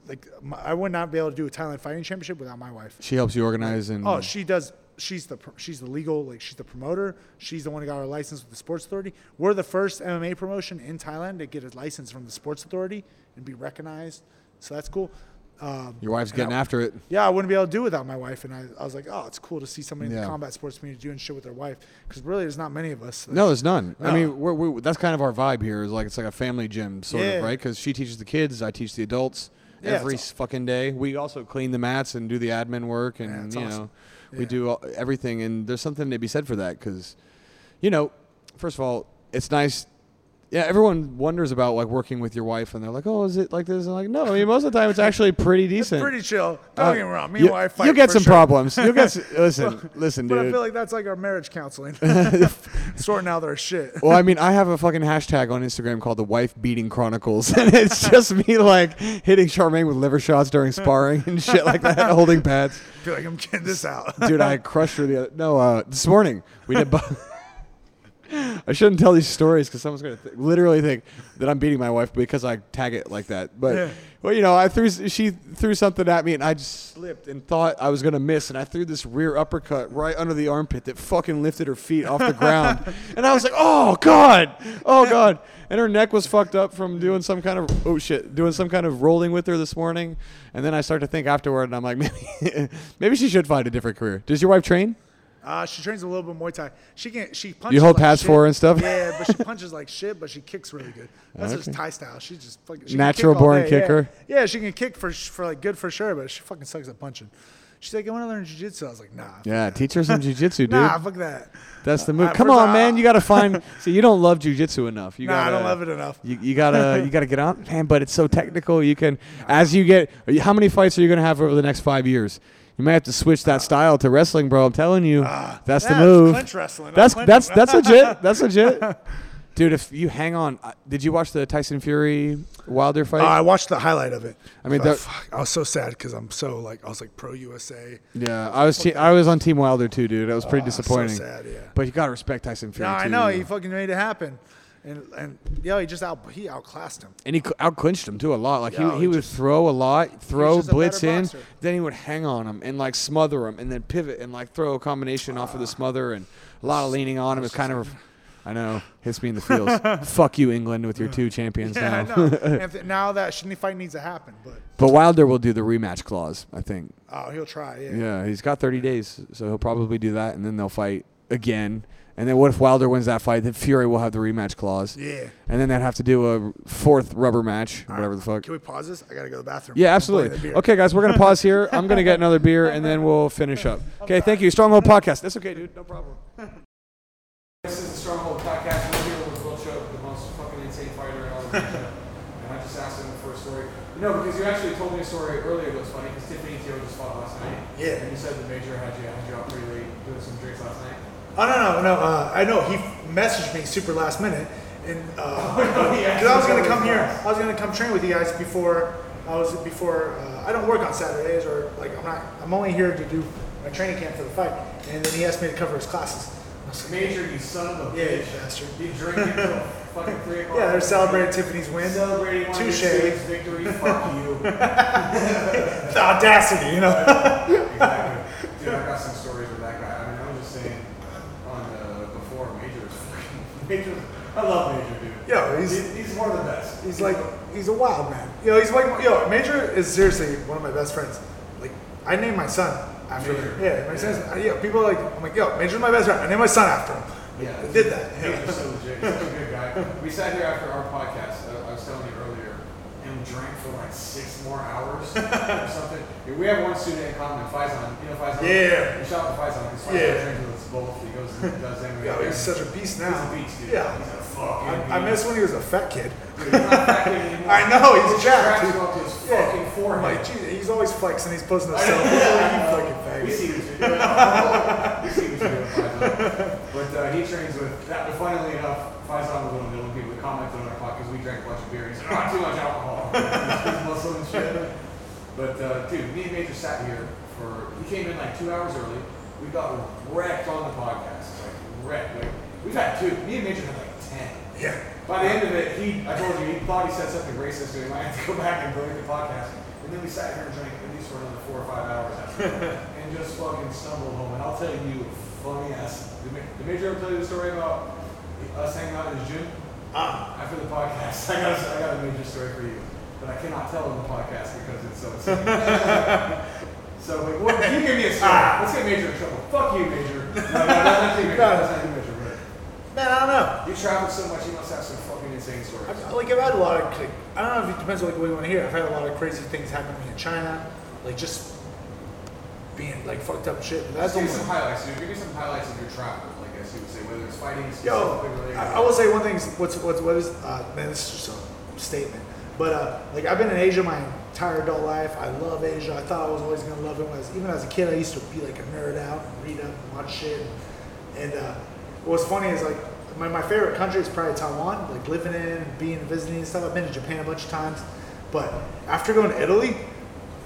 [SPEAKER 2] like my, I would not be able to do a Thailand fighting championship without my wife.
[SPEAKER 1] she helps you organize and.
[SPEAKER 2] Oh, she does. She's the pr- she's the legal like she's the promoter. She's the one who got our license with the sports authority. We're the first MMA promotion in Thailand to get a license from the sports authority and be recognized. So that's cool. Um,
[SPEAKER 1] your wife's
[SPEAKER 2] and I-
[SPEAKER 1] getting after it.
[SPEAKER 2] yeah, I wouldn't be able to do without my wife. And I, I was like, oh, it's cool to see somebody in
[SPEAKER 1] Yeah.
[SPEAKER 2] the combat sports community doing shit with their wife. Because really, there's not many of us.
[SPEAKER 1] No, there's none. I
[SPEAKER 2] No.
[SPEAKER 1] mean, we're, we that's kind of our vibe here. Is like it's like a family gym sort
[SPEAKER 2] Yeah.
[SPEAKER 1] of, right? Because she teaches the kids, I teach the adults
[SPEAKER 2] Yeah,
[SPEAKER 1] every
[SPEAKER 2] it's
[SPEAKER 1] s fucking day. We also clean the mats and do the admin work, and
[SPEAKER 2] it's
[SPEAKER 1] you
[SPEAKER 2] awesome.
[SPEAKER 1] know, we do all, everything. And there's something to be said for that because, you know, first of all, it's nice yeah, everyone wonders about like working with your wife, and they're like, "Oh, is it like this?" And like, no, I mean, most of the time it's actually pretty decent.
[SPEAKER 2] Pretty chill.
[SPEAKER 1] Uh,
[SPEAKER 2] Don't get me wrong. Me
[SPEAKER 1] you,
[SPEAKER 2] and wife fight.
[SPEAKER 1] you get
[SPEAKER 2] for
[SPEAKER 1] some
[SPEAKER 2] sure.
[SPEAKER 1] problems. You get s- listen, listen,
[SPEAKER 2] But I
[SPEAKER 1] dude.
[SPEAKER 2] feel like that's like our marriage counseling, sorting out our shit.
[SPEAKER 1] well, I mean, I have a fucking hashtag on Instagram called the Wife Beating Chronicles, and it's just me like hitting Charmaine with liver shots during sparring and shit like that, holding pads.
[SPEAKER 2] feel like I'm getting this out.
[SPEAKER 1] dude, I crushed her the other. No, uh, this morning we did. Bu- I shouldn't tell these stories because someone's gonna th- literally think that I'm beating my wife because I tag it like that. But
[SPEAKER 2] Yeah.
[SPEAKER 1] well, you know, I threw s- she threw something at me and I just slipped and thought I was gonna miss, and I threw this rear uppercut right under the armpit that fucking lifted her feet off the ground, and I was like, oh god, oh god, and her neck was fucked up from doing some kind of oh shit, doing some kind of rolling with her this morning, and then I start to think afterward, and I'm like, maybe maybe she should find a different career. Does your wife train?
[SPEAKER 2] Uh, she trains a little bit Muay Thai. She can she punches.
[SPEAKER 1] You hold
[SPEAKER 2] like
[SPEAKER 1] pads
[SPEAKER 2] shit.
[SPEAKER 1] for her and stuff?
[SPEAKER 2] Yeah, but she punches like shit, but she kicks really good. That's just
[SPEAKER 1] Okay.
[SPEAKER 2] Thai style. She just fucking she can
[SPEAKER 1] Natural
[SPEAKER 2] kick all
[SPEAKER 1] born
[SPEAKER 2] day,
[SPEAKER 1] kicker?
[SPEAKER 2] Yeah. yeah, she can kick for sh- for like good for sure, but she fucking sucks at punching. She's like, I want to learn jujitsu. I was like, nah, fuck
[SPEAKER 1] Yeah, teach her some jujitsu, dude.
[SPEAKER 2] nah, fuck that.
[SPEAKER 1] That's the move.
[SPEAKER 2] I
[SPEAKER 1] Come
[SPEAKER 2] forgot-
[SPEAKER 1] on, man. You gotta find. see, you don't love jujitsu enough. You
[SPEAKER 2] Nah, I
[SPEAKER 1] gotta,
[SPEAKER 2] don't love it enough.
[SPEAKER 1] You, you gotta you gotta get on, man. But it's so technical. You can as you get. How many fights are you gonna have over the next five years? You might have to switch that style to wrestling, bro. I'm telling you, that's the
[SPEAKER 2] Nah, Ah, it's
[SPEAKER 1] move.
[SPEAKER 2] Clinch wrestling. not
[SPEAKER 1] That's
[SPEAKER 2] clinch.
[SPEAKER 1] that's that's legit. That's legit, dude. If you hang on, uh, did you watch the Tyson Fury Wilder fight?
[SPEAKER 2] Uh, I watched the highlight of it.
[SPEAKER 1] I mean,
[SPEAKER 2] But
[SPEAKER 1] that-
[SPEAKER 2] fuck, I was so sad because I'm so like I was like pro USA.
[SPEAKER 1] yeah, I was te- I was on Team Wilder too, dude. That was pretty
[SPEAKER 2] Uh,
[SPEAKER 1] disappointing.
[SPEAKER 2] So sad, yeah.
[SPEAKER 1] But you gotta respect Tyson Fury.
[SPEAKER 2] No, I
[SPEAKER 1] too,
[SPEAKER 2] know
[SPEAKER 1] you
[SPEAKER 2] he fucking made it happen, and and yo, he just out he outclassed him.
[SPEAKER 1] and he cl- outclinched him too a lot. Like
[SPEAKER 2] Yeah,
[SPEAKER 1] he,
[SPEAKER 2] he
[SPEAKER 1] he would throw a lot, throw
[SPEAKER 2] just a better
[SPEAKER 1] blitz in,
[SPEAKER 2] boxer.
[SPEAKER 1] then he would hang on him and like smother him, and then pivot and like throw a combination off of
[SPEAKER 2] Ah.
[SPEAKER 1] the smother and a lot of leaning on him. It's kind of, I know, hits me in the feels. Fuck you, England, with your two champions now.
[SPEAKER 2] Yeah, I know. and th- now that Shinny fight needs to happen, but
[SPEAKER 1] But Wilder will do the rematch clause, I think.
[SPEAKER 2] oh, he'll try. Yeah.
[SPEAKER 1] Yeah, he's got 30 days, so he'll probably do that, and then they'll fight again. And then what if Wilder wins that fight? Then Fury will have the rematch clause,
[SPEAKER 2] Yeah.
[SPEAKER 1] and then they'd have to do a fourth rubber match, whatever the fuck.
[SPEAKER 2] Can we pause this? I gotta go to the bathroom.
[SPEAKER 1] Yeah,
[SPEAKER 2] I'm playing
[SPEAKER 1] absolutely.
[SPEAKER 2] the beer.
[SPEAKER 1] Okay, guys, we're gonna pause here. I'm gonna get another beer and then we'll finish up. Okay, thank you, Stronghold Podcast. That's okay, dude. No problem. this is the Stronghold Podcast. We're here with Will Choke, the most fucking insane fighter in all of Asia. and I just asked him for a story. No, because you actually told me a story earlier that was funny because Tiffany Teo just fought last night.
[SPEAKER 2] Yeah.
[SPEAKER 1] And you said the major had you had you out pretty late doing some drinks last night.
[SPEAKER 2] Oh no no no! Uh, I know he messaged me super last minute, and because
[SPEAKER 1] yeah.
[SPEAKER 2] I was gonna come here, I was gonna come train with you guys before I was before uh, I don't work on Saturdays or like I'm not I'm only here to do my training camp for the fight, and then he asked me to cover his classes. I was like,
[SPEAKER 1] Major, you son of a
[SPEAKER 2] yeah, you
[SPEAKER 1] bitch.
[SPEAKER 2] bastard.
[SPEAKER 1] You drink until fucking three o'clock.
[SPEAKER 2] Yeah, they're celebrating Tiffany's win.
[SPEAKER 1] Celebrating one of your
[SPEAKER 2] Touche.
[SPEAKER 1] students' victory. Fuck you.
[SPEAKER 2] The audacity, you know.
[SPEAKER 1] Exactly. Dude, I got some stories with that guy. I mean, I was just saying on uh, before Major was fucking Major. was- I love Major, dude.
[SPEAKER 2] Yo, he's-
[SPEAKER 1] he's, he's one of the best.
[SPEAKER 2] He's like, he's a wild man. Yo, he's like, yo, Major is seriously one of my best friends. Like, I named my son after him.
[SPEAKER 1] Major.
[SPEAKER 2] Yeah, my son's, uh, yeah, people are like, I'm like, yo, Major's my best friend. I named my son after him.
[SPEAKER 1] Yeah,
[SPEAKER 2] I did that.
[SPEAKER 1] Major's so legit. He's such a good guy. We sat here after our podcast. Uh, I was telling you earlier, and drank for like six more hours or something. Dude, we have one student in common, Faison. You know Faison?
[SPEAKER 2] Yeah.
[SPEAKER 1] We shout out to Faison because Faison
[SPEAKER 2] Yeah.
[SPEAKER 1] drinks with us both. He goes and does MMA.
[SPEAKER 2] Yo, he's such a beast now.
[SPEAKER 1] He's a beast, dude.
[SPEAKER 2] Yeah.
[SPEAKER 1] He's a fucking
[SPEAKER 2] I, I
[SPEAKER 1] beast.
[SPEAKER 2] miss when he was a fat kid.
[SPEAKER 1] Dude, he's not fat kid anymore.
[SPEAKER 2] I know, he's
[SPEAKER 1] His
[SPEAKER 2] jacked.
[SPEAKER 1] straps go up to his
[SPEAKER 2] Yeah. Oh
[SPEAKER 1] fucking
[SPEAKER 2] I'm
[SPEAKER 1] forehead.
[SPEAKER 2] like, geez, he's always flexing. He's posting himself. Yeah. you fucking
[SPEAKER 1] We
[SPEAKER 2] faggot.
[SPEAKER 1] see what you're doing. we see what you're doing, Faison. But uh, he trains with that. But funnily enough, Faison was one of the only people that commented on our podcast. We drank a bunch of beer. He said, "Ah, too much alcohol." He's Muslim and shit. But uh, dude, me and Major sat here for. He came in like two hours early. We got wrecked on the podcast, like wrecked. Like, we got two. Me and Major had like ten.
[SPEAKER 2] Yeah.
[SPEAKER 1] By the end of it, he, I told you, he thought he said something racist to him. I had to go back and delete the podcast. And then we sat here and drank at least for another four or five hours after that. and just fucking stumbled home. And I'll tell you, funny ass. Did, Ma- did Major ever tell you the story about us hanging out in his gym?
[SPEAKER 2] Ah.
[SPEAKER 1] After the podcast, I got, a, I got a major story for you. But I cannot tell on the podcast because it's so insane. so, wait, what, you give me a story.
[SPEAKER 2] Ah.
[SPEAKER 1] Let's get Major in trouble. Fuck you, Major. No, no, that's not you, Major. That's not you, Major. But-
[SPEAKER 2] Man, I don't know.
[SPEAKER 1] you traveled so much, you must have some fucking insane stories.
[SPEAKER 2] I've, like I've had a lot of, like, I don't know if it depends on like what you want to hear. I've had a lot of crazy things happen to me in China, like just being like fucked up shit. But that's
[SPEAKER 3] Let's
[SPEAKER 2] the
[SPEAKER 3] give me some
[SPEAKER 2] one.
[SPEAKER 3] highlights, dude. Give me some highlights of your travel. Like, as you would say, whether it's fighting,
[SPEAKER 2] Yo,
[SPEAKER 3] specifically related.
[SPEAKER 2] I, I will say one thing. is- What's what's what is? Uh, man, this is just a statement. But uh, like I've been in Asia my entire adult life. I love Asia. I thought I was always gonna love it. When I was, even as a kid, I used to be like a nerd out, and read up, and watch shit. And uh, what's funny is like my, my favorite country is probably Taiwan. Like living in, being visiting and stuff. I've been to Japan a bunch of times, but after going to Italy,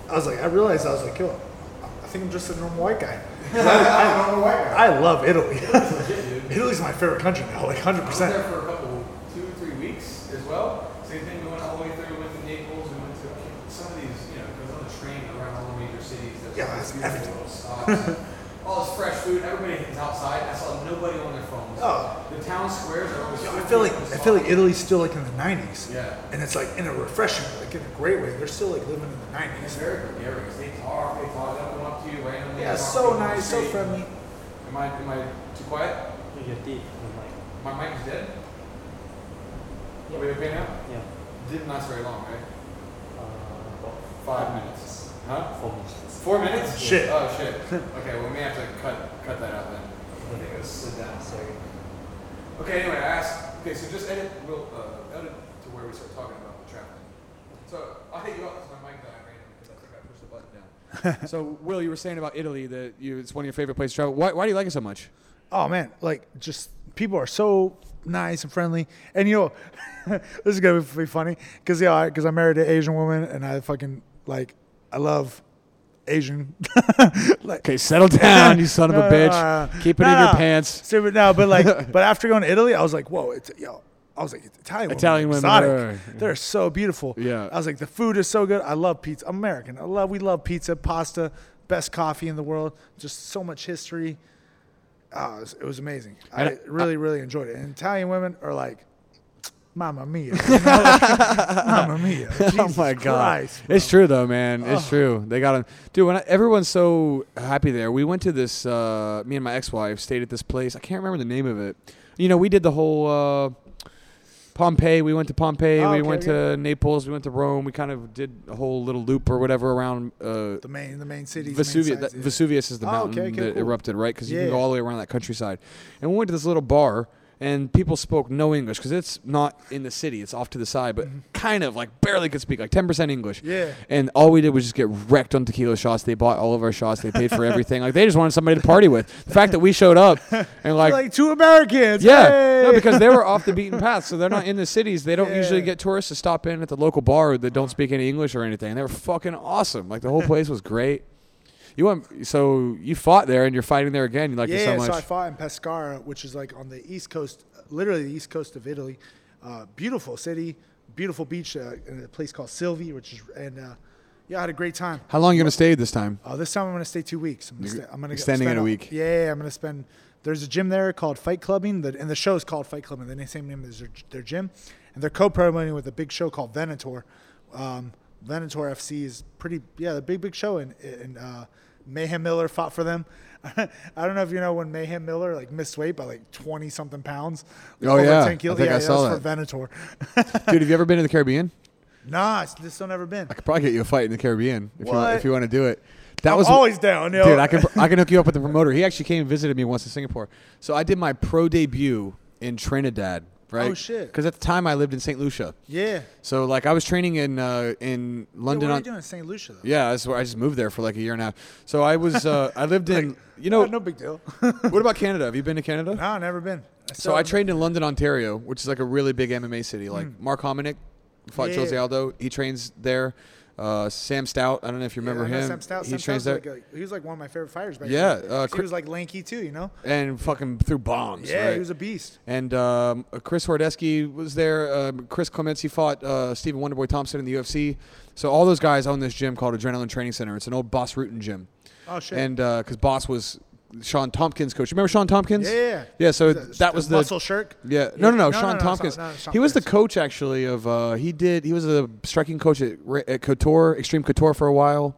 [SPEAKER 2] I was like I realized I was like yo, I think I'm just a normal white guy.
[SPEAKER 3] I don't know why.
[SPEAKER 2] I love Italy.
[SPEAKER 3] dude.
[SPEAKER 2] Italy's my favorite country now, like hundred
[SPEAKER 3] I was there
[SPEAKER 2] percent.
[SPEAKER 3] for a couple, two or three weeks as well. Same thing, we went all the way through, we went to Naples, we went to some of these, you know, because on the train around all the major cities, there's
[SPEAKER 2] Yeah,
[SPEAKER 3] all
[SPEAKER 2] that's
[SPEAKER 3] these beautiful little stops. all this fresh food, everybody is outside. I saw nobody on their phones.
[SPEAKER 2] Oh.
[SPEAKER 3] The town squares are always.
[SPEAKER 2] Yo, I
[SPEAKER 3] full of
[SPEAKER 2] feel like
[SPEAKER 3] people
[SPEAKER 2] I feel like
[SPEAKER 3] talking.
[SPEAKER 2] Italy's still like in the nineties,
[SPEAKER 3] Yeah.
[SPEAKER 2] and it's like in a refreshing, like in a great way. They're still like living in the
[SPEAKER 3] It's
[SPEAKER 2] nineties.
[SPEAKER 3] very gregarious. They talk, they talk, they'll come up to you randomly.
[SPEAKER 2] Yeah,
[SPEAKER 3] talk to you
[SPEAKER 2] so
[SPEAKER 3] on the
[SPEAKER 2] nice, so
[SPEAKER 3] street.
[SPEAKER 2] friendly.
[SPEAKER 3] Am I, am I too quiet?
[SPEAKER 4] You get deep. I'm
[SPEAKER 3] My mic is dead? Are
[SPEAKER 4] like,
[SPEAKER 3] we okay now?
[SPEAKER 4] yeah,
[SPEAKER 3] Didn't last very long, right?
[SPEAKER 4] uh, about
[SPEAKER 3] Five minutes. Huh?
[SPEAKER 4] four minutes.
[SPEAKER 3] Four minutes?
[SPEAKER 2] Shit.
[SPEAKER 3] Oh shit. Okay, well we may have to cut cut that out then. I think it was slid down a second. Okay, anyway, I asked okay, so just edit we'll uh, edit to where we start talking about the traveling. So I'll hit you up because my mic died randomly because I think I pushed the button down. so Will, you were saying about Italy that you it's one of your favorite places to travel. Why why do you like it so much?
[SPEAKER 2] Oh man, like just people are so nice and friendly. And you know, this is gonna be funny because yeah, because I'm married to an Asian woman, and I fucking like I love Asian. like,
[SPEAKER 1] Okay, settle down, you son of
[SPEAKER 2] No,
[SPEAKER 1] a
[SPEAKER 2] no,
[SPEAKER 1] bitch.
[SPEAKER 2] no, no.
[SPEAKER 1] Keep it
[SPEAKER 2] No,
[SPEAKER 1] in your
[SPEAKER 2] no.
[SPEAKER 1] pants.
[SPEAKER 2] Stupid. No, but like, but after going to Italy, I was like, whoa, it's yo. I was like, Italian women,
[SPEAKER 1] Italian
[SPEAKER 2] are
[SPEAKER 1] women
[SPEAKER 2] exotic.
[SPEAKER 1] are-
[SPEAKER 2] They're so beautiful.
[SPEAKER 1] Yeah.
[SPEAKER 2] I was like, the food is so good. I love pizza. I'm American. I love. We love pizza, pasta, best coffee in the world. Just so much history. Ah, it, was, it was amazing. I,
[SPEAKER 1] And I-
[SPEAKER 2] really, really enjoyed it. And Italian women are like, mamma mia, you know, like, mamma mia. Jesus Christ,
[SPEAKER 1] Oh it's true though, man. It's true. They got him, dude. When I, everyone's so happy there, we went to this. Uh, me and my ex-wife stayed at this place. I can't remember the name of it. You know, we did the whole uh, Pompeii. We went to Pompeii.
[SPEAKER 2] Oh,
[SPEAKER 1] we
[SPEAKER 2] okay,
[SPEAKER 1] went to Naples. We went to Rome. We kind of did a whole little loop or whatever around uh,
[SPEAKER 2] The main, the main cities. main
[SPEAKER 1] Vesuvius.
[SPEAKER 2] sites,
[SPEAKER 1] That,
[SPEAKER 2] yeah.
[SPEAKER 1] Vesuvius is the
[SPEAKER 2] Oh, okay,
[SPEAKER 1] mountain
[SPEAKER 2] okay,
[SPEAKER 1] that
[SPEAKER 2] cool.
[SPEAKER 1] erupted, right? Because you
[SPEAKER 2] Yeah.
[SPEAKER 1] can go all the way around that countryside. And we went to this little bar, and people spoke no English because it's not in the city; it's off to the side, but kind of like barely could speak, like ten percent English.
[SPEAKER 2] Mm-hmm. Yeah.
[SPEAKER 1] And all we did was just get wrecked on tequila shots. They bought all of our shots. They paid for everything. Like they just wanted somebody to party with. The fact that we showed up and like.
[SPEAKER 2] like two Americans.
[SPEAKER 1] yeah, no,
[SPEAKER 2] Hey!
[SPEAKER 1] because they were off the beaten path, so they're not in the cities. They don't usually
[SPEAKER 2] Yeah.
[SPEAKER 1] get tourists to stop in at the local bar that don't speak any English or anything. They were fucking awesome. Like the whole place was great. You went so you fought there and you're fighting there again. You like
[SPEAKER 2] yeah,
[SPEAKER 1] it so much.
[SPEAKER 2] I fought in Pescara, which is like on the east coast, literally the east coast of Italy. Uh, beautiful city, beautiful beach, uh, in a place called Silvi, which is, and uh, yeah, I had a great time.
[SPEAKER 1] How long you gonna stay this time?
[SPEAKER 2] Uh, this time I'm gonna stay two weeks. I'm gonna, stay, I'm gonna go-
[SPEAKER 1] extending it
[SPEAKER 2] spend
[SPEAKER 1] a week.
[SPEAKER 2] Yeah, yeah, I'm gonna spend. There's a gym there called Fight Clubbing, that, and the show's called Fight Clubbing. The same name as their, their gym, and they're co-promoting with a big show called Venator. Um, Venator FC is pretty, yeah, the big big show, and, and uh, Mayhem Miller fought for them. I don't know if you know when Mayhem Miller like missed weight by like twenty something pounds.
[SPEAKER 1] Oh, yeah. I think
[SPEAKER 2] yeah,
[SPEAKER 1] I
[SPEAKER 2] yeah,
[SPEAKER 1] saw
[SPEAKER 2] that was for Venator.
[SPEAKER 1] Dude, have you ever been to the Caribbean?
[SPEAKER 2] nah, it's- this don't ever been.
[SPEAKER 1] I could probably get you a fight in the Caribbean if you want, if
[SPEAKER 2] What?
[SPEAKER 1] you want to do it. That
[SPEAKER 2] I'm
[SPEAKER 1] was
[SPEAKER 2] always down, yo.
[SPEAKER 1] Dude, I can I can hook you up with the promoter. He actually came and visited me once in Singapore. So I did my pro debut in Trinidad, right?
[SPEAKER 2] Oh, shit.
[SPEAKER 1] Because at the time I lived in St. Lucia.
[SPEAKER 2] Yeah.
[SPEAKER 1] So like I was training in uh, in
[SPEAKER 2] Dude,
[SPEAKER 1] London.
[SPEAKER 2] what are you
[SPEAKER 1] on,
[SPEAKER 2] doing in St. Lucia though?
[SPEAKER 1] Yeah, that's where I just moved there for like a year and a half. So I was uh, I lived in you know
[SPEAKER 2] Ah, no big deal.
[SPEAKER 1] what about Canada? Have you been to Canada?
[SPEAKER 2] No, never been.
[SPEAKER 1] So I trained in London, Ontario, which is like a really big MMA city. Like Mark Hominick fought
[SPEAKER 2] Hmm. Yeah,
[SPEAKER 1] Jose
[SPEAKER 2] yeah.
[SPEAKER 1] Aldo. He trains there. Uh, Sam Stout. I don't know if you remember him.
[SPEAKER 2] Sam Stout.
[SPEAKER 1] he
[SPEAKER 2] Sam
[SPEAKER 1] trains
[SPEAKER 2] Stout's
[SPEAKER 1] there
[SPEAKER 2] Like a, he was like one of my favorite fighters back
[SPEAKER 1] Yeah,
[SPEAKER 2] then.
[SPEAKER 1] uh,
[SPEAKER 2] he
[SPEAKER 1] Chris-
[SPEAKER 2] was like lanky too, you know.
[SPEAKER 1] and fucking threw bombs.
[SPEAKER 2] Yeah,
[SPEAKER 1] right?
[SPEAKER 2] he was a beast.
[SPEAKER 1] And um, uh, Chris Hordeski was there. Um, Chris Clements, he fought uh, Stephen Wonderboy Thompson in the UFC. So all those guys own this gym called Adrenaline Training Center. It's an old Boss Rutan gym.
[SPEAKER 2] Oh, shit.
[SPEAKER 1] And because Boss was Sean Tompkins' coach. Remember Sean Tompkins?
[SPEAKER 2] Yeah, yeah, yeah.
[SPEAKER 1] Yeah. So
[SPEAKER 2] The-
[SPEAKER 1] that was the
[SPEAKER 2] muscle shirk.
[SPEAKER 1] Yeah. No, no, no. Sean
[SPEAKER 2] it's not-
[SPEAKER 1] Tompkins.
[SPEAKER 2] no, it's Sean
[SPEAKER 1] he was the
[SPEAKER 2] Tompkins.
[SPEAKER 1] coach actually of. Uh, he did. He was a striking coach at, Ra- at Couture, Extreme Couture for a while.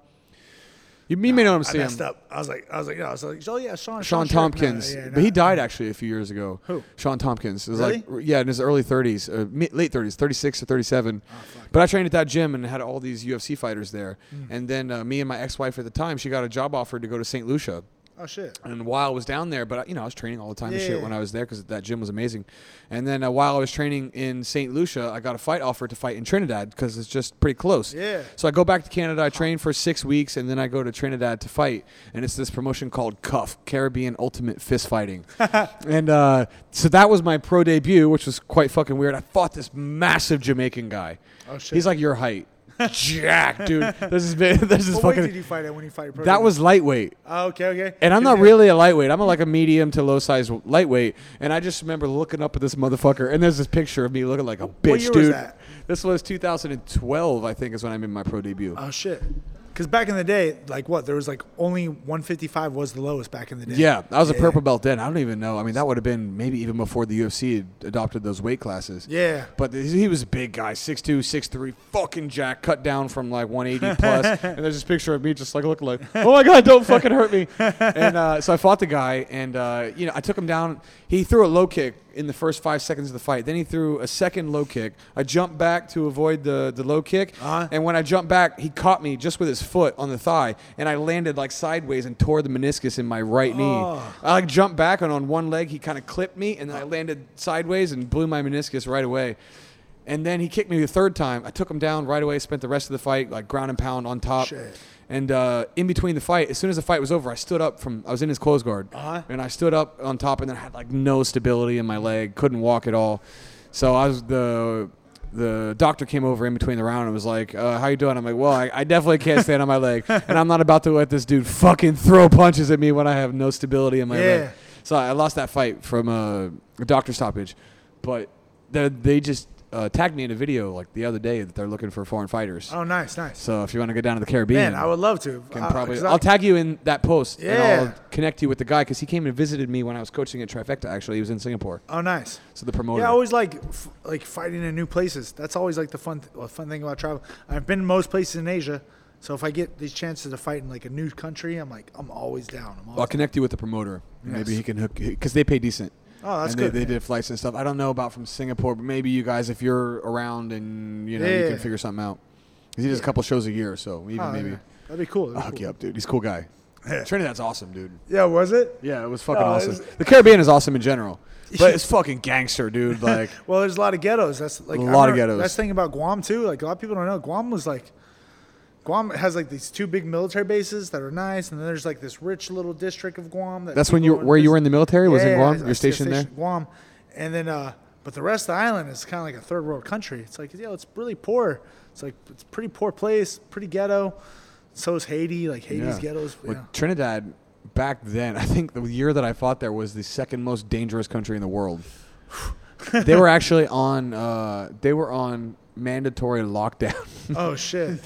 [SPEAKER 1] You, you may know him,
[SPEAKER 2] I
[SPEAKER 1] see him.
[SPEAKER 2] messed up. I was like, I was like, no, I was like, oh yeah, Sean.
[SPEAKER 1] Sean
[SPEAKER 2] Sherrick. No,
[SPEAKER 1] Tompkins,
[SPEAKER 2] yeah,
[SPEAKER 1] but he
[SPEAKER 2] no.
[SPEAKER 1] died actually a few years ago.
[SPEAKER 2] Who?
[SPEAKER 1] Sean Tompkins. It was
[SPEAKER 2] Really?
[SPEAKER 1] like yeah, in his early 30s, uh, mid, late 30s, 36 or 37.
[SPEAKER 2] Ah,
[SPEAKER 1] but I trained at that gym and had all these UFC fighters there.
[SPEAKER 2] Hmm.
[SPEAKER 1] And then uh, me and my ex-wife at the time, she got a job offer to go to St. Lucia.
[SPEAKER 2] Oh shit.
[SPEAKER 1] And while I was down there, but you know, I was training all the time and shit
[SPEAKER 2] Yeah.
[SPEAKER 1] when I was there because that gym was amazing. And then uh, while I was training in St. Lucia, I got a fight offer to fight in Trinidad because it's just pretty close.
[SPEAKER 2] Yeah.
[SPEAKER 1] So I go back to Canada. I train for six weeks, and then I go to Trinidad to fight. And it's this promotion called Cuff Caribbean Ultimate Fist Fighting. and uh, so that was my pro debut, which was quite fucking weird. I fought this massive Jamaican guy.
[SPEAKER 2] Oh, shit.
[SPEAKER 1] He's like your height. Jack, dude. This is there's this
[SPEAKER 2] What weight did
[SPEAKER 1] fucking.
[SPEAKER 2] you fight at when you fight? pro
[SPEAKER 1] That
[SPEAKER 2] day?
[SPEAKER 1] was lightweight.
[SPEAKER 2] Oh, okay, okay.
[SPEAKER 1] And I'm
[SPEAKER 2] Is
[SPEAKER 1] not
[SPEAKER 2] it-
[SPEAKER 1] really a lightweight. I'm a, like a medium to low size lightweight. And I just remember looking up at this motherfucker. And there's this picture of me looking like a bitch,
[SPEAKER 2] year was
[SPEAKER 1] dude.
[SPEAKER 2] that?
[SPEAKER 1] This was 2012, I think, is when I made my pro debut.
[SPEAKER 2] Oh shit. Because back in the day, like what there was like only 155 was the lowest back in the day.
[SPEAKER 1] yeah, I was a
[SPEAKER 2] Yeah.
[SPEAKER 1] purple belt then. I don't even know. I mean, that would have been maybe even before the UFC had adopted those weight classes.
[SPEAKER 2] Yeah.
[SPEAKER 1] But th- he was a big guy, 6'2", 6'3", fucking jack, cut down from like 180 plus. and there's this picture of me just like looking like, oh my God, don't fucking hurt me. and uh, so I fought the guy and, uh, you know, I took him down. He threw a low kick in the first five seconds of the fight. Then he threw a second low kick. I jumped back to avoid the, the low kick.
[SPEAKER 2] Uh-huh.
[SPEAKER 1] And when I jumped back, he caught me just with his foot on the thigh. And I landed like sideways and tore the meniscus in my right
[SPEAKER 2] Oh.
[SPEAKER 1] knee. I like jumped back and on one leg, he kind of clipped me. And then I landed sideways and blew my meniscus right away. And then he kicked me the third time. I took him down right away. Spent the rest of the fight like ground and pound on top.
[SPEAKER 2] Shit.
[SPEAKER 1] And uh, in between the fight, as soon as the fight was over, I stood up from. I was in his clothes guard,
[SPEAKER 2] Uh-huh.
[SPEAKER 1] and I stood up on top, and then I had like no stability in my leg. Couldn't walk at all. So I was the the doctor came over in between the round and was like, uh, "How you doing?" I'm like, "Well, I, I definitely can't stand on my leg, and I'm not about to let this dude fucking throw punches at me when I have no stability in my
[SPEAKER 2] Yeah.
[SPEAKER 1] leg." So I lost that fight from uh, a doctor stoppage, but they, they just uh, tagged me in a video like the other day that they're looking for foreign fighters.
[SPEAKER 2] Oh, nice, nice.
[SPEAKER 1] So if you want to go down to the Caribbean,
[SPEAKER 2] Man, I would love to.
[SPEAKER 1] can
[SPEAKER 2] Uh,
[SPEAKER 1] probably
[SPEAKER 2] 'cause I-
[SPEAKER 1] I'll tag you in that post and
[SPEAKER 2] Yeah.
[SPEAKER 1] I'll connect you with the guy because he came and visited me when I was coaching at Trifecta. Actually, he was in Singapore,
[SPEAKER 2] oh, nice.
[SPEAKER 1] so the promoter.
[SPEAKER 2] Yeah, I always like f- like fighting in new places. That's always like the fun th- well, fun thing about travel. I've been to most places in Asia, so if I get these chances to fight in like a new country, I'm like I'm always down. I'm always
[SPEAKER 1] I'll connect you with the promoter. and Maybe
[SPEAKER 2] Yes.
[SPEAKER 1] he can hook because they pay decent.
[SPEAKER 2] Oh, that's
[SPEAKER 1] and
[SPEAKER 2] good,
[SPEAKER 1] They, they
[SPEAKER 2] yeah.
[SPEAKER 1] did flights and stuff. I don't know about from Singapore, but maybe you guys, if you're around and you know, you
[SPEAKER 2] Yeah.
[SPEAKER 1] can figure something out. 'Cause he does a couple shows a year, so even
[SPEAKER 2] Oh,
[SPEAKER 1] maybe
[SPEAKER 2] yeah. that'd be cool. that'd
[SPEAKER 1] I'll
[SPEAKER 2] be
[SPEAKER 1] hook
[SPEAKER 2] cool.
[SPEAKER 1] you up, dude. He's a cool guy. Trinidad's awesome, dude.
[SPEAKER 2] Yeah, was it?
[SPEAKER 1] Yeah, it was fucking
[SPEAKER 2] No,
[SPEAKER 1] awesome.
[SPEAKER 2] Oh, it's-
[SPEAKER 1] The Caribbean is awesome in general, but it's fucking gangster, dude. Like,
[SPEAKER 2] Well, there's a lot of ghettos. That's like
[SPEAKER 1] A
[SPEAKER 2] I
[SPEAKER 1] lot of
[SPEAKER 2] remember-
[SPEAKER 1] ghettos.
[SPEAKER 2] That's the thing about Guam too. Like a lot of people don't know. Guam was like, Guam has like these two big military bases that are nice, and then there's like this rich little district of Guam. That
[SPEAKER 1] that's when
[SPEAKER 2] people
[SPEAKER 1] you
[SPEAKER 2] would
[SPEAKER 1] where you were
[SPEAKER 2] visit.
[SPEAKER 1] in the military was
[SPEAKER 2] Yeah,
[SPEAKER 1] in Guam.
[SPEAKER 2] yeah, I- I
[SPEAKER 1] You're
[SPEAKER 2] see a
[SPEAKER 1] stationed there.
[SPEAKER 2] station in Guam, and then uh, but the rest of the island is kind of like a third world country. It's like yeah, it's really poor. It's like it's a pretty poor place, pretty ghetto. So is Haiti. Like Haiti's
[SPEAKER 1] Yeah.
[SPEAKER 2] ghettos.
[SPEAKER 1] Well,
[SPEAKER 2] yeah.
[SPEAKER 1] Trinidad back then, I think the year that I fought there was the second most dangerous country in the world. they were actually on uh, they were on mandatory lockdown.
[SPEAKER 2] Oh shit.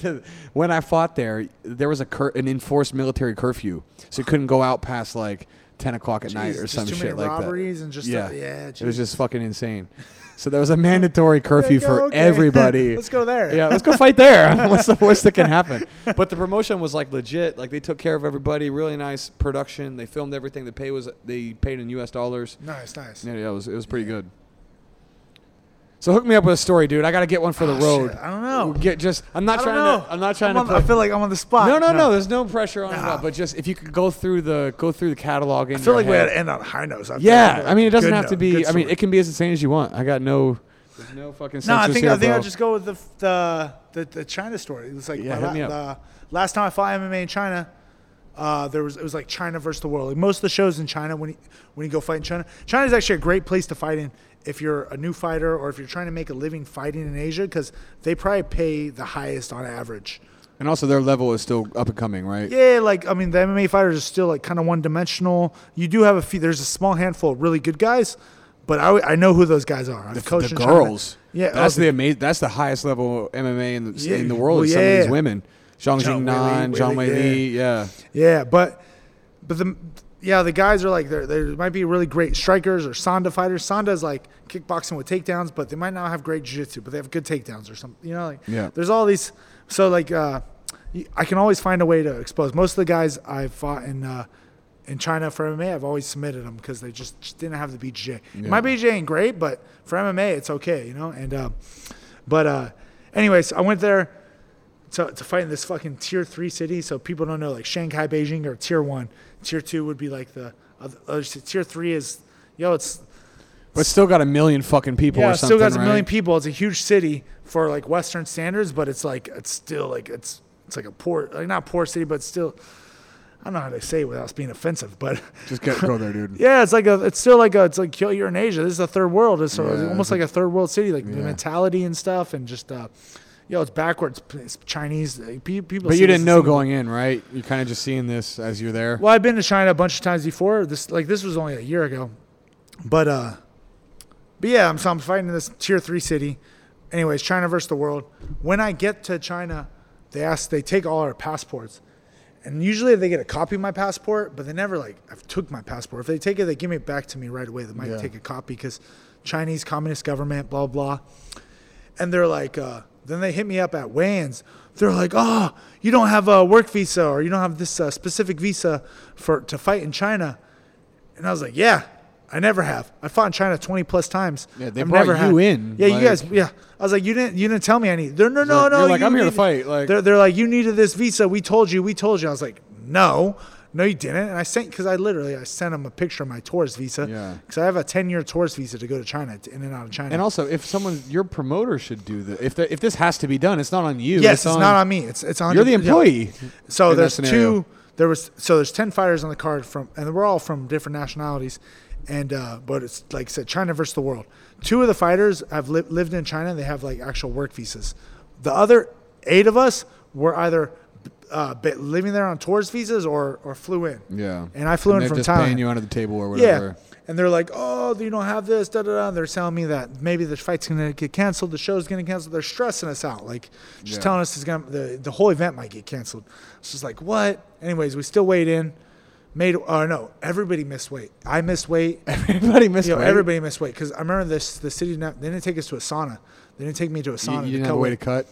[SPEAKER 1] when I fought there, there was a cur- an enforced military curfew, so you couldn't go out past like ten o'clock at night
[SPEAKER 2] Jeez,
[SPEAKER 1] or
[SPEAKER 2] just
[SPEAKER 1] some
[SPEAKER 2] too
[SPEAKER 1] shit
[SPEAKER 2] many
[SPEAKER 1] like
[SPEAKER 2] robberies
[SPEAKER 1] that.
[SPEAKER 2] and just
[SPEAKER 1] yeah,
[SPEAKER 2] stuff- yeah,
[SPEAKER 1] it was
[SPEAKER 2] jeez.
[SPEAKER 1] just fucking insane. So there was a mandatory curfew
[SPEAKER 2] go,
[SPEAKER 1] for
[SPEAKER 2] okay.
[SPEAKER 1] everybody.
[SPEAKER 2] Let's go there.
[SPEAKER 1] Yeah, let's go fight there. What's the worst that can happen? But the promotion was like legit. Like they took care of everybody. Really nice production. They filmed everything. The pay was they paid in U.S. dollars.
[SPEAKER 2] Nice, nice.
[SPEAKER 1] Yeah, yeah, it was it was pretty good. So hook me up with a story, dude. I got to get one for the
[SPEAKER 2] Oh,
[SPEAKER 1] road.
[SPEAKER 2] shit. I don't know.
[SPEAKER 1] Get just. I'm not
[SPEAKER 2] I don't
[SPEAKER 1] trying
[SPEAKER 2] know.
[SPEAKER 1] to. I'm not trying
[SPEAKER 2] I'm on-
[SPEAKER 1] to.
[SPEAKER 2] I
[SPEAKER 1] put-
[SPEAKER 2] feel like I'm on the spot.
[SPEAKER 1] no, no, no. There's no pressure on it at all.
[SPEAKER 2] Nah.
[SPEAKER 1] But just if you could go through the go through the catalog. In
[SPEAKER 2] I feel
[SPEAKER 1] your
[SPEAKER 2] like we had
[SPEAKER 1] head.
[SPEAKER 2] to end on high notes. I feel
[SPEAKER 1] Yeah,
[SPEAKER 2] like-
[SPEAKER 1] I mean it doesn't
[SPEAKER 2] Good
[SPEAKER 1] have to
[SPEAKER 2] note,
[SPEAKER 1] be.
[SPEAKER 2] good
[SPEAKER 1] I mean
[SPEAKER 2] story.
[SPEAKER 1] it can be as insane as you want. I got no. There's no fucking.
[SPEAKER 2] no, I
[SPEAKER 1] censors
[SPEAKER 2] think
[SPEAKER 1] here,
[SPEAKER 2] I think I'll
[SPEAKER 1] bro.
[SPEAKER 2] just go with the the the, the China story. It was like
[SPEAKER 1] Yeah,
[SPEAKER 2] my
[SPEAKER 1] hit
[SPEAKER 2] la-
[SPEAKER 1] me up.
[SPEAKER 2] the- last time I fought MMA in China. Uh, there was it was like China versus the world. Like most of the shows in China, when you, when you go fight in China, China is actually a great place to fight in if you're a new fighter or if you're trying to make a living fighting in Asia because they probably pay the highest on average.
[SPEAKER 1] And also, their level is still up and coming, right?
[SPEAKER 2] Yeah, like I mean, the MMA fighters are still like kind of one dimensional. You do have a few. There's a small handful of really good guys, but I, I know who those guys are. I've
[SPEAKER 1] The,
[SPEAKER 2] coached
[SPEAKER 1] the
[SPEAKER 2] in China.
[SPEAKER 1] girls.
[SPEAKER 2] Yeah,
[SPEAKER 1] that's
[SPEAKER 2] oh,
[SPEAKER 1] the amazing. That's the highest level MMA in the,
[SPEAKER 2] Yeah,
[SPEAKER 1] in the world. is
[SPEAKER 2] well,
[SPEAKER 1] some of
[SPEAKER 2] yeah.
[SPEAKER 1] these women, Zhang
[SPEAKER 2] Zhang Weili,
[SPEAKER 1] Jingnan, Zhang
[SPEAKER 2] Weili,
[SPEAKER 1] Wei Li, yeah.
[SPEAKER 2] yeah, but but the yeah the guys are like they're they might be really great strikers or Sonda fighters. Sonda's like kickboxing with takedowns, but they might not have great jiu-jitsu, but they have good takedowns or something. You know, like
[SPEAKER 1] Yeah.
[SPEAKER 2] There's all these. So like uh, y- I can always find a way to expose. Most of the guys I've fought in uh, in China for MMA, I've always submitted them because they just, just didn't have the BJJ. My BJJ ain't great, but for MMA, it's okay, you know. And uh, but uh, anyways, I went there to, to fight in this fucking tier three city. So people don't know like Shanghai, Beijing are tier one. Tier two would be like the other, other ci- tier three is yo, it's
[SPEAKER 1] But still got a million fucking people
[SPEAKER 2] yeah,
[SPEAKER 1] or
[SPEAKER 2] it
[SPEAKER 1] something.
[SPEAKER 2] still got a million
[SPEAKER 1] right?
[SPEAKER 2] people. It's a huge city for like Western standards, but it's like it's still like it's it's like a poor like not poor city, but still I don't know how to say it without us being offensive, but
[SPEAKER 1] Just get, go there, dude.
[SPEAKER 2] yeah, it's like a it's still like a it's like yo, you're in Asia. This is a third world. It's sort of
[SPEAKER 1] Yeah,
[SPEAKER 2] almost
[SPEAKER 1] it's a-
[SPEAKER 2] like a third world city, like the
[SPEAKER 1] Yeah.
[SPEAKER 2] mentality and stuff, and just uh, yo, it's backwards. It's Chinese like, pe- people.
[SPEAKER 1] But
[SPEAKER 2] see
[SPEAKER 1] you
[SPEAKER 2] this
[SPEAKER 1] didn't
[SPEAKER 2] as
[SPEAKER 1] know
[SPEAKER 2] something-
[SPEAKER 1] going in, right? You're kind of just seeing this as you're there.
[SPEAKER 2] Well, I've been to China a bunch of times before. This like this was only a year ago, but uh, but yeah, I'm so I'm fighting in this tier three city. Anyways, China versus the world. When I get to China, they ask they take all our passports, and usually they get a copy of my passport, but they never like I've took my passport. If they take it, they give it back to me right away. They might
[SPEAKER 1] Yeah.
[SPEAKER 2] take a copy because Chinese communist government, blah blah and they're like, uh, then they hit me up at Wayans. They're like, oh, you don't have a work visa or you don't have this uh, specific visa for to fight in China. And I was like, yeah, I never have. I fought in China 20 plus times.
[SPEAKER 1] Yeah, they
[SPEAKER 2] I've
[SPEAKER 1] brought
[SPEAKER 2] never
[SPEAKER 1] you in,
[SPEAKER 2] Yeah,
[SPEAKER 1] like-
[SPEAKER 2] you guys. Yeah, I was like, you didn't. You didn't tell me any. They're no, no,
[SPEAKER 1] You're-
[SPEAKER 2] no.
[SPEAKER 1] you're like,
[SPEAKER 2] you
[SPEAKER 1] "I'm here to
[SPEAKER 2] need-
[SPEAKER 1] fight," like-
[SPEAKER 2] they're, they're like, you needed this visa. We told you. We told you. I was like, no, no, you didn't. And I sent because I literally I sent them a picture of my tourist visa.
[SPEAKER 1] Yeah.
[SPEAKER 2] Because I have a 10 year tourist visa to go to China, to in and out of China.
[SPEAKER 1] And also, if someone, your promoter should do this. If the, if this has to be done, it's not on you.
[SPEAKER 2] Yes, it's not on me. It's it's on
[SPEAKER 1] You're the
[SPEAKER 2] yeah.
[SPEAKER 1] employee.
[SPEAKER 2] So
[SPEAKER 1] in that
[SPEAKER 2] there's
[SPEAKER 1] scenario.
[SPEAKER 2] two. There was so there's ten fighters on the card from, and we're all from different nationalities, and uh, but it's like I said, China versus the world. Two of the fighters have li- lived in China. They have like actual work visas. The other eight of us were either uh, be- living there on tourist visas or or flew in.
[SPEAKER 1] Yeah.
[SPEAKER 2] And I flew in
[SPEAKER 1] they're
[SPEAKER 2] from
[SPEAKER 1] just
[SPEAKER 2] Thailand.
[SPEAKER 1] paying you under the table or
[SPEAKER 2] Yeah.
[SPEAKER 1] whatever.
[SPEAKER 2] And they're like, oh, you don't have this, da da da. And they're telling me that maybe the fight's gonna get canceled, the show's gonna cancel. They're stressing us out, like just
[SPEAKER 1] Yeah.
[SPEAKER 2] telling us it's gonna the, the whole event might get canceled. It's just like what? Anyways, we still weighed in. Made oh no, everybody missed weight. I missed weight.
[SPEAKER 1] Everybody missed
[SPEAKER 2] You know,
[SPEAKER 1] weight.
[SPEAKER 2] everybody missed weight because I remember this. The city not, they didn't take us to a sauna. They didn't take me to a
[SPEAKER 1] You,
[SPEAKER 2] sauna.
[SPEAKER 1] you
[SPEAKER 2] to
[SPEAKER 1] didn't
[SPEAKER 2] cut
[SPEAKER 1] have a way to
[SPEAKER 2] weight.
[SPEAKER 1] cut.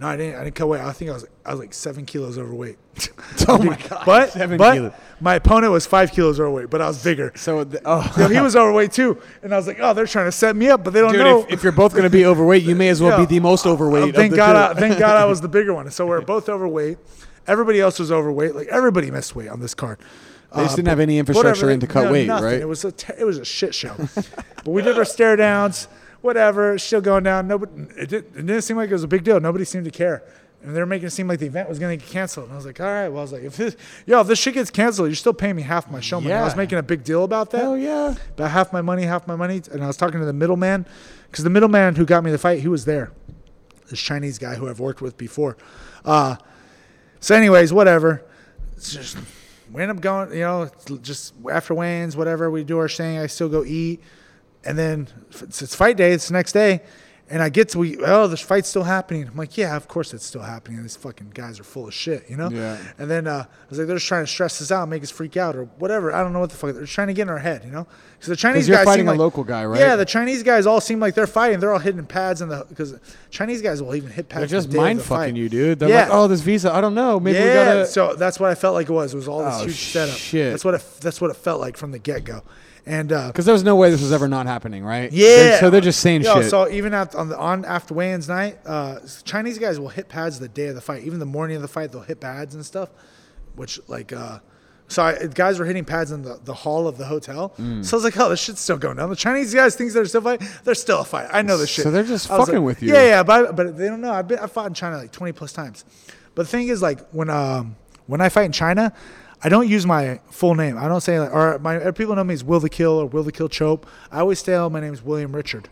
[SPEAKER 2] No, I didn't. I didn't cut weight. I think I was I was like seven kilos overweight.
[SPEAKER 1] Oh my God,
[SPEAKER 2] But
[SPEAKER 1] seven
[SPEAKER 2] but
[SPEAKER 1] kilos.
[SPEAKER 2] my opponent was five kilos overweight, but I was bigger.
[SPEAKER 1] So, the, oh.
[SPEAKER 2] So he was overweight too, and I was like, "Oh, they're trying to set me up, but they don't
[SPEAKER 1] Dude,
[SPEAKER 2] know."
[SPEAKER 1] if, if you're both going to be overweight, you may as well
[SPEAKER 2] Yeah.
[SPEAKER 1] be the most
[SPEAKER 2] Uh,
[SPEAKER 1] overweight. of
[SPEAKER 2] thank
[SPEAKER 1] the
[SPEAKER 2] God, I,
[SPEAKER 1] two.
[SPEAKER 2] thank God, I was the bigger one. So we're both overweight. Everybody else was overweight. Like everybody missed weight on this card.
[SPEAKER 1] They just didn't have any
[SPEAKER 2] Whatever,
[SPEAKER 1] infrastructure in to cut
[SPEAKER 2] no,
[SPEAKER 1] weight,
[SPEAKER 2] nothing.
[SPEAKER 1] right?
[SPEAKER 2] It was a te- it was a shit show. but we did our stare downs, whatever. It's Still going down. Nobody. It, did, it didn't seem like it was a big deal. Nobody seemed to care. And they were making it seem like the event was going to get canceled. And I was like, all right. Well, I was like, if this, yo, if this shit gets canceled, you're still paying me half my show money. I was
[SPEAKER 1] Yeah.
[SPEAKER 2] making a big deal about that
[SPEAKER 1] Hell yeah.
[SPEAKER 2] about half my money, half my money. And I was talking to the middleman because the middleman who got me the fight, he was there, this Chinese guy who I've worked with before. Uh, so, anyways, whatever. It's just we end up going, you know, just after Wayne's, whatever we do our thing. I still go eat, and then it's, it's fight day. It's the next day. And I get to we oh this fight's still happening. I'm like yeah of course it's still happening. These fucking guys are full of shit, you know.
[SPEAKER 1] Yeah.
[SPEAKER 2] And then uh, I was like, they're just trying to stress us out, make us freak out, or whatever. I don't know what the fuck. They're trying to get in our head, you know? Because the Chinese
[SPEAKER 1] you're
[SPEAKER 2] guys
[SPEAKER 1] fighting
[SPEAKER 2] seem
[SPEAKER 1] a
[SPEAKER 2] like,
[SPEAKER 1] local guy, right?
[SPEAKER 2] Yeah, the Chinese guys all seem like they're fighting. They're all hitting pads in the because Chinese guys will even hit
[SPEAKER 1] They're
[SPEAKER 2] pads.
[SPEAKER 1] just
[SPEAKER 2] the day of
[SPEAKER 1] mind
[SPEAKER 2] the fight.
[SPEAKER 1] fucking you, dude. They're
[SPEAKER 2] Yeah.
[SPEAKER 1] like, oh, this visa. I don't know. Maybe we
[SPEAKER 2] yeah,
[SPEAKER 1] gotta.
[SPEAKER 2] so that's what I felt like it was. It was all this
[SPEAKER 1] Oh,
[SPEAKER 2] huge setup.
[SPEAKER 1] shit.
[SPEAKER 2] That's what it, that's what it felt like from the get go, and uh,
[SPEAKER 1] Because there's no way this was ever not happening, right?
[SPEAKER 2] yeah.
[SPEAKER 1] They're- so they're just saying
[SPEAKER 2] Yo,
[SPEAKER 1] shit.
[SPEAKER 2] So even at, on the on after weigh-ins night, uh, Chinese guys will hit pads the day of the fight. Even the morning of the fight, they'll hit pads and stuff. Which like, uh, so I, guys were hitting pads in the, the hall of the hotel.
[SPEAKER 1] Mm.
[SPEAKER 2] So I was like, oh, this shit's still going down. The Chinese guys think they're still fighting. They're still a fight. I know this
[SPEAKER 1] So
[SPEAKER 2] shit.
[SPEAKER 1] they're just
[SPEAKER 2] I was
[SPEAKER 1] fucking
[SPEAKER 2] like,
[SPEAKER 1] with you.
[SPEAKER 2] Yeah, yeah, but but they don't know. I've been I fought in China like twenty plus times. But the thing is, like when um when I fight in China. I don't use my full name. I don't say like, or my or people know me as Will the Kill or Will the Kill Chope. I always tell my name is William Richard.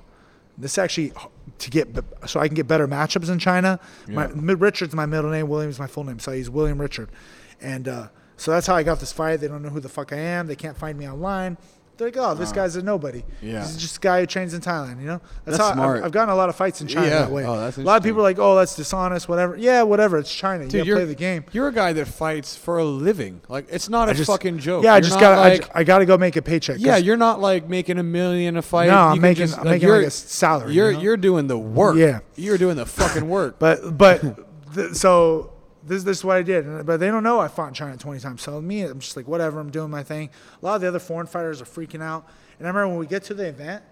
[SPEAKER 2] This actually to get so I can get better matchups in China. My Mi- Richard's my middle name. William is my full name. So I use William Richard, and uh, so that's how I got this fight. They don't know who the fuck I am. They can't find me online. They're like, oh, this guy's a nobody.
[SPEAKER 1] Yeah.
[SPEAKER 2] He's just a guy who trains in Thailand. You know, that's,
[SPEAKER 1] That's
[SPEAKER 2] how
[SPEAKER 1] smart.
[SPEAKER 2] I've, I've gotten a lot of fights in China
[SPEAKER 1] Yeah.
[SPEAKER 2] that way.
[SPEAKER 1] Oh, that's
[SPEAKER 2] a lot of people
[SPEAKER 1] interesting.
[SPEAKER 2] are like, oh, that's dishonest, whatever. Yeah, whatever. It's China.
[SPEAKER 1] Dude,
[SPEAKER 2] you
[SPEAKER 1] you're
[SPEAKER 2] gotta play the game.
[SPEAKER 1] You're a guy that fights for a living. Like it's not a
[SPEAKER 2] Just-
[SPEAKER 1] fucking joke.
[SPEAKER 2] Yeah, I
[SPEAKER 1] You're
[SPEAKER 2] just
[SPEAKER 1] not
[SPEAKER 2] got.
[SPEAKER 1] like,
[SPEAKER 2] I, got to go make a paycheck. 'cause
[SPEAKER 1] yeah, you're not like making a million a fight.
[SPEAKER 2] No, I'm
[SPEAKER 1] You can
[SPEAKER 2] making- I'm making, like,
[SPEAKER 1] you're-
[SPEAKER 2] a salary, you
[SPEAKER 1] You're
[SPEAKER 2] know?
[SPEAKER 1] you're doing the work.
[SPEAKER 2] Yeah.
[SPEAKER 1] you're doing the fucking work.
[SPEAKER 2] But but the, so this, this is what I did. And- But they don't know I fought in China 20 times. So me, I'm just like, whatever, I'm doing my thing. A lot of the other foreign fighters are freaking out. And I remember when we get to the event,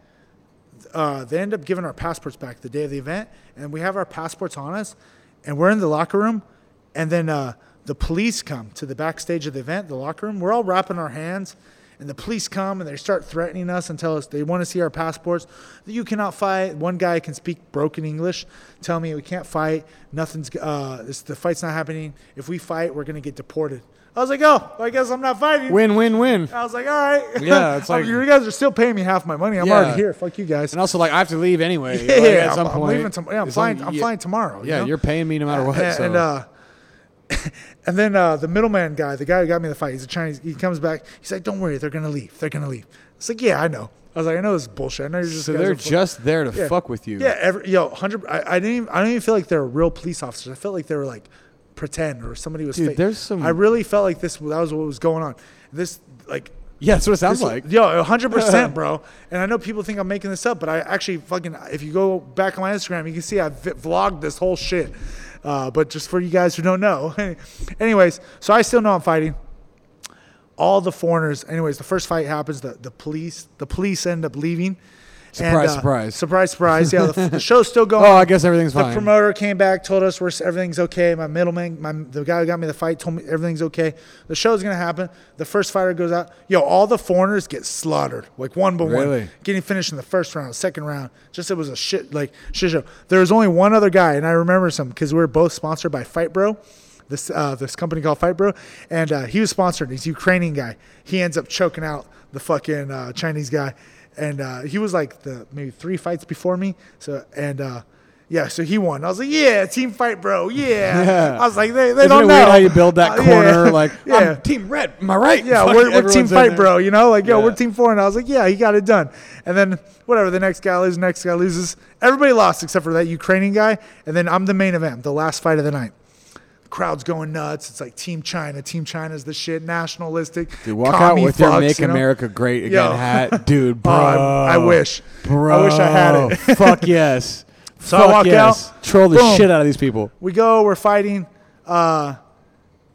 [SPEAKER 2] uh, they end up giving our passports back the day of the event, and we have our passports on us, and we're in the locker room, and then uh, the police come to the backstage of the event, the locker room. We're all wrapping our hands, and the police come and they start threatening us and tell us they want to see our passports. That you cannot fight. One guy can speak broken English, tell me we can't fight. Nothing's uh, this, the fight's not happening. If we fight, we're gonna get deported. I was like, oh, I guess I'm not fighting.
[SPEAKER 1] Win, win, win.
[SPEAKER 2] I was like, all right.
[SPEAKER 1] Yeah, it's
[SPEAKER 2] I'm-
[SPEAKER 1] like-
[SPEAKER 2] you guys are still paying me half my money. I'm
[SPEAKER 1] Yeah.
[SPEAKER 2] already here. Fuck you guys.
[SPEAKER 1] And also, like, I have to leave anyway.
[SPEAKER 2] Yeah,
[SPEAKER 1] like, at some
[SPEAKER 2] I'm, I'm
[SPEAKER 1] point.
[SPEAKER 2] leaving tom- yeah, I'm
[SPEAKER 1] As
[SPEAKER 2] flying.
[SPEAKER 1] long-
[SPEAKER 2] I'm
[SPEAKER 1] yeah,
[SPEAKER 2] flying tomorrow. you
[SPEAKER 1] Yeah,
[SPEAKER 2] know?
[SPEAKER 1] you're paying me no matter what.
[SPEAKER 2] And,
[SPEAKER 1] so.
[SPEAKER 2] and, uh, and then uh, the middleman guy, the guy who got me the fight, he's a Chinese. He comes back. He's like, "Don't worry, they're gonna leave. They're gonna leave." It's like, "Yeah, I know." I was like, "I know this is bullshit. I know you're just."
[SPEAKER 1] so
[SPEAKER 2] guys
[SPEAKER 1] they're
[SPEAKER 2] are full-"
[SPEAKER 1] just there to
[SPEAKER 2] Yeah.
[SPEAKER 1] fuck with you.
[SPEAKER 2] Yeah, every, yo, hundred. I, I didn't. Even, I don't even feel like they're real police officers. I felt like they were like pretend or somebody was.
[SPEAKER 1] Dude,
[SPEAKER 2] fake.
[SPEAKER 1] there's some-
[SPEAKER 2] I really felt like this. That was what was going on. This like
[SPEAKER 1] Yeah, that's what it sounds
[SPEAKER 2] this-
[SPEAKER 1] like.
[SPEAKER 2] Yo, 100%, bro. And I know people think I'm making this up, but I actually fucking, if you go back on my Instagram, you can see I v- vlogged this whole shit. Uh, but just for you guys who don't know. Anyways, so I still know I'm fighting. All the foreigners, anyways, the first fight happens. The, the police the police end up leaving. uh,
[SPEAKER 1] Surprise, surprise.
[SPEAKER 2] Surprise, surprise. Yeah, the, the show's still going.
[SPEAKER 1] Oh, I guess everything's
[SPEAKER 2] The
[SPEAKER 1] fine.
[SPEAKER 2] promoter came back, told us we're everything's okay. My middleman, my the guy who got me the fight, told me everything's okay. The show's gonna happen. The first fighter goes out. Yo, all the foreigners get slaughtered, like one by one,
[SPEAKER 1] Really?
[SPEAKER 2] getting finished in the first round, second round. Just it was a shit like shit show. There was only one other guy, and I remember some because we were both sponsored by Fight Bro. This, uh, this company called Fight Bro, and uh, he was sponsored. He's a Ukrainian guy. He ends up choking out the fucking uh, Chinese guy, and uh, he was like the maybe three fights before me. So and uh, yeah, so he won. I was like, yeah, team fight, bro. Yeah.
[SPEAKER 1] Yeah.
[SPEAKER 2] I was like, they, they
[SPEAKER 1] Isn't
[SPEAKER 2] don't
[SPEAKER 1] it
[SPEAKER 2] know
[SPEAKER 1] weird how you build that
[SPEAKER 2] Uh,
[SPEAKER 1] corner? Like,
[SPEAKER 2] yeah,
[SPEAKER 1] I'm Team Red, am I right?
[SPEAKER 2] yeah,
[SPEAKER 1] Fuck,
[SPEAKER 2] we're, we're
[SPEAKER 1] everyone's
[SPEAKER 2] team
[SPEAKER 1] in
[SPEAKER 2] fight,
[SPEAKER 1] there.
[SPEAKER 2] bro. You know, like, yo,
[SPEAKER 1] Yeah.
[SPEAKER 2] we're team four, and I was like, yeah, he got it done. And then whatever, the next guy loses, next guy loses. Everybody lost except for that Ukrainian guy. And then I'm the main event, the last fight of the night. Crowd's going nuts. It's like Team China. Team China's the shit. Nationalistic.
[SPEAKER 1] Dude, walk out
[SPEAKER 2] commie
[SPEAKER 1] with your
[SPEAKER 2] fucks,
[SPEAKER 1] "Make
[SPEAKER 2] you know?
[SPEAKER 1] America Great Again"
[SPEAKER 2] Yo.
[SPEAKER 1] hat, dude.
[SPEAKER 2] Oh,
[SPEAKER 1] Bro,
[SPEAKER 2] I, I wish.
[SPEAKER 1] Bro,
[SPEAKER 2] I wish I had it.
[SPEAKER 1] fuck yes.
[SPEAKER 2] So I
[SPEAKER 1] fuck
[SPEAKER 2] walk
[SPEAKER 1] yes.
[SPEAKER 2] out,
[SPEAKER 1] Troll the
[SPEAKER 2] boom.
[SPEAKER 1] shit out of these people.
[SPEAKER 2] we go we're fighting uh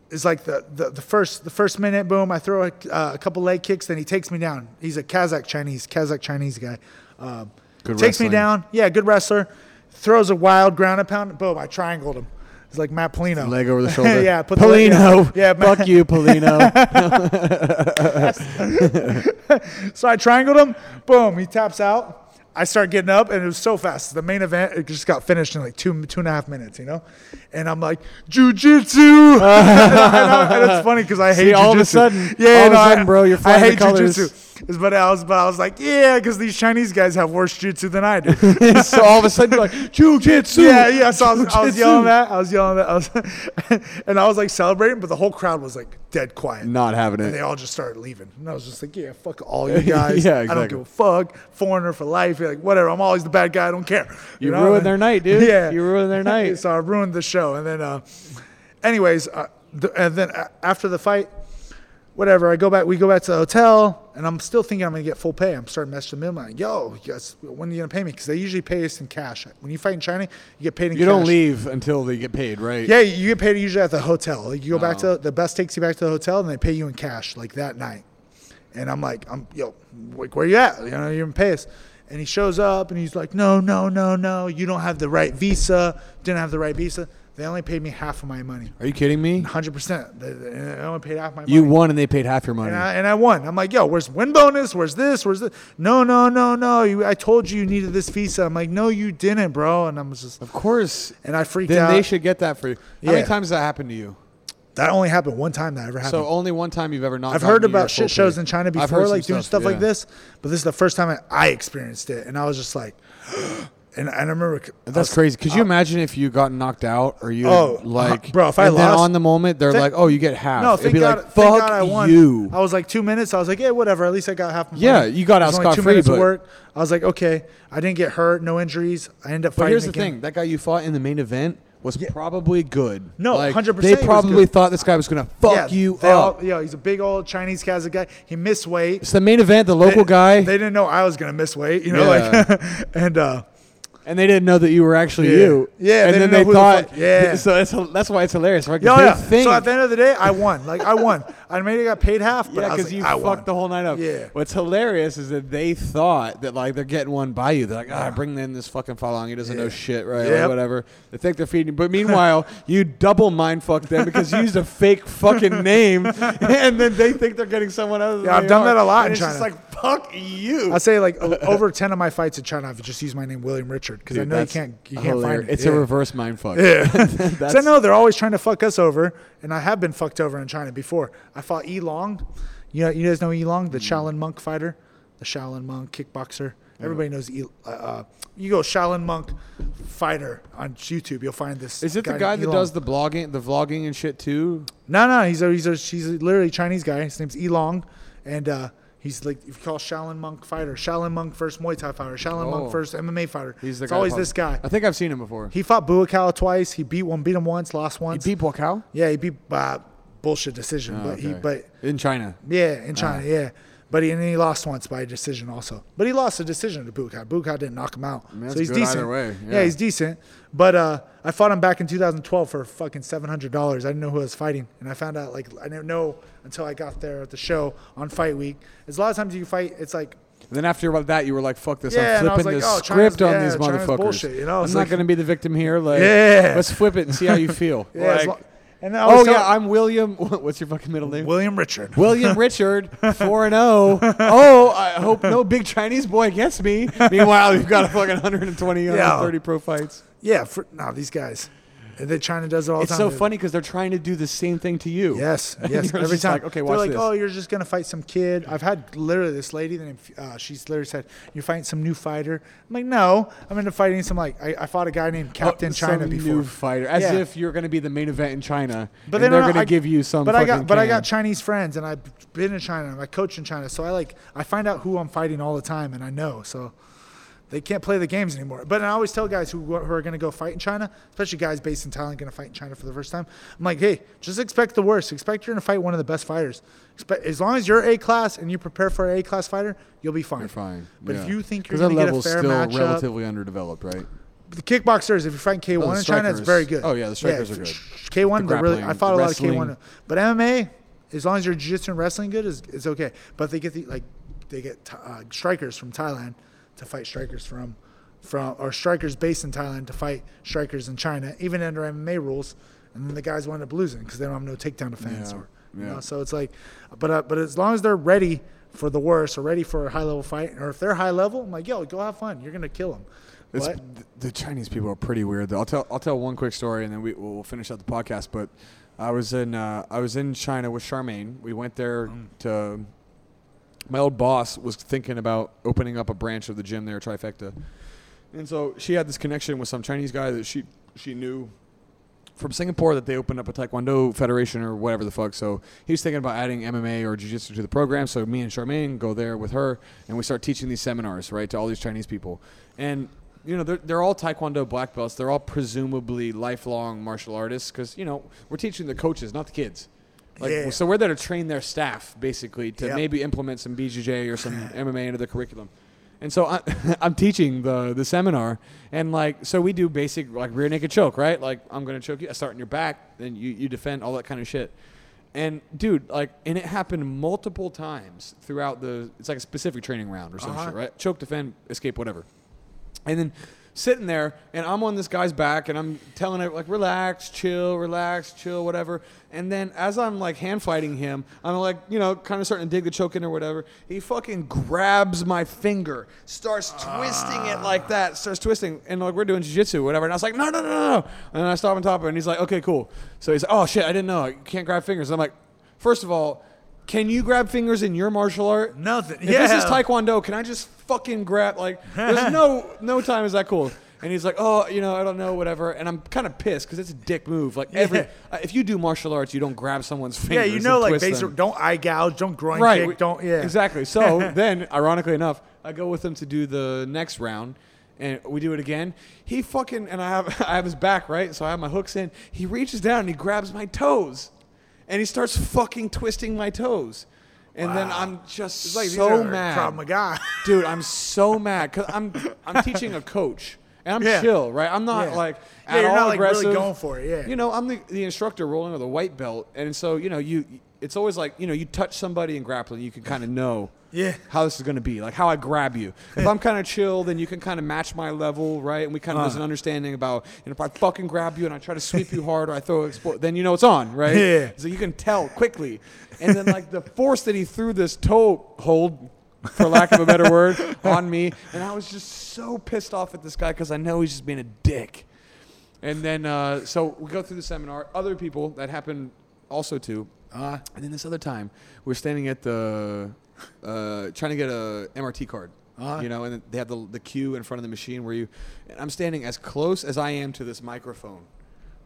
[SPEAKER 2] it's like the, the, the first the first minute boom i throw a, uh, a couple leg kicks then he takes me down he's a kazakh chinese kazakh chinese guy um,
[SPEAKER 1] Good
[SPEAKER 2] takes
[SPEAKER 1] wrestling.
[SPEAKER 2] me down yeah good wrestler throws a wild ground and pound boom i triangled him it's like matt polino
[SPEAKER 1] Leg over the shoulder.
[SPEAKER 2] yeah put the leg-
[SPEAKER 1] Polino.
[SPEAKER 2] yeah, yeah Matt-
[SPEAKER 1] fuck you, Polino.
[SPEAKER 2] So I triangled him. Boom. He taps out. I start getting up, and it was so fast. The main event it just got finished in like two two and a half minutes, you know. And I'm like, jujitsu. and, I- and it's funny because I hate
[SPEAKER 1] See, all of a
[SPEAKER 2] jujitsu.
[SPEAKER 1] sudden-
[SPEAKER 2] yeah,
[SPEAKER 1] all of a
[SPEAKER 2] no, I-
[SPEAKER 1] sudden, bro, you're
[SPEAKER 2] I
[SPEAKER 1] flying the
[SPEAKER 2] hate
[SPEAKER 1] colors.
[SPEAKER 2] jujitsu. But I was, but I was like, yeah, because these Chinese guys have worse jujitsu than I do.
[SPEAKER 1] so all of a sudden, you're like jujitsu.
[SPEAKER 2] Yeah, yeah. So I was, I was
[SPEAKER 1] Jujitsu.
[SPEAKER 2] yelling that. I was yelling that. I was, and I was like celebrating, but the whole crowd was like dead quiet.
[SPEAKER 1] Not having
[SPEAKER 2] And they
[SPEAKER 1] it.
[SPEAKER 2] all just started leaving. And I was just like, yeah, fuck all you guys.
[SPEAKER 1] Yeah,
[SPEAKER 2] I don't
[SPEAKER 1] exactly.
[SPEAKER 2] give a fuck. Foreigner for life. You're like, whatever. I'm always the bad guy. I don't care.
[SPEAKER 1] You
[SPEAKER 2] know?
[SPEAKER 1] ruined
[SPEAKER 2] And-
[SPEAKER 1] their night, dude.
[SPEAKER 2] Yeah.
[SPEAKER 1] You ruined their night.
[SPEAKER 2] so I ruined the show. And then, uh, anyways, uh, th- and then a after the fight, whatever, I go back. We go back to the hotel, and I'm still thinking I'm gonna get full pay. I'm starting messaging them like, yo, you guys, when are you gonna pay me? Because they usually pay us in cash. When you fight in China, you get paid in
[SPEAKER 1] You
[SPEAKER 2] cash.
[SPEAKER 1] don't leave until they get paid, right?
[SPEAKER 2] Yeah, you get paid usually at the hotel. Like you go back
[SPEAKER 1] Oh.
[SPEAKER 2] to the bus takes you back to the hotel, and they pay you in cash like that night. And I'm like, I'm yo, like where you at? You know, you're in Pace. And he shows up, and he's like, no, no, no, no, you don't have the right visa. Didn't have the right visa. They only paid me half of my money,
[SPEAKER 1] Are you kidding me?
[SPEAKER 2] 100. percent They they only paid half my money.
[SPEAKER 1] You won and they paid half your money.
[SPEAKER 2] And I, and I won. I'm like, yo, where's win bonus? Where's this? Where's this? No, no, no, no. You, I told you you needed this visa. I'm like, no, you didn't, bro. And I'm just,
[SPEAKER 1] of course.
[SPEAKER 2] and I freaked
[SPEAKER 1] Then
[SPEAKER 2] out.
[SPEAKER 1] they should get that for you. How
[SPEAKER 2] Yeah.
[SPEAKER 1] many times has that happened to you?
[SPEAKER 2] that only happened one time that ever happened.
[SPEAKER 1] So only one time you've ever not.
[SPEAKER 2] I've
[SPEAKER 1] gotten
[SPEAKER 2] heard
[SPEAKER 1] your
[SPEAKER 2] about
[SPEAKER 1] full
[SPEAKER 2] shit shows
[SPEAKER 1] pay.
[SPEAKER 2] in China
[SPEAKER 1] I've heard
[SPEAKER 2] before,
[SPEAKER 1] some
[SPEAKER 2] like doing stuff like
[SPEAKER 1] yeah.
[SPEAKER 2] this. But this is the first time I, I experienced it, and I was just like, and, and I remember c- I
[SPEAKER 1] That's
[SPEAKER 2] was-
[SPEAKER 1] crazy. Could you imagine if you got knocked out or you
[SPEAKER 2] uh, Oh,
[SPEAKER 1] like,
[SPEAKER 2] bro, if I
[SPEAKER 1] and then
[SPEAKER 2] lost-
[SPEAKER 1] on the moment they're
[SPEAKER 2] Thank-
[SPEAKER 1] like, oh, you get half.
[SPEAKER 2] No,
[SPEAKER 1] It'd
[SPEAKER 2] thank
[SPEAKER 1] be
[SPEAKER 2] God,
[SPEAKER 1] like,
[SPEAKER 2] thank
[SPEAKER 1] fuck
[SPEAKER 2] God I won.
[SPEAKER 1] you.
[SPEAKER 2] I was like two minutes. I was like, yeah, whatever. At least I got half. My
[SPEAKER 1] Yeah,
[SPEAKER 2] money.
[SPEAKER 1] you got
[SPEAKER 2] It
[SPEAKER 1] out
[SPEAKER 2] was only two
[SPEAKER 1] scot-free,
[SPEAKER 2] minutes of
[SPEAKER 1] but-
[SPEAKER 2] work. I was like, okay, I didn't get hurt, no injuries. I end up
[SPEAKER 1] but
[SPEAKER 2] fighting
[SPEAKER 1] here's the
[SPEAKER 2] again.
[SPEAKER 1] thing: that guy you fought in the main event was probably good.
[SPEAKER 2] No,
[SPEAKER 1] Like,
[SPEAKER 2] 100% he
[SPEAKER 1] They
[SPEAKER 2] was
[SPEAKER 1] probably
[SPEAKER 2] good.
[SPEAKER 1] thought this guy was gonna fuck
[SPEAKER 2] yeah,
[SPEAKER 1] you
[SPEAKER 2] they
[SPEAKER 1] up.
[SPEAKER 2] All, yeah, he's a big old Chinese Kazakh guy. He missed weight.
[SPEAKER 1] it's the main event. The local
[SPEAKER 2] they,
[SPEAKER 1] guy.
[SPEAKER 2] They didn't know I was gonna miss weight, you know,
[SPEAKER 1] Yeah.
[SPEAKER 2] like and uh
[SPEAKER 1] and they didn't know that you were actually
[SPEAKER 2] Yeah.
[SPEAKER 1] you.
[SPEAKER 2] Yeah,
[SPEAKER 1] and
[SPEAKER 2] they
[SPEAKER 1] then
[SPEAKER 2] didn't know
[SPEAKER 1] they
[SPEAKER 2] who the
[SPEAKER 1] thought.
[SPEAKER 2] fuck- yeah.
[SPEAKER 1] So that's, that's why it's hilarious, right? 'Cause
[SPEAKER 2] Yeah,
[SPEAKER 1] they
[SPEAKER 2] yeah.
[SPEAKER 1] think-
[SPEAKER 2] So at the end of the day, I won. Like I won. I maybe got paid half, but
[SPEAKER 1] yeah,
[SPEAKER 2] I was
[SPEAKER 1] because
[SPEAKER 2] like,
[SPEAKER 1] you
[SPEAKER 2] I
[SPEAKER 1] fucked
[SPEAKER 2] won.
[SPEAKER 1] the whole night up.
[SPEAKER 2] Yeah.
[SPEAKER 1] What's hilarious is that they thought that like they're getting one by you. They're like, ah, bring in this fucking Falong. He doesn't know
[SPEAKER 2] Yeah.
[SPEAKER 1] shit, right? Or
[SPEAKER 2] Yep.
[SPEAKER 1] whatever. They think they're feeding. you. But meanwhile, you double mind fucked them because you used a fake fucking name, and then they think they're getting someone other. than
[SPEAKER 2] Yeah, I've
[SPEAKER 1] they
[SPEAKER 2] done
[SPEAKER 1] are.
[SPEAKER 2] that a lot
[SPEAKER 1] And
[SPEAKER 2] in
[SPEAKER 1] it's just
[SPEAKER 2] China.
[SPEAKER 1] like fuck you.
[SPEAKER 2] I say like o- over ten of my fights in China, I've just used my name William Richard because I
[SPEAKER 1] Dude,
[SPEAKER 2] know you
[SPEAKER 1] that's
[SPEAKER 2] can't you can't
[SPEAKER 1] hilarious.
[SPEAKER 2] find it.
[SPEAKER 1] It's
[SPEAKER 2] yeah.
[SPEAKER 1] a reverse mind fuck.
[SPEAKER 2] Yeah. 'Cause I
[SPEAKER 1] That's-
[SPEAKER 2] know they're always trying to fuck us over, and I have been fucked over in China before. I fought Elong. You know, you guys know Elong,
[SPEAKER 1] Mm.
[SPEAKER 2] the Shaolin monk fighter, the Shaolin monk kickboxer. Everybody knows. E- uh, uh, you go Shaolin monk fighter on YouTube, you'll find this.
[SPEAKER 1] Is it the guy that does the blogging, the vlogging and shit too?
[SPEAKER 2] No, no, he's a, he's a, he's a literally Chinese guy. His name's Elong, and uh, he's like if you call Shaolin monk fighter, Shaolin monk first Muay Thai fighter, Shaolin
[SPEAKER 1] Oh.
[SPEAKER 2] monk first MMA fighter.
[SPEAKER 1] He's the
[SPEAKER 2] it's
[SPEAKER 1] guy that
[SPEAKER 2] always
[SPEAKER 1] blogs-
[SPEAKER 2] this guy.
[SPEAKER 1] I think I've seen him before.
[SPEAKER 2] He fought Buakawa twice. He beat one, beat him once, lost once.
[SPEAKER 1] People cow
[SPEAKER 2] Yeah, he beat uh, bullshit decision,
[SPEAKER 1] Ah,
[SPEAKER 2] but he but
[SPEAKER 1] in China.
[SPEAKER 2] yeah in China, yeah. But he, and he lost once by decision also. But he lost a decision to Bukai. Bukai didn't knock him out,
[SPEAKER 1] that's
[SPEAKER 2] so he's
[SPEAKER 1] good either
[SPEAKER 2] decent.
[SPEAKER 1] way,
[SPEAKER 2] Yeah.
[SPEAKER 1] yeah.
[SPEAKER 2] he's decent. But uh, I fought him back in 2012 for fucking seven hundred dollars. I didn't know who I was fighting, and I found out like I didn't know until I got there at the show on fight week. There's a lot of times you fight, it's like
[SPEAKER 1] And then after about that, you were like, "Fuck this! I'm
[SPEAKER 2] Yeah, and I was
[SPEAKER 1] flipping this
[SPEAKER 2] like, oh, China's-
[SPEAKER 1] script on
[SPEAKER 2] yeah,
[SPEAKER 1] these
[SPEAKER 2] China's
[SPEAKER 1] motherfuckers.
[SPEAKER 2] bullshit, you know?
[SPEAKER 1] I'm
[SPEAKER 2] It's
[SPEAKER 1] not
[SPEAKER 2] like-
[SPEAKER 1] going to be the victim here. Like,
[SPEAKER 2] Yeah.
[SPEAKER 1] let's flip it and see how you feel.
[SPEAKER 2] yeah,
[SPEAKER 1] Like,
[SPEAKER 2] as lo- and I
[SPEAKER 1] oh
[SPEAKER 2] was
[SPEAKER 1] yeah,
[SPEAKER 2] telling-
[SPEAKER 1] I'm William. What's your fucking middle name?
[SPEAKER 2] William Richard.
[SPEAKER 1] William Richard, four and zero. Oh, I hope no big Chinese boy gets me. Meanwhile, you've got a fucking 120, 130 pro fights.
[SPEAKER 2] Yeah, for, no, these guys. And then China does it all the
[SPEAKER 1] It's
[SPEAKER 2] time.
[SPEAKER 1] so funny because they're trying to do the same thing to you.
[SPEAKER 2] Yes,
[SPEAKER 1] And
[SPEAKER 2] yes.
[SPEAKER 1] you're
[SPEAKER 2] Every
[SPEAKER 1] just
[SPEAKER 2] time.
[SPEAKER 1] like, okay,
[SPEAKER 2] They're
[SPEAKER 1] watch
[SPEAKER 2] like,
[SPEAKER 1] this.
[SPEAKER 2] oh, you're just gonna fight some kid. I've had literally this lady. Then uh, she's literally said, you're fighting some new fighter. I'm like, no, I'm into fighting some like I, I fought a guy named Captain
[SPEAKER 1] Oh,
[SPEAKER 2] China
[SPEAKER 1] some
[SPEAKER 2] before.
[SPEAKER 1] new fighter, as
[SPEAKER 2] Yeah.
[SPEAKER 1] if you're going to be the main event in China.
[SPEAKER 2] But
[SPEAKER 1] and
[SPEAKER 2] then
[SPEAKER 1] they're going to give you some.
[SPEAKER 2] But I got,
[SPEAKER 1] fucking
[SPEAKER 2] but I
[SPEAKER 1] can.
[SPEAKER 2] got Chinese friends, and I've been in China. and I coach in China, so I like I find out who I'm fighting all the time, and I know so. They can't play the games anymore. But I always tell guys who, who are going to go fight in China, especially guys based in Thailand going to fight in China for the first time. I'm like, hey, just expect the worst. Expect you're going to fight one of the best fighters. Expect, as long as you're A class and you prepare for an A class fighter, you'll be fine.
[SPEAKER 1] You're fine.
[SPEAKER 2] But
[SPEAKER 1] yeah.
[SPEAKER 2] if you think
[SPEAKER 1] 'Cause
[SPEAKER 2] you're
[SPEAKER 1] their
[SPEAKER 2] going to get a
[SPEAKER 1] level's
[SPEAKER 2] fair
[SPEAKER 1] still
[SPEAKER 2] matchup,
[SPEAKER 1] relatively underdeveloped, right?
[SPEAKER 2] the kickboxers, if you're fighting K1
[SPEAKER 1] the
[SPEAKER 2] in China,
[SPEAKER 1] strikers.
[SPEAKER 2] it's very good.
[SPEAKER 1] Oh, yeah, the strikers are good.
[SPEAKER 2] K1,
[SPEAKER 1] The
[SPEAKER 2] they're really. I
[SPEAKER 1] grappling,
[SPEAKER 2] fought a lot of
[SPEAKER 1] wrestling.
[SPEAKER 2] K1, but MMA, as long as your jiu-jitsu and wrestling good, is it's okay. But they get the like, they get Th- uh, strikers from Thailand to fight strikers from, from or strikers based in Thailand to fight strikers in China, even under MMA rules, and then the guys wind up losing because they don't have no takedown defense
[SPEAKER 1] Yeah,
[SPEAKER 2] or. You
[SPEAKER 1] yeah.
[SPEAKER 2] know, so it's like, but uh, but as long as they're ready for the worst or ready for a high level fight, or if they're high level, I'm like, yo, go have fun. You're gonna kill them.
[SPEAKER 1] It's, th- the Chinese people are pretty weird. Though. I'll tell I'll tell one quick story and then we we'll finish out the podcast. But I was in uh, I was in China with Charmaine. We went there
[SPEAKER 2] Mm.
[SPEAKER 1] to. My old boss was thinking about opening up a branch of the gym there, Trifecta, and so she had this connection with some Chinese guy that she she knew from Singapore that they opened up a Taekwondo federation or whatever the fuck. So he's thinking about adding MMA or Jiu Jitsu to the program. So me and Charmaine go there with her and we start teaching these seminars, right, to all these Chinese people. And, you know, they're, they're all Taekwondo black belts. They're all presumably lifelong martial artists because, you know, we're teaching the coaches, not the kids. Like,
[SPEAKER 2] Yeah.
[SPEAKER 1] So we're there to train their staff, basically, to
[SPEAKER 2] Yep.
[SPEAKER 1] maybe implement some BJJ or some MMA into the curriculum. And so I, I'm teaching the the seminar, and like so we do basic like rear naked choke, right? Like I'm gonna choke you, I start in your back, then you you defend all that kind of shit. And dude, like, and it happened multiple times throughout the. It's like a specific training round or some
[SPEAKER 2] Uh-huh.
[SPEAKER 1] shit, right? Choke, defend, escape, whatever. And then sitting there, and I'm on this guy's back, and I'm telling him like, relax, chill, relax, chill, whatever. And then as I'm like hand fighting him, I'm like, you know, kind of starting to dig the choke in or whatever. He fucking grabs my finger, starts twisting it like that, starts twisting, and like we're doing jujitsu, whatever. And I was like, no, no, no, no. no. And I stop on top of him, and he's like, okay, cool. So he's like, oh shit, I didn't know. You can't grab fingers. And I'm like, first of all. Can you grab fingers in your martial art?
[SPEAKER 2] Nothing.
[SPEAKER 1] If this is
[SPEAKER 2] Yeah.
[SPEAKER 1] Taekwondo. Taekwondo, can I just fucking grab like there's no no time is that cool. And he's like, oh, you know, I don't know, whatever. And I'm kind of pissed because it's a dick move. Like every,
[SPEAKER 2] Yeah.
[SPEAKER 1] uh, if you do martial arts, you don't grab someone's
[SPEAKER 2] Yeah,
[SPEAKER 1] fingers.
[SPEAKER 2] you know,
[SPEAKER 1] and
[SPEAKER 2] like
[SPEAKER 1] twist
[SPEAKER 2] basic.
[SPEAKER 1] them.
[SPEAKER 2] Don't eye gouge. Don't groin
[SPEAKER 1] right? we-
[SPEAKER 2] kick. Don't. Yeah.
[SPEAKER 1] exactly. So then, ironically enough, I go with him to do the next round, and we do it again. He fucking and I have I have his back right, so I have my hooks in. He reaches down and he grabs my toes, and he starts fucking twisting my toes. And then I'm just
[SPEAKER 2] It's like
[SPEAKER 1] so
[SPEAKER 2] these are
[SPEAKER 1] mad
[SPEAKER 2] Krav Maga.
[SPEAKER 1] dude i'm so mad because i'm i'm teaching a coach and I'm
[SPEAKER 2] Yeah.
[SPEAKER 1] chill, right? I'm not
[SPEAKER 2] Yeah.
[SPEAKER 1] like
[SPEAKER 2] Yeah,
[SPEAKER 1] at
[SPEAKER 2] you're
[SPEAKER 1] all
[SPEAKER 2] not, like, really
[SPEAKER 1] aggressive.
[SPEAKER 2] going for it, yeah.
[SPEAKER 1] You know, I'm the, the instructor rolling with a white belt, and so you know, you it's always like you know, you touch somebody in grappling, you can kind of know.
[SPEAKER 2] Yeah.
[SPEAKER 1] How this is going to be, like how I grab you. If I'm kind of chill, then you can kind of match my level, right? And we
[SPEAKER 2] Uh.
[SPEAKER 1] kind of there's an understanding about, and if I fucking grab you and I try to sweep you hard or I throw, explo- then you know it's on, right?
[SPEAKER 2] Yeah.
[SPEAKER 1] So you can tell quickly. And then like the force that he threw this toe hold, for lack of a better word, on me, and I was just so pissed off at this guy because I know he's just being a dick. And then uh, so we go through the seminar. Other people that happened also too.
[SPEAKER 2] Uh,
[SPEAKER 1] And then this other time, we're standing at the uh, trying to get a MRT card.
[SPEAKER 2] Uh-huh.
[SPEAKER 1] You know, and they have the the queue in front of the machine where you. And I'm standing as close as I am to this microphone,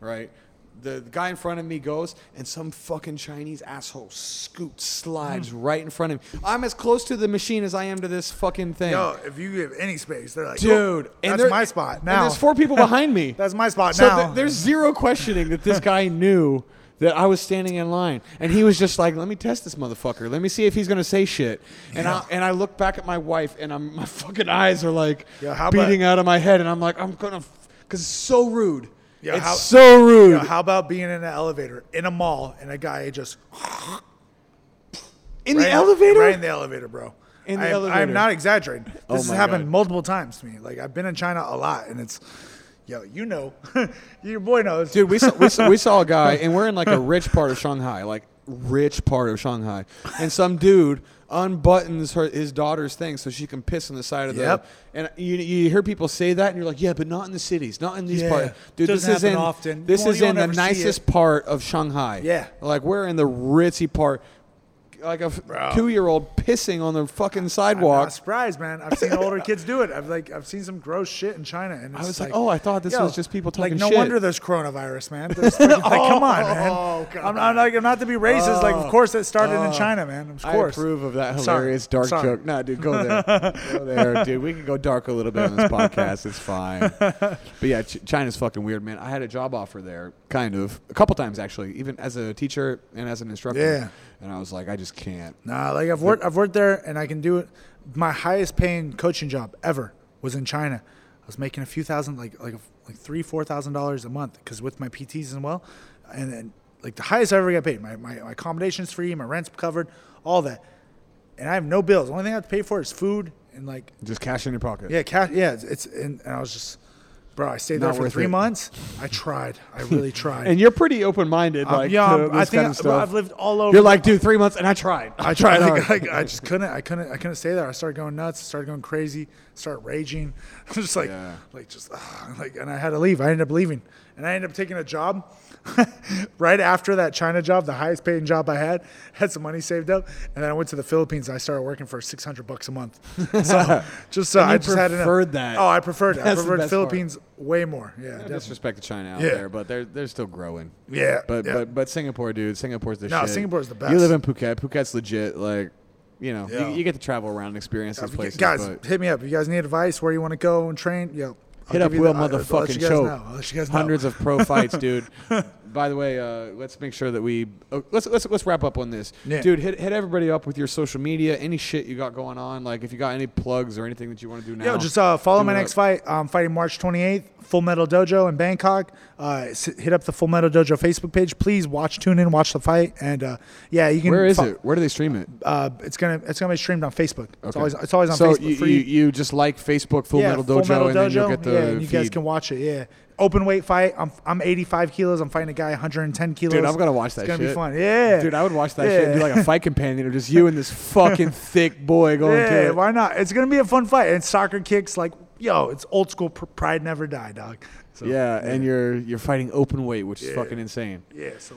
[SPEAKER 1] right? The, the guy in front of me goes, and some fucking Chinese asshole scoots slides right in front of me. I'm as close to the machine as I am to this fucking thing,
[SPEAKER 2] yo, if you give any space, they're like, "Oh,
[SPEAKER 1] dude. and
[SPEAKER 2] that's
[SPEAKER 1] there-
[SPEAKER 2] my spot
[SPEAKER 1] and
[SPEAKER 2] now.
[SPEAKER 1] there's four people behind me.
[SPEAKER 2] That's my spot
[SPEAKER 1] So
[SPEAKER 2] now.
[SPEAKER 1] th- there's zero questioning that this guy knew that I was standing in line, and he was just like, "Let me test this motherfucker. Let me see if he's gonna say shit." And I and I look back at my wife, and I'm my fucking eyes are like
[SPEAKER 2] Yo, how about-
[SPEAKER 1] beating out of my head, and I'm like, "I'm gonna," because it's so rude.
[SPEAKER 2] Yo,
[SPEAKER 1] it's
[SPEAKER 2] how-
[SPEAKER 1] so rude.
[SPEAKER 2] Yo, how about being in an elevator in a mall and a guy just
[SPEAKER 1] in
[SPEAKER 2] right-
[SPEAKER 1] the elevator.
[SPEAKER 2] Right in the elevator, bro.
[SPEAKER 1] In the
[SPEAKER 2] I'm,
[SPEAKER 1] elevator. Oh
[SPEAKER 2] I'm not exaggerating. This has
[SPEAKER 1] my
[SPEAKER 2] happened
[SPEAKER 1] God.
[SPEAKER 2] multiple times to me. Like I've been in China a lot, and it's, yo, you know, your boy knows.
[SPEAKER 1] Dude, we saw, we, saw, we saw a guy, and we're in like a rich part of Shanghai, like rich part of Shanghai, and some dude unbuttons her his daughter's thing so she can piss on the side of
[SPEAKER 2] Yep.
[SPEAKER 1] the. And you, you hear people say that, and you're like, yeah, but not in the cities, not in these
[SPEAKER 2] Yeah.
[SPEAKER 1] parts. Dude,
[SPEAKER 2] Doesn't
[SPEAKER 1] this is in
[SPEAKER 2] happen often.
[SPEAKER 1] this
[SPEAKER 2] Well,
[SPEAKER 1] is
[SPEAKER 2] you
[SPEAKER 1] in
[SPEAKER 2] don't
[SPEAKER 1] the
[SPEAKER 2] ever see
[SPEAKER 1] nicest
[SPEAKER 2] it.
[SPEAKER 1] part of Shanghai.
[SPEAKER 2] Yeah.
[SPEAKER 1] like we're in the ritzy part. Like a
[SPEAKER 2] Bro.
[SPEAKER 1] two year old pissing on the fucking
[SPEAKER 2] I'm not
[SPEAKER 1] sidewalk.
[SPEAKER 2] surprised, man. I've seen older kids do it. I've like I've seen some gross shit in China, and it's
[SPEAKER 1] was like, oh, I thought this
[SPEAKER 2] yo,
[SPEAKER 1] was just people talking
[SPEAKER 2] Like, no
[SPEAKER 1] shit.
[SPEAKER 2] wonder there's coronavirus, man. There's fucking- like, come on, man.
[SPEAKER 1] Oh, God. Oh,
[SPEAKER 2] I'm, I'm, like, I'm not to be racist. like, of course, it started in China, man. Of
[SPEAKER 1] I
[SPEAKER 2] course.
[SPEAKER 1] approve of that
[SPEAKER 2] Sorry.
[SPEAKER 1] hilarious dark
[SPEAKER 2] Sorry.
[SPEAKER 1] joke. Nah, dude, go there. go there, dude. We can go dark a little bit on this podcast. It's fine. But yeah, Ch- China's fucking weird, man. I had a job offer there, kind of, a couple times actually, even as a teacher and as an instructor.
[SPEAKER 2] Yeah.
[SPEAKER 1] And I was like, I just can't.
[SPEAKER 2] Nah, like I've worked, I've worked there, and I can do it. My highest paying coaching job ever was in China. I was making a few thousand, like like like three, four thousand dollars a month, because with my PTs as well, and then like the highest I ever got paid. My my, my accommodation's free, my rent's covered, all that, and I have no bills. The only thing I have to pay for is food and like
[SPEAKER 1] Just cash in your pocket.
[SPEAKER 2] yeah, cash. Yeah, it's, it's and, and I was just, bro. I stayed there
[SPEAKER 1] Not
[SPEAKER 2] for
[SPEAKER 1] worth
[SPEAKER 2] three
[SPEAKER 1] it.
[SPEAKER 2] months. I tried. I really tried.
[SPEAKER 1] And you're pretty open minded,
[SPEAKER 2] Um,
[SPEAKER 1] like
[SPEAKER 2] yeah,
[SPEAKER 1] to
[SPEAKER 2] I'm-
[SPEAKER 1] this
[SPEAKER 2] I think
[SPEAKER 1] kind of
[SPEAKER 2] I, bro,
[SPEAKER 1] stuff.
[SPEAKER 2] I've lived all over.
[SPEAKER 1] you're like, dude, three months, and I tried.
[SPEAKER 2] I tried.
[SPEAKER 1] hard.
[SPEAKER 2] Like, like, I just couldn't. I couldn't. I couldn't stay there. I started going nuts. Started going crazy. Started raging. I was just like,
[SPEAKER 1] Yeah.
[SPEAKER 2] like just ah, like, and I had to leave. I ended up leaving, and I ended up taking a job right after that China job, the highest paying job I had. Had some money saved up, and then I went to the Philippines. And I started working for six hundred bucks a month. So just so
[SPEAKER 1] And you
[SPEAKER 2] I just had enough.
[SPEAKER 1] preferred that.
[SPEAKER 2] Oh, I preferred. it. I
[SPEAKER 1] That's the
[SPEAKER 2] preferred
[SPEAKER 1] best part.
[SPEAKER 2] Philippines way more. Yeah, definitely.
[SPEAKER 1] disrespect to China out
[SPEAKER 2] Yeah.
[SPEAKER 1] there, but they're they're still growing.
[SPEAKER 2] Yeah,
[SPEAKER 1] But
[SPEAKER 2] yeah.
[SPEAKER 1] but but Singapore, dude, Singapore's the
[SPEAKER 2] No,
[SPEAKER 1] shit.
[SPEAKER 2] Singapore's the
[SPEAKER 1] You
[SPEAKER 2] best.
[SPEAKER 1] live in Phuket. Phuket's legit. Like, you know,
[SPEAKER 2] Yeah.
[SPEAKER 1] you, you get to travel around and experience these
[SPEAKER 2] If you
[SPEAKER 1] places.
[SPEAKER 2] guys,
[SPEAKER 1] but
[SPEAKER 2] hit me up. If you guys need advice where you want to go and train, yo. I'll
[SPEAKER 1] hit up
[SPEAKER 2] give you
[SPEAKER 1] Will
[SPEAKER 2] the- I'll- I'll let you
[SPEAKER 1] motherfucking
[SPEAKER 2] guys
[SPEAKER 1] Choke.
[SPEAKER 2] know. I'll let you guys know.
[SPEAKER 1] Hundreds of pro fights, dude. By the way, uh, let's make sure that we oh, let's let's let's wrap up on this,
[SPEAKER 2] Yeah.
[SPEAKER 1] dude. Hit hit everybody up with your social media, any shit you got going on. Like, if you got any plugs or anything that you want to do now.
[SPEAKER 2] Yo, just uh, follow
[SPEAKER 1] do
[SPEAKER 2] my
[SPEAKER 1] it.
[SPEAKER 2] next fight. I'm fighting March 28th, Full Metal Dojo in Bangkok. Uh, s- hit up the Full Metal Dojo Facebook page. Please watch, tune in, watch the fight, and uh, yeah, you can.
[SPEAKER 1] Where is
[SPEAKER 2] fo-
[SPEAKER 1] it? Where do they stream it?
[SPEAKER 2] Uh, it's gonna it's gonna be streamed on Facebook. It's
[SPEAKER 1] Okay.
[SPEAKER 2] always it's always on
[SPEAKER 1] so
[SPEAKER 2] Facebook.
[SPEAKER 1] You,
[SPEAKER 2] free.
[SPEAKER 1] you you just like Facebook Full
[SPEAKER 2] yeah,
[SPEAKER 1] Metal
[SPEAKER 2] Full
[SPEAKER 1] Dojo,
[SPEAKER 2] Metal
[SPEAKER 1] and then you'll
[SPEAKER 2] Dojo.
[SPEAKER 1] get the
[SPEAKER 2] yeah, and you guys
[SPEAKER 1] feed.
[SPEAKER 2] can watch it. Yeah, open weight fight. I'm I'm 85 kilos. I'm fighting a guy 110 kilos.
[SPEAKER 1] Dude, I'm gonna watch that
[SPEAKER 2] It's gonna
[SPEAKER 1] shit.
[SPEAKER 2] be fun. Yeah,
[SPEAKER 1] Dude, I would watch that shit and do like a fight companion or just you and this fucking thick boy going
[SPEAKER 2] yeah,
[SPEAKER 1] to it.
[SPEAKER 2] why not? It's gonna be a fun fight. And soccer kicks, like yo, it's old school. pr- Pride never die, dog. So,
[SPEAKER 1] yeah, and you're you're fighting open weight, which is fucking insane.
[SPEAKER 2] yeah. So,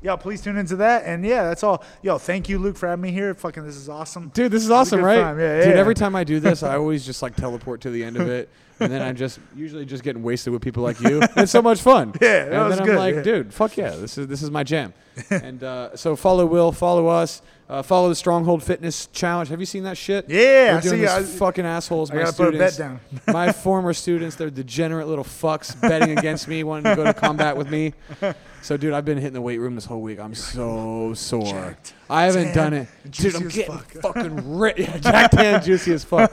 [SPEAKER 2] yo, please tune into that. And yeah, that's all. Yo, thank you, Luke, for having me here. Fucking, this is awesome.
[SPEAKER 1] Dude, this is
[SPEAKER 2] a
[SPEAKER 1] awesome,
[SPEAKER 2] good
[SPEAKER 1] right?
[SPEAKER 2] time. Yeah,
[SPEAKER 1] Dude,
[SPEAKER 2] yeah.
[SPEAKER 1] every time I do this, I always just like teleport to the end of it, and then I'm just usually just getting wasted with people like you. It's so much fun.
[SPEAKER 2] Yeah, that
[SPEAKER 1] and
[SPEAKER 2] was
[SPEAKER 1] then
[SPEAKER 2] good,
[SPEAKER 1] I'm like,
[SPEAKER 2] yeah.
[SPEAKER 1] dude, fuck yeah, this is this is my jam. and uh, so follow Will, follow us. Uh, Uh, follow the Stronghold Fitness Challenge. Have you seen that shit?
[SPEAKER 2] Yeah,
[SPEAKER 1] They're
[SPEAKER 2] I
[SPEAKER 1] doing
[SPEAKER 2] see,
[SPEAKER 1] this
[SPEAKER 2] I-
[SPEAKER 1] fucking assholes.
[SPEAKER 2] I
[SPEAKER 1] my
[SPEAKER 2] gotta put a bet
[SPEAKER 1] students.
[SPEAKER 2] down.
[SPEAKER 1] my former students, they're degenerate little fucks betting against me, wanting to go to combat with me. So, dude, I've been hitting the weight room this whole week. I'm so sore.
[SPEAKER 2] Jacked.
[SPEAKER 1] I haven't
[SPEAKER 2] Tan,
[SPEAKER 1] done it. Dude,
[SPEAKER 2] juicy
[SPEAKER 1] I'm
[SPEAKER 2] as
[SPEAKER 1] getting
[SPEAKER 2] fuck.
[SPEAKER 1] fucking ripped. Yeah, Jack Tan, juicy as fuck.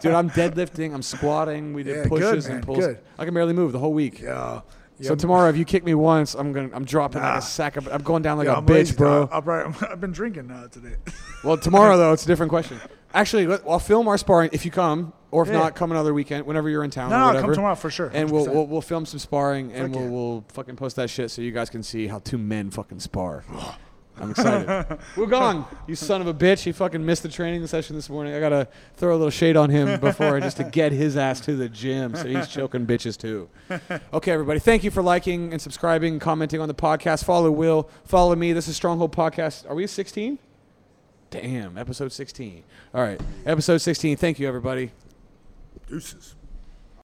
[SPEAKER 1] Dude, I'm deadlifting. I'm squatting. We did
[SPEAKER 2] Yeah, good,
[SPEAKER 1] pushes
[SPEAKER 2] man,
[SPEAKER 1] and pulls.
[SPEAKER 2] good.
[SPEAKER 1] I can barely move the whole week.
[SPEAKER 2] Yeah.
[SPEAKER 1] So tomorrow, if you kick me once, I'm gonna I'm dropping like
[SPEAKER 2] Nah.
[SPEAKER 1] a sack of. I'm going down like
[SPEAKER 2] yeah,
[SPEAKER 1] a
[SPEAKER 2] I'm
[SPEAKER 1] bitch,
[SPEAKER 2] lazy,
[SPEAKER 1] bro.
[SPEAKER 2] dog. I'll probably- I've been drinking uh, today.
[SPEAKER 1] Well, tomorrow though, it's a different question. Actually, let, I'll film our sparring if you come, or if
[SPEAKER 2] Yeah.
[SPEAKER 1] not, come another weekend whenever you're in town.
[SPEAKER 2] No,
[SPEAKER 1] or
[SPEAKER 2] no, come
[SPEAKER 1] whatever.
[SPEAKER 2] tomorrow for sure,
[SPEAKER 1] And we'll,
[SPEAKER 2] 100%.
[SPEAKER 1] we'll we'll film some sparring and
[SPEAKER 2] Fuck
[SPEAKER 1] we'll
[SPEAKER 2] yeah.
[SPEAKER 1] we'll fucking post that shit so you guys can see how two men fucking spar. I'm excited. We're gone. You son of a bitch. He fucking missed the training session this morning. I gotta throw a little shade on him before just to get his ass to the gym. So he's choking bitches too. Okay, everybody. Thank you for liking and subscribing, commenting on the podcast. Follow Will. Follow me. This is Stronghold Podcast. Are we 16? Damn, episode 16. All right, episode 16. Thank you, everybody.
[SPEAKER 2] Deuces.